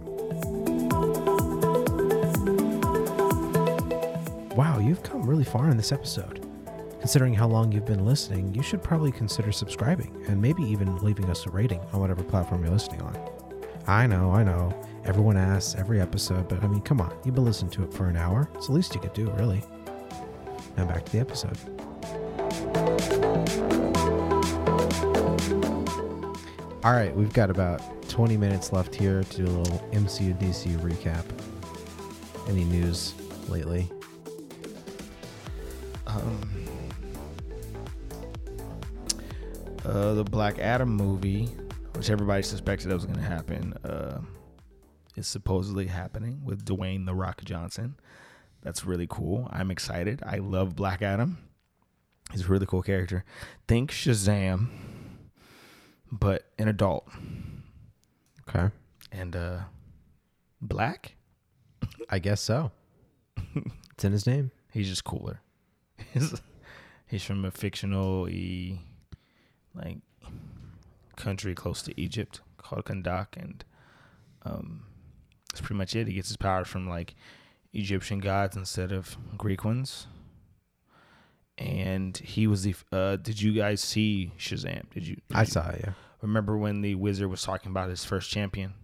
Speaker 1: Wow, you've come really far in this episode. Considering how long you've been listening, you should probably consider subscribing and maybe even leaving us a rating on whatever platform you're listening on. I know, I know. Everyone asks every episode, but I mean, come on, you've been listening to it for an hour. It's the least you could do, really. Now back to the episode. All right, we've got about 20 minutes left here to do a little MCU DC recap. Any news lately?
Speaker 3: Um, uh, the Black Adam movie, which everybody suspected that was going to happen, uh, is supposedly happening with Dwayne the Rock Johnson. That's really cool. I'm excited. I love Black Adam. He's a really cool character. Think Shazam, but an adult.
Speaker 1: Okay.
Speaker 3: And uh, black.
Speaker 1: I guess so. it's in his name.
Speaker 3: He's just cooler. He's, he's from a fictional e like country close to Egypt called Kandak and um that's pretty much it. He gets his powers from like Egyptian gods instead of Greek ones. And he was the uh did you guys see Shazam? Did you
Speaker 1: I saw it, yeah.
Speaker 3: Remember when the wizard was talking about his first champion?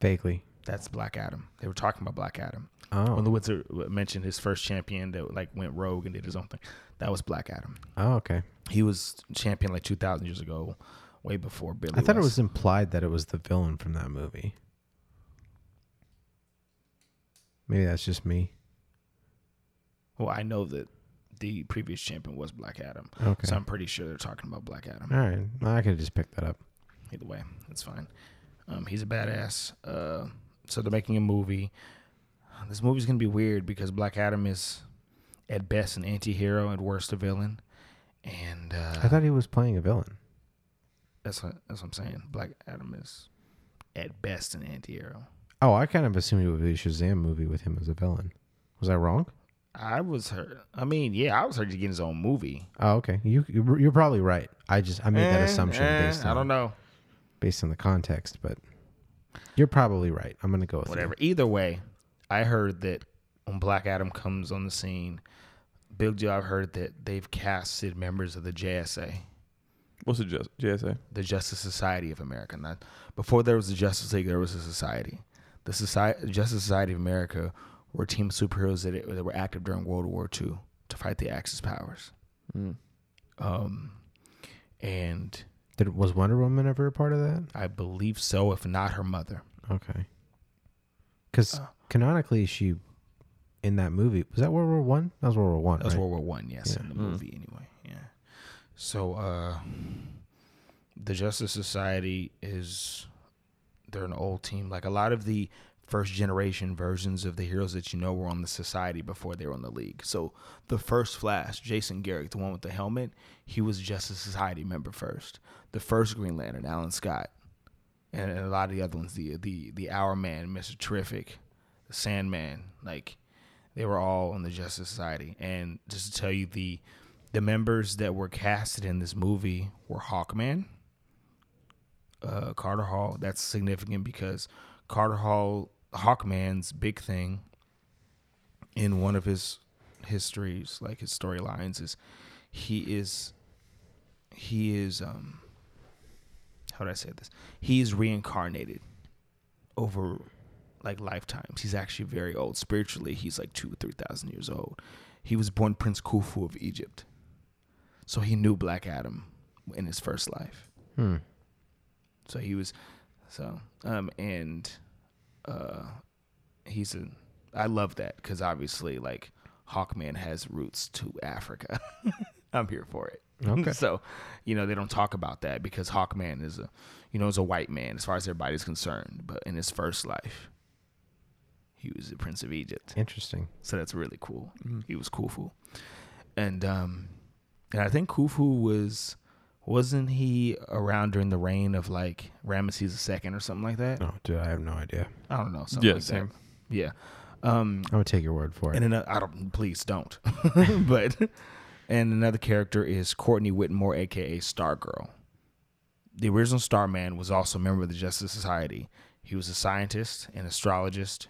Speaker 1: Vaguely.
Speaker 3: That's Black Adam. They were talking about Black Adam.
Speaker 1: Oh.
Speaker 3: When the Wizard mentioned his first champion that like went rogue and did his own thing, that was Black Adam.
Speaker 1: Oh, okay.
Speaker 3: He was champion like 2,000 years ago, way before Billy.
Speaker 1: I thought it was implied that it was the villain from that movie. Maybe that's just me.
Speaker 3: Well, I know that the previous champion was Black Adam.
Speaker 1: Okay.
Speaker 3: So I'm pretty sure they're talking about Black Adam.
Speaker 1: All right. Well, I could have just picked that up.
Speaker 3: Either way, it's fine. Um, he's a badass. Uh, so they're making a movie. This movie's gonna be weird because Black Adam is, at best, an anti-hero, at worst, a villain. And uh,
Speaker 1: I thought he was playing a villain.
Speaker 3: that's what, that's what I'm saying. Black Adam is, at best, an anti-hero.
Speaker 1: Oh, I kind of assumed it would be a Shazam movie with him as a villain. Was I wrong?
Speaker 3: I was hurt. I mean, yeah, I was hurt. You getting his own movie.
Speaker 1: Oh, okay. You you- you're probably right. I just I made that
Speaker 3: Eh,
Speaker 1: assumption
Speaker 3: eh,
Speaker 1: based on
Speaker 3: I don't know.
Speaker 1: based on the context, but you're probably right. I'm gonna go with you.
Speaker 3: whatever. Either way, I heard that when Black Adam comes on the scene, big deal. I've heard that they've casted members of the JSA,
Speaker 2: What's the J- JSA?
Speaker 3: the Justice Society of America. Not before there was the Justice League, there was a society. The society, Justice Society of America, were a team of superheroes that, that were active during World War II to fight the Axis powers.
Speaker 2: Mm.
Speaker 3: Um, and
Speaker 1: Did, was Wonder Woman ever a part of that?
Speaker 3: I believe so, if not her mother.
Speaker 1: Okay.
Speaker 3: Uh.
Speaker 1: Because canonically, she in that movie was that World War One. That was World War One.
Speaker 3: That's
Speaker 1: right?
Speaker 3: World War One, yes,
Speaker 1: Yeah.
Speaker 3: in the movie anyway. Yeah. So uh the Justice Society is they're an old team. Like a lot of the first generation versions of the heroes that you know were on the society before they were on the league. So the first Flash, Jason Garrick, the one with the helmet, he was just a society member first. The first Green Lantern, Alan Scott, and, and a lot of the other ones, the the the Hour Man, Mister Terrific, the Sandman, like they were all in the Justice Society. And just to tell you, the the members that were casted in this movie were Hawkman, uh, Carter Hall. That's significant because Carter Hall, Hawkman's big thing in one of his histories, like his storylines, is he is he is um how do I say this? He's reincarnated over like lifetimes. He's actually very old spiritually. He's like two, three thousand years old. He was born Prince Khufu of Egypt, so he knew Black Adam in his first life.
Speaker 1: Hmm.
Speaker 3: So he was, so um, and uh, he's a. I love that because obviously, like Hawkman has roots to Africa. I'm here for it.
Speaker 1: Okay.
Speaker 3: so, you know, they don't talk about that because Hawkman is a, you know, is a white man as far as everybody's concerned. But in his first life, he was the prince of Egypt.
Speaker 1: Interesting.
Speaker 3: So that's really cool.
Speaker 2: Mm-hmm.
Speaker 3: He was Khufu, and um, and I think Khufu was wasn't he around during the reign of like Ramesses II or something like that?
Speaker 1: Oh, dude, I have no idea.
Speaker 3: I don't know. Something
Speaker 2: Yeah,
Speaker 3: like
Speaker 2: same.
Speaker 3: That. Yeah. Um,
Speaker 1: I would take your word for it.
Speaker 3: and another, I don't. Please don't. but and another character is Courtney Whitmore, aka Stargirl. The original Starman was also a member of the Justice Society. He was a scientist, an astrologist,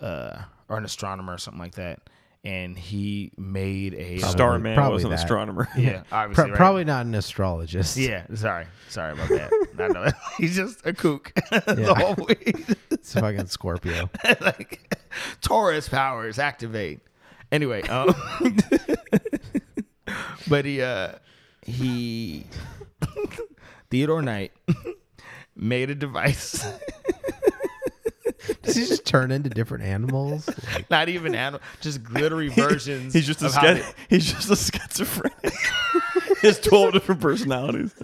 Speaker 3: uh, or an astronomer, or something like that. And he made a
Speaker 2: Starman was an astronomer.
Speaker 3: Yeah, obviously,
Speaker 1: Pro-
Speaker 3: right?
Speaker 1: Probably not an astrologist.
Speaker 3: Yeah, sorry, sorry about that. I know he's just a kook. the whole way.
Speaker 1: it's a fucking Scorpio.
Speaker 3: like Taurus powers activate. Anyway, um, but he uh, he Theodore Knight made a device
Speaker 1: Does he just turn into different animals?
Speaker 3: Not even animal, just glittery versions.
Speaker 13: He's just a
Speaker 3: of how
Speaker 13: schi- he's just a schizophrenic. he has twelve different personalities.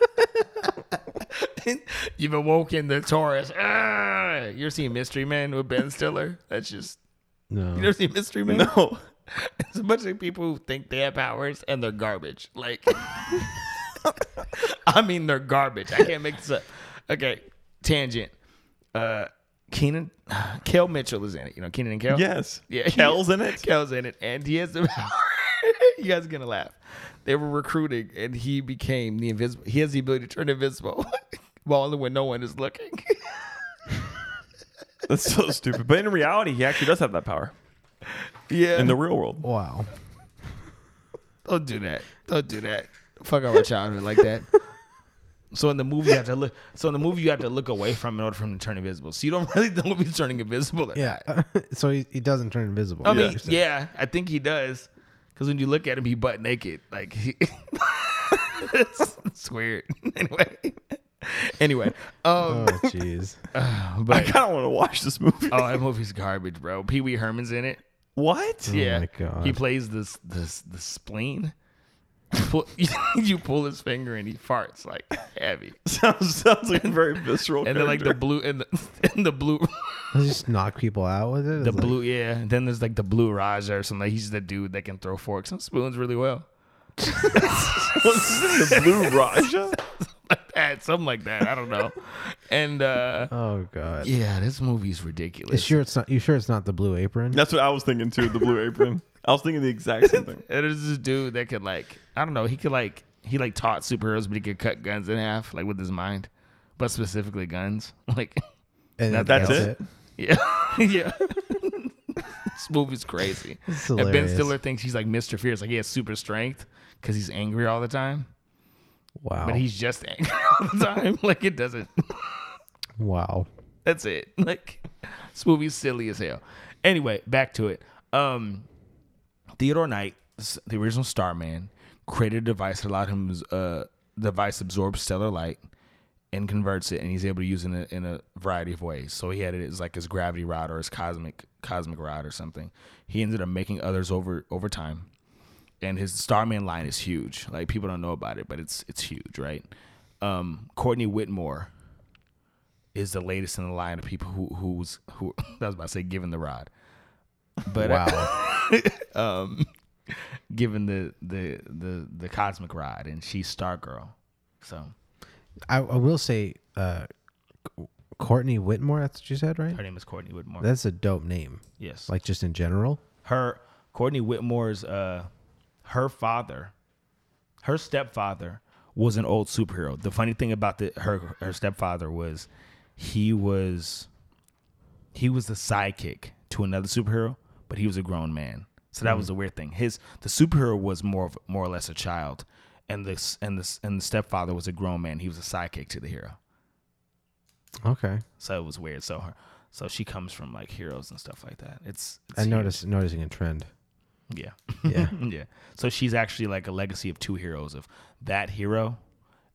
Speaker 3: they- You've awoken the Taurus. Ah! You ever seen Mystery Man with Ben Stiller? That's just
Speaker 1: No.
Speaker 3: You never seen Mystery Man?
Speaker 13: No.
Speaker 3: It's a bunch of people who think they have powers and they're garbage. Like, I mean, they're garbage. I can't make this up. Okay, tangent. Uh, Keenan, Kel Mitchell is in it. You know Keenan and Kel.
Speaker 13: Yes.
Speaker 3: Yeah.
Speaker 13: Kel's in it?
Speaker 3: Kel's in it, and he has the power. you guys are gonna laugh. They were recruiting, and he became the invisible. He has the ability to turn invisible, while only when no one is looking.
Speaker 13: That's so stupid. But in reality, he actually does have that power.
Speaker 3: Yeah.
Speaker 13: In the real world.
Speaker 3: Oh.
Speaker 1: Wow.
Speaker 3: Don't do that. Don't do that. Fuck our childhood like that. So in the movie you have to look. So in the movie you have to look away from in order for him to turn invisible. So you don't really know if he's turning invisible. Or
Speaker 1: Yeah.
Speaker 3: not.
Speaker 1: so he, he doesn't turn invisible.
Speaker 3: I mean, yeah, I think he does. Because when you look at him, he butt naked. Like he, it's, it's weird. Anyway, anyway.
Speaker 1: Oh,
Speaker 3: Um,
Speaker 1: jeez.
Speaker 3: Uh, but
Speaker 13: I kind of want to watch this movie.
Speaker 3: Oh, that movie's garbage, bro. Pee Wee Herman's in it.
Speaker 13: What? Oh,
Speaker 3: yeah,
Speaker 13: my God.
Speaker 3: he plays this this the spleen. You pull, you pull his finger and he farts like heavy.
Speaker 13: sounds sounds like a very visceral.
Speaker 3: And then like the
Speaker 13: character.
Speaker 3: blue and the, and the blue
Speaker 1: Does he just knock people out with it?
Speaker 3: the
Speaker 1: It's like-
Speaker 3: blue yeah. And then there's like the blue Raja or something. Like, he's the dude that can throw forks and spoons really well.
Speaker 13: the blue Raja?
Speaker 3: like that, Eh, something like that. I don't know. And uh
Speaker 1: oh god,
Speaker 3: yeah, this movie's ridiculous.
Speaker 1: You sure it's not? You sure it's not the blue apron?
Speaker 13: That's what I was thinking too. The blue apron. I was thinking the exact same thing.
Speaker 3: And there's this dude that could like I don't know, he could like he like taught superheroes but he could cut guns in half, like with his mind. But specifically guns. Like
Speaker 1: And
Speaker 3: nothing
Speaker 1: that's
Speaker 3: else.
Speaker 1: it?
Speaker 3: Yeah. yeah. this movie's crazy.
Speaker 1: It's
Speaker 3: And Ben
Speaker 1: hilarious.
Speaker 3: Stiller thinks he's like Mr. Fierce, like he has super strength because he's angry all the time.
Speaker 1: Wow.
Speaker 3: But he's just angry all the time. Like it doesn't
Speaker 1: Wow.
Speaker 3: That's it. Like this movie's silly as hell. Anyway, back to it. Um, Theodore Knight, s- the original Starman, created a device that allowed him. Uh, the device absorbs stellar light and converts it, and he's able to use it in a, in a variety of ways. So he had it as like his gravity rod or his cosmic cosmic rod or something. He ended up making others over over time, and his Starman line is huge. Like people don't know about it, but it's it's huge, right? Um, Courtney Whitmore is the latest in the line of people who who's who I was about to say given the rod. But uh, um given the the the the cosmic rod and she's Stargirl. So
Speaker 1: I, I will say, uh, C- Courtney Whitmore. That's what you said, right?
Speaker 3: her name is Courtney Whitmore.
Speaker 1: That's a dope name.
Speaker 3: Yes.
Speaker 1: Like just in general.
Speaker 3: her Courtney Whitmore's uh her father, her stepfather was an old superhero. The funny thing about the her her stepfather was he was he was the sidekick to another superhero, but he was a grown man. So that was the weird thing. His the superhero was more of more or less a child, and this and this and the stepfather was a grown man. He was a sidekick to the hero.
Speaker 1: Okay.
Speaker 3: So it was weird. So her so she comes from like heroes and stuff like that. It's, it's
Speaker 1: I
Speaker 3: huge.
Speaker 1: noticed noticing a trend.
Speaker 3: Yeah.
Speaker 1: Yeah.
Speaker 3: yeah. So she's actually like a legacy of two heroes of that hero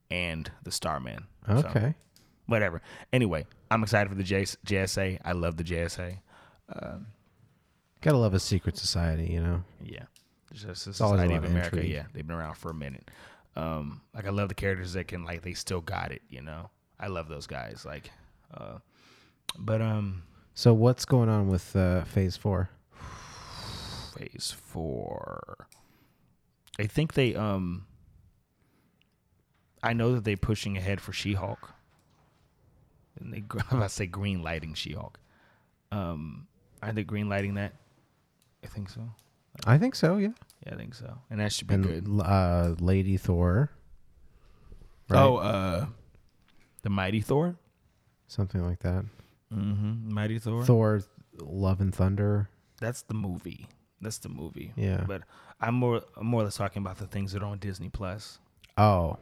Speaker 3: and the Starman. So,
Speaker 1: Okay.
Speaker 3: whatever. Anyway, I'm excited for the J- JSA. I love the JSA. Um,
Speaker 1: Gotta love a secret society, you know.
Speaker 3: yeah. It's just
Speaker 1: It's
Speaker 3: it's
Speaker 1: always a
Speaker 3: Society
Speaker 1: lot
Speaker 3: of
Speaker 1: of
Speaker 3: America.
Speaker 1: intrigue.
Speaker 3: Yeah. They've been around for a minute. Um, like I love the characters that can like they still got it, you know. I love those guys. Like uh but um
Speaker 1: So what's going on with uh, Phase Four?
Speaker 3: phase four. I think they um I know that they're pushing ahead for She Hulk. And they gr- I say green lighting She Hulk. Um are they green lighting that? I think so.
Speaker 1: I think so. Yeah.
Speaker 3: Yeah, I think so. And that should be
Speaker 1: And
Speaker 3: good.
Speaker 1: l- uh, Lady Thor.
Speaker 3: Oh, uh The Mighty Thor?
Speaker 1: something like that.
Speaker 3: Mm-hmm. Mighty Thor.
Speaker 1: Thor, Love and Thunder.
Speaker 3: That's the movie. That's the movie.
Speaker 1: Yeah.
Speaker 3: But I'm more I'm more or less talking about the things that are on Disney Plus.
Speaker 1: Oh,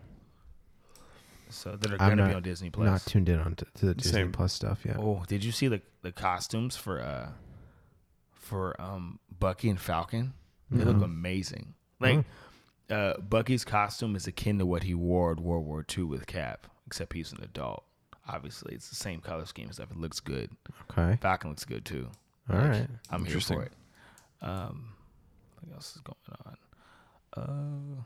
Speaker 3: So that are
Speaker 1: I'm
Speaker 3: gonna be
Speaker 1: not-
Speaker 3: on Disney
Speaker 1: not
Speaker 3: Plus.
Speaker 1: tuned in on t- to the Disney
Speaker 3: Same.
Speaker 1: Plus stuff yet.
Speaker 3: Oh, did you see the the costumes for uh for um Bucky and Falcon? They look
Speaker 1: No.
Speaker 3: amazing. Like Mm-hmm. uh Bucky's costume is akin to what he wore at World War II with Cap, except he's an adult. obviously it's the same color scheme and stuff. It looks good.
Speaker 1: Okay.
Speaker 3: Falcon looks good too.
Speaker 1: All
Speaker 3: All
Speaker 1: right.
Speaker 3: I'm here
Speaker 1: Interesting.
Speaker 3: for it. Um, what else is going on? Uh,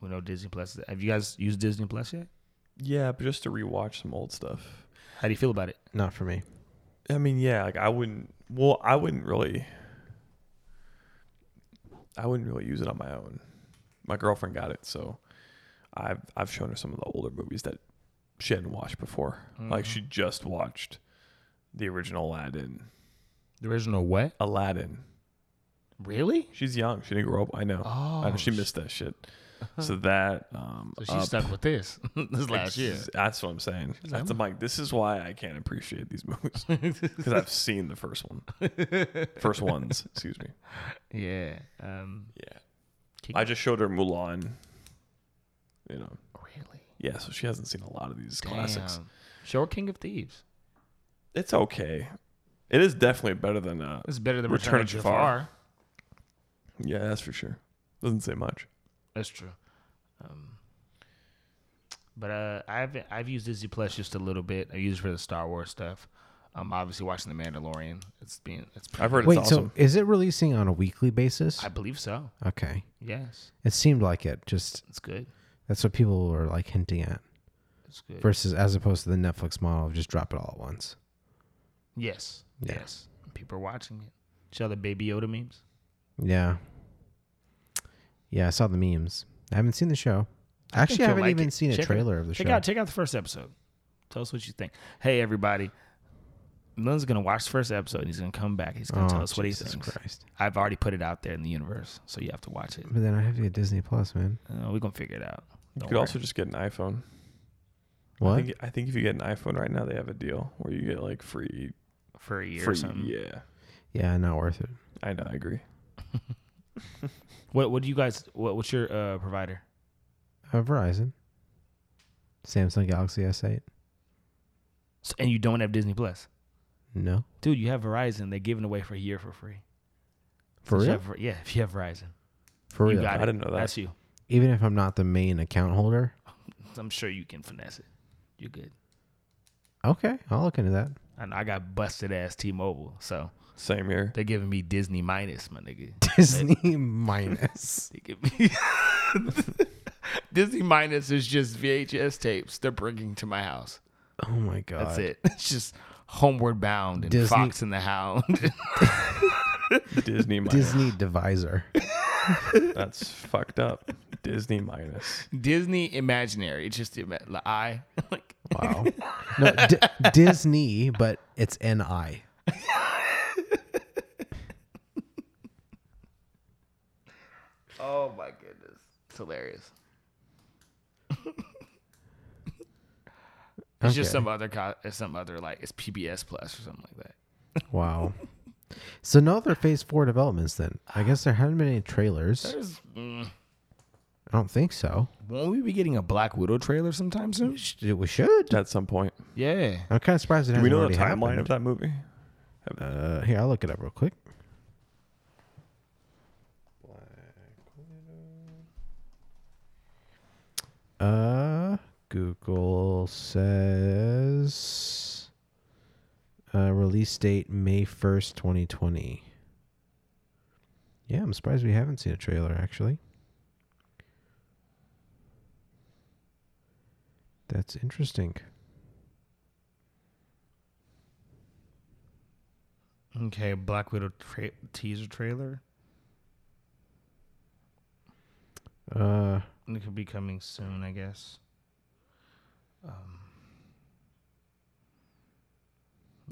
Speaker 3: we know Disney Plus. is- Have you guys used Disney Plus yet?
Speaker 2: Yeah, but just to rewatch some old stuff.
Speaker 3: How do you feel about it?
Speaker 1: Not for me.
Speaker 2: I mean, yeah, like I wouldn't. Well, I wouldn't really. I wouldn't really use it on my own. My girlfriend got it, so I've I've shown her some of the older movies that she hadn't watched before. Like she
Speaker 3: Mm-hmm.
Speaker 2: just watched the original Aladdin.
Speaker 3: The original what?
Speaker 2: Aladdin.
Speaker 3: Really?
Speaker 2: She's young. She didn't grow up. I know. I know
Speaker 3: Oh,
Speaker 2: she missed that shit. So that um
Speaker 3: So she's stuck with this. This last year.
Speaker 2: Ex- That's what I'm saying.
Speaker 3: She's like,
Speaker 2: that's I'm like this is why I can't appreciate these movies because I've seen the first one, first ones. Excuse me.
Speaker 3: Yeah. Um,
Speaker 2: yeah. I just showed her Mulan. You know.
Speaker 3: Really?
Speaker 2: Yeah. So she hasn't seen a lot of these classics.
Speaker 3: Damn. Show her King of Thieves.
Speaker 2: It's okay. It is definitely better than uh.
Speaker 3: It's better than Return, of Jafar.
Speaker 2: Yeah, that's for sure. Doesn't say much.
Speaker 3: That's true. Um, but uh, I've I've used Disney Plus just a little bit. I use it for the Star Wars stuff. I'm obviously watching The Mandalorian. It's being it's pretty good.
Speaker 1: Wait, so is it releasing on a weekly basis?
Speaker 3: I believe so.
Speaker 1: Okay.
Speaker 3: Yes.
Speaker 1: It seemed like it. Just
Speaker 3: it's good.
Speaker 1: That's what people were like hinting at.
Speaker 3: It's good.
Speaker 1: Versus as opposed to the Netflix model of just drop it all at once.
Speaker 3: Yes.
Speaker 1: Yeah.
Speaker 3: Yes. People are watching it. Saw the Baby Yoda memes.
Speaker 1: Yeah. Yeah, I saw the memes. I haven't seen the show.
Speaker 3: I think
Speaker 1: Actually, I
Speaker 3: you'll
Speaker 1: haven't
Speaker 3: like
Speaker 1: even
Speaker 3: it.
Speaker 1: seen a
Speaker 3: Check it-
Speaker 1: trailer of the
Speaker 3: check
Speaker 1: show.
Speaker 3: Out, check out the first episode. Tell us what you think. Hey, everybody. Lynn's going to watch the first episode and he's going to come back. He's going to
Speaker 1: Oh,
Speaker 3: tell us what he
Speaker 1: Jesus
Speaker 3: thinks. Christ. I've already put it out there in the universe, so you have to watch it.
Speaker 1: But then I have to get Disney Plus, man.
Speaker 3: Uh, we're going to figure it out.
Speaker 2: You
Speaker 3: Don't
Speaker 2: could
Speaker 3: worry.
Speaker 2: also just get an iPhone.
Speaker 1: What?
Speaker 2: I think, I think if you get an iPhone right now, they have a deal where you get like free
Speaker 3: for a year or something.
Speaker 2: Yeah,
Speaker 1: Yeah, not worth it.
Speaker 2: I know. I agree.
Speaker 3: What, what do you guys, what, what's your uh, provider?
Speaker 1: Uh, Verizon. Samsung Galaxy S8.
Speaker 3: S- And you don't have Disney Plus.
Speaker 1: No.
Speaker 3: Dude, you have Verizon. They're giving away for a year for free.
Speaker 1: For
Speaker 3: If you
Speaker 1: real?
Speaker 3: have- yeah, if you have Verizon.
Speaker 1: For
Speaker 3: You
Speaker 1: real.
Speaker 3: got it. That's you.
Speaker 1: Even if I'm not the main account holder.
Speaker 3: I'm sure you can finesse it. You're good.
Speaker 1: Okay, I'll look into that.
Speaker 3: And I got busted ass T-Mobile. So
Speaker 2: same here.
Speaker 3: They're giving me Disney minus, my nigga.
Speaker 1: Disney minus.
Speaker 3: They give me Disney minus is just VHS tapes they're bringing to my house.
Speaker 1: Oh my god.
Speaker 3: That's it. It's just Homeward Bound and
Speaker 1: Disney-
Speaker 3: Fox and the Hound.
Speaker 2: Disney minus.
Speaker 1: Disney divisor.
Speaker 2: That's fucked up. Disney minus.
Speaker 3: Disney imaginary. It's just the ima- like, I like
Speaker 1: Wow. No, D- Disney, but it's NI.
Speaker 3: Oh my goodness. It's hilarious. It's just
Speaker 1: Okay.
Speaker 3: some other co- it's some other like it's PBS Plus or something like that.
Speaker 1: Wow. So no other phase four developments then. I guess there hadn't been any trailers.
Speaker 3: There's, mm,
Speaker 1: I don't think so.
Speaker 3: won't we be getting a Black Widow trailer sometime soon?
Speaker 1: We should.
Speaker 2: At some point.
Speaker 3: Yeah.
Speaker 1: I'm kind of surprised it
Speaker 2: Do we
Speaker 1: hasn't
Speaker 2: know
Speaker 1: already
Speaker 2: the timeline
Speaker 1: happened.
Speaker 2: of that movie?
Speaker 1: Uh, here, I'll look it up real quick. Uh, Google says uh, release date May 1st, 2020. Yeah, I'm surprised we haven't seen a trailer actually. That's interesting.
Speaker 3: Okay, Black Widow tra- teaser trailer.
Speaker 1: Uh,
Speaker 3: It could be coming soon, I guess. Um,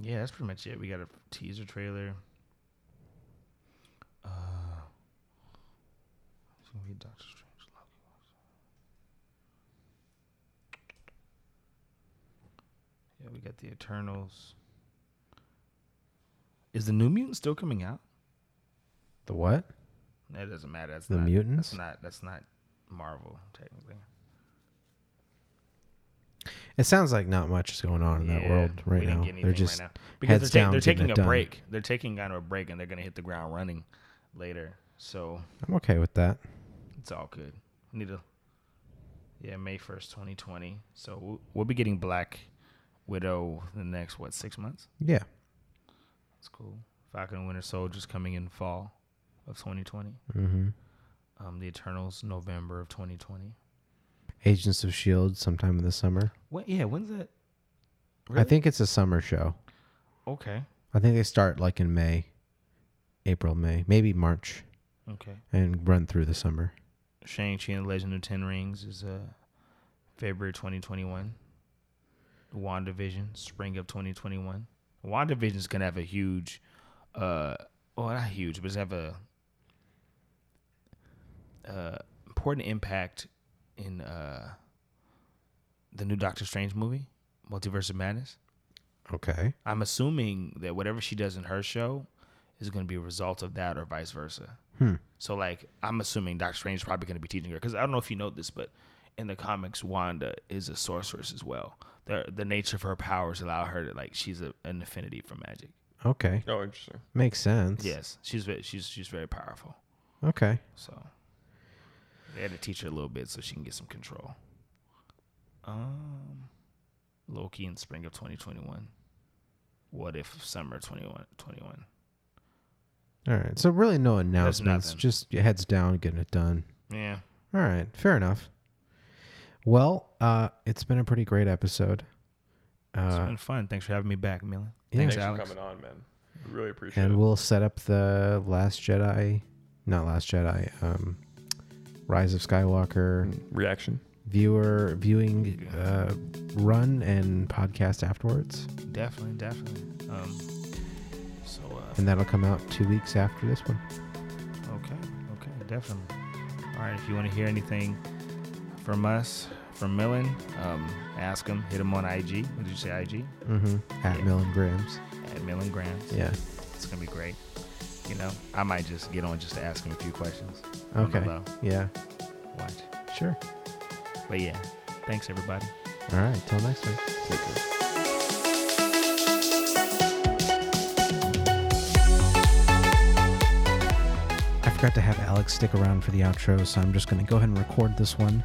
Speaker 3: yeah, that's pretty much it. We got a teaser trailer. Uh, it's gonna be Doctor Strange. Loki. Yeah, we got the Eternals. Is the New Mutant still coming out?
Speaker 1: the what?
Speaker 3: That doesn't matter. That's
Speaker 1: The
Speaker 3: not,
Speaker 1: mutants?
Speaker 3: That's not. That's not Marvel technically.
Speaker 1: It sounds like not much is going on in that
Speaker 3: Yeah,
Speaker 1: world right
Speaker 3: we didn't
Speaker 1: now.
Speaker 3: get
Speaker 1: They're
Speaker 3: anything
Speaker 1: just
Speaker 3: right now. because
Speaker 1: heads
Speaker 3: they're, ta-
Speaker 1: down
Speaker 3: they're
Speaker 1: getting
Speaker 3: taking
Speaker 1: it
Speaker 3: a
Speaker 1: done.
Speaker 3: break. They're taking kind of a break, and they're gonna hit the ground running later. So
Speaker 1: I'm okay with that.
Speaker 3: it's all good. Need to, Yeah, May first, twenty twenty. So we'll, we'll be getting Black Widow in the next what six months?
Speaker 1: Yeah.
Speaker 3: That's cool. Falcon and Winter Soldier's coming in fall of twenty
Speaker 1: Mhm.
Speaker 3: Um, the Eternals November of twenty twenty.
Speaker 1: Agents of Shield E sometime in the summer.
Speaker 3: What? Yeah, when's that?
Speaker 1: I think it's a summer show.
Speaker 3: Okay.
Speaker 1: I think they start like in May, April, May, maybe March.
Speaker 3: Okay.
Speaker 1: And run through the summer.
Speaker 3: Shang Chi and the Legend of Ten Rings is uh February twenty twenty one. WandaVision, spring of twenty twenty one. WandaVision is gonna have a huge, uh, well not huge, but it's gonna have a uh important impact in uh the new Doctor Strange movie, Multiverse of Madness.
Speaker 1: Okay.
Speaker 3: I'm assuming that whatever she does in her show is going to be a result of that or vice versa.
Speaker 1: Hmm.
Speaker 3: So, like, I'm assuming Doctor Strange is probably going to be teaching her because I don't know if you know this, but in the comics, Wanda is a sorceress as well. The, the nature of her powers allow her to like she's a, an affinity for magic.
Speaker 1: Okay.
Speaker 13: Oh, interesting.
Speaker 1: Makes sense.
Speaker 3: Yes, she's ve- she's she's very powerful.
Speaker 1: Okay.
Speaker 3: So they had to teach her a little bit so she can get some control. Um, Loki in spring of 2021. What if summer 21? 21.
Speaker 1: All right. So really no announcements.
Speaker 3: nothing.
Speaker 1: Just your heads down, getting it done.
Speaker 3: Yeah.
Speaker 1: All right. Fair enough. Well, uh, it's been a pretty great episode.
Speaker 3: It's
Speaker 1: Uh,
Speaker 3: been fun. Thanks for having me back, Milan.
Speaker 1: Yeah.
Speaker 3: Thanks,
Speaker 1: Thanks for
Speaker 3: Alex.
Speaker 13: Coming on, man. We Really appreciate
Speaker 1: and we'll set up the Last Jedi, not Last Jedi, um, Rise of
Speaker 2: Mm.
Speaker 1: Skywalker
Speaker 13: reaction
Speaker 1: viewer viewing uh, run and podcast afterwards,
Speaker 3: Definitely, definitely. Um, so, uh,
Speaker 1: and that'll come out two weeks after this one.
Speaker 3: okay, okay, definitely. All right, if you want to hear anything from us, from Millen, um, ask him, hit him on IG. What did you say, IG?
Speaker 1: hmm At Millen Grams.
Speaker 3: At Millen Grams.
Speaker 1: Yeah.
Speaker 3: It's going to be great. You know, I might just get on just to ask him a few questions. on the
Speaker 1: Okay.
Speaker 3: low.
Speaker 1: Yeah.
Speaker 3: Watch.
Speaker 1: Sure.
Speaker 3: But yeah, thanks, everybody.
Speaker 1: All right. Till next week. I forgot to have Alex stick around for the outro, so I'm just going to go ahead and record this one.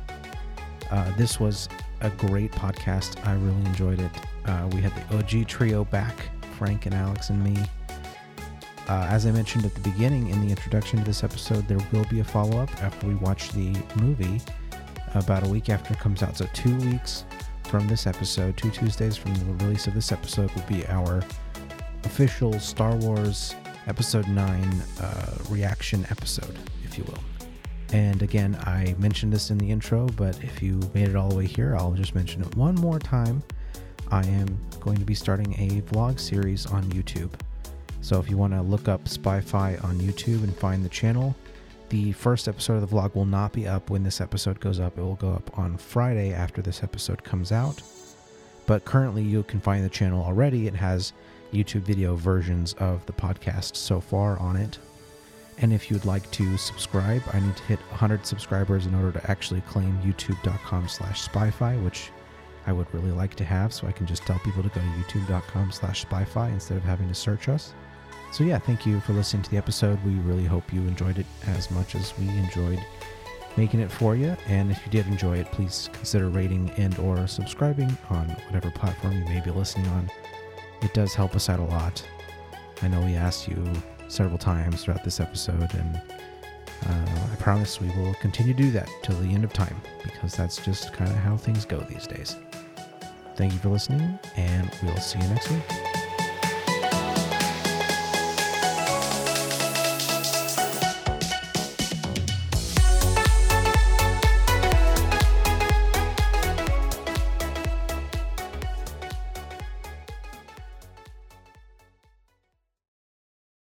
Speaker 1: Uh, this was a great podcast. I really enjoyed it. Uh, we had the OG trio back Frank and Alex and me. Uh, as I mentioned at the beginning in the introduction to this episode, there will be a follow up after we watch the movie about a week after it comes out. So, two weeks from this episode, two Tuesdays from the release of this episode, will be our official Star Wars Episode 9 uh, reaction episode, if you will. And again, I mentioned this in the intro, but if you made it all the way here, I'll just mention it one more time. I am going to be starting a vlog series on YouTube. So if you want to look up SpyFi on YouTube and find the channel, the first episode of the vlog will not be up when this episode goes up. It will go up on Friday after this episode comes out. But currently, you can find the channel already. It has YouTube video versions of the podcast so far on it. And if you'd like to subscribe, I need to hit 100 subscribers in order to actually claim youtube.com slash spyfi, which I would really like to have so I can just tell people to go to youtube.com slash spyfi instead of having to search us. So, yeah, thank you for listening to the episode. We really hope you enjoyed it as much as we enjoyed making it for you. And if you did enjoy it, please consider rating and or subscribing on whatever platform you may be listening on. It does help us out a lot. I know we asked you several times throughout this episode, and uh, I promise we will continue to do that till the end of time because that's just kind of how things go these days. Thank you for listening, and we'll see you next week.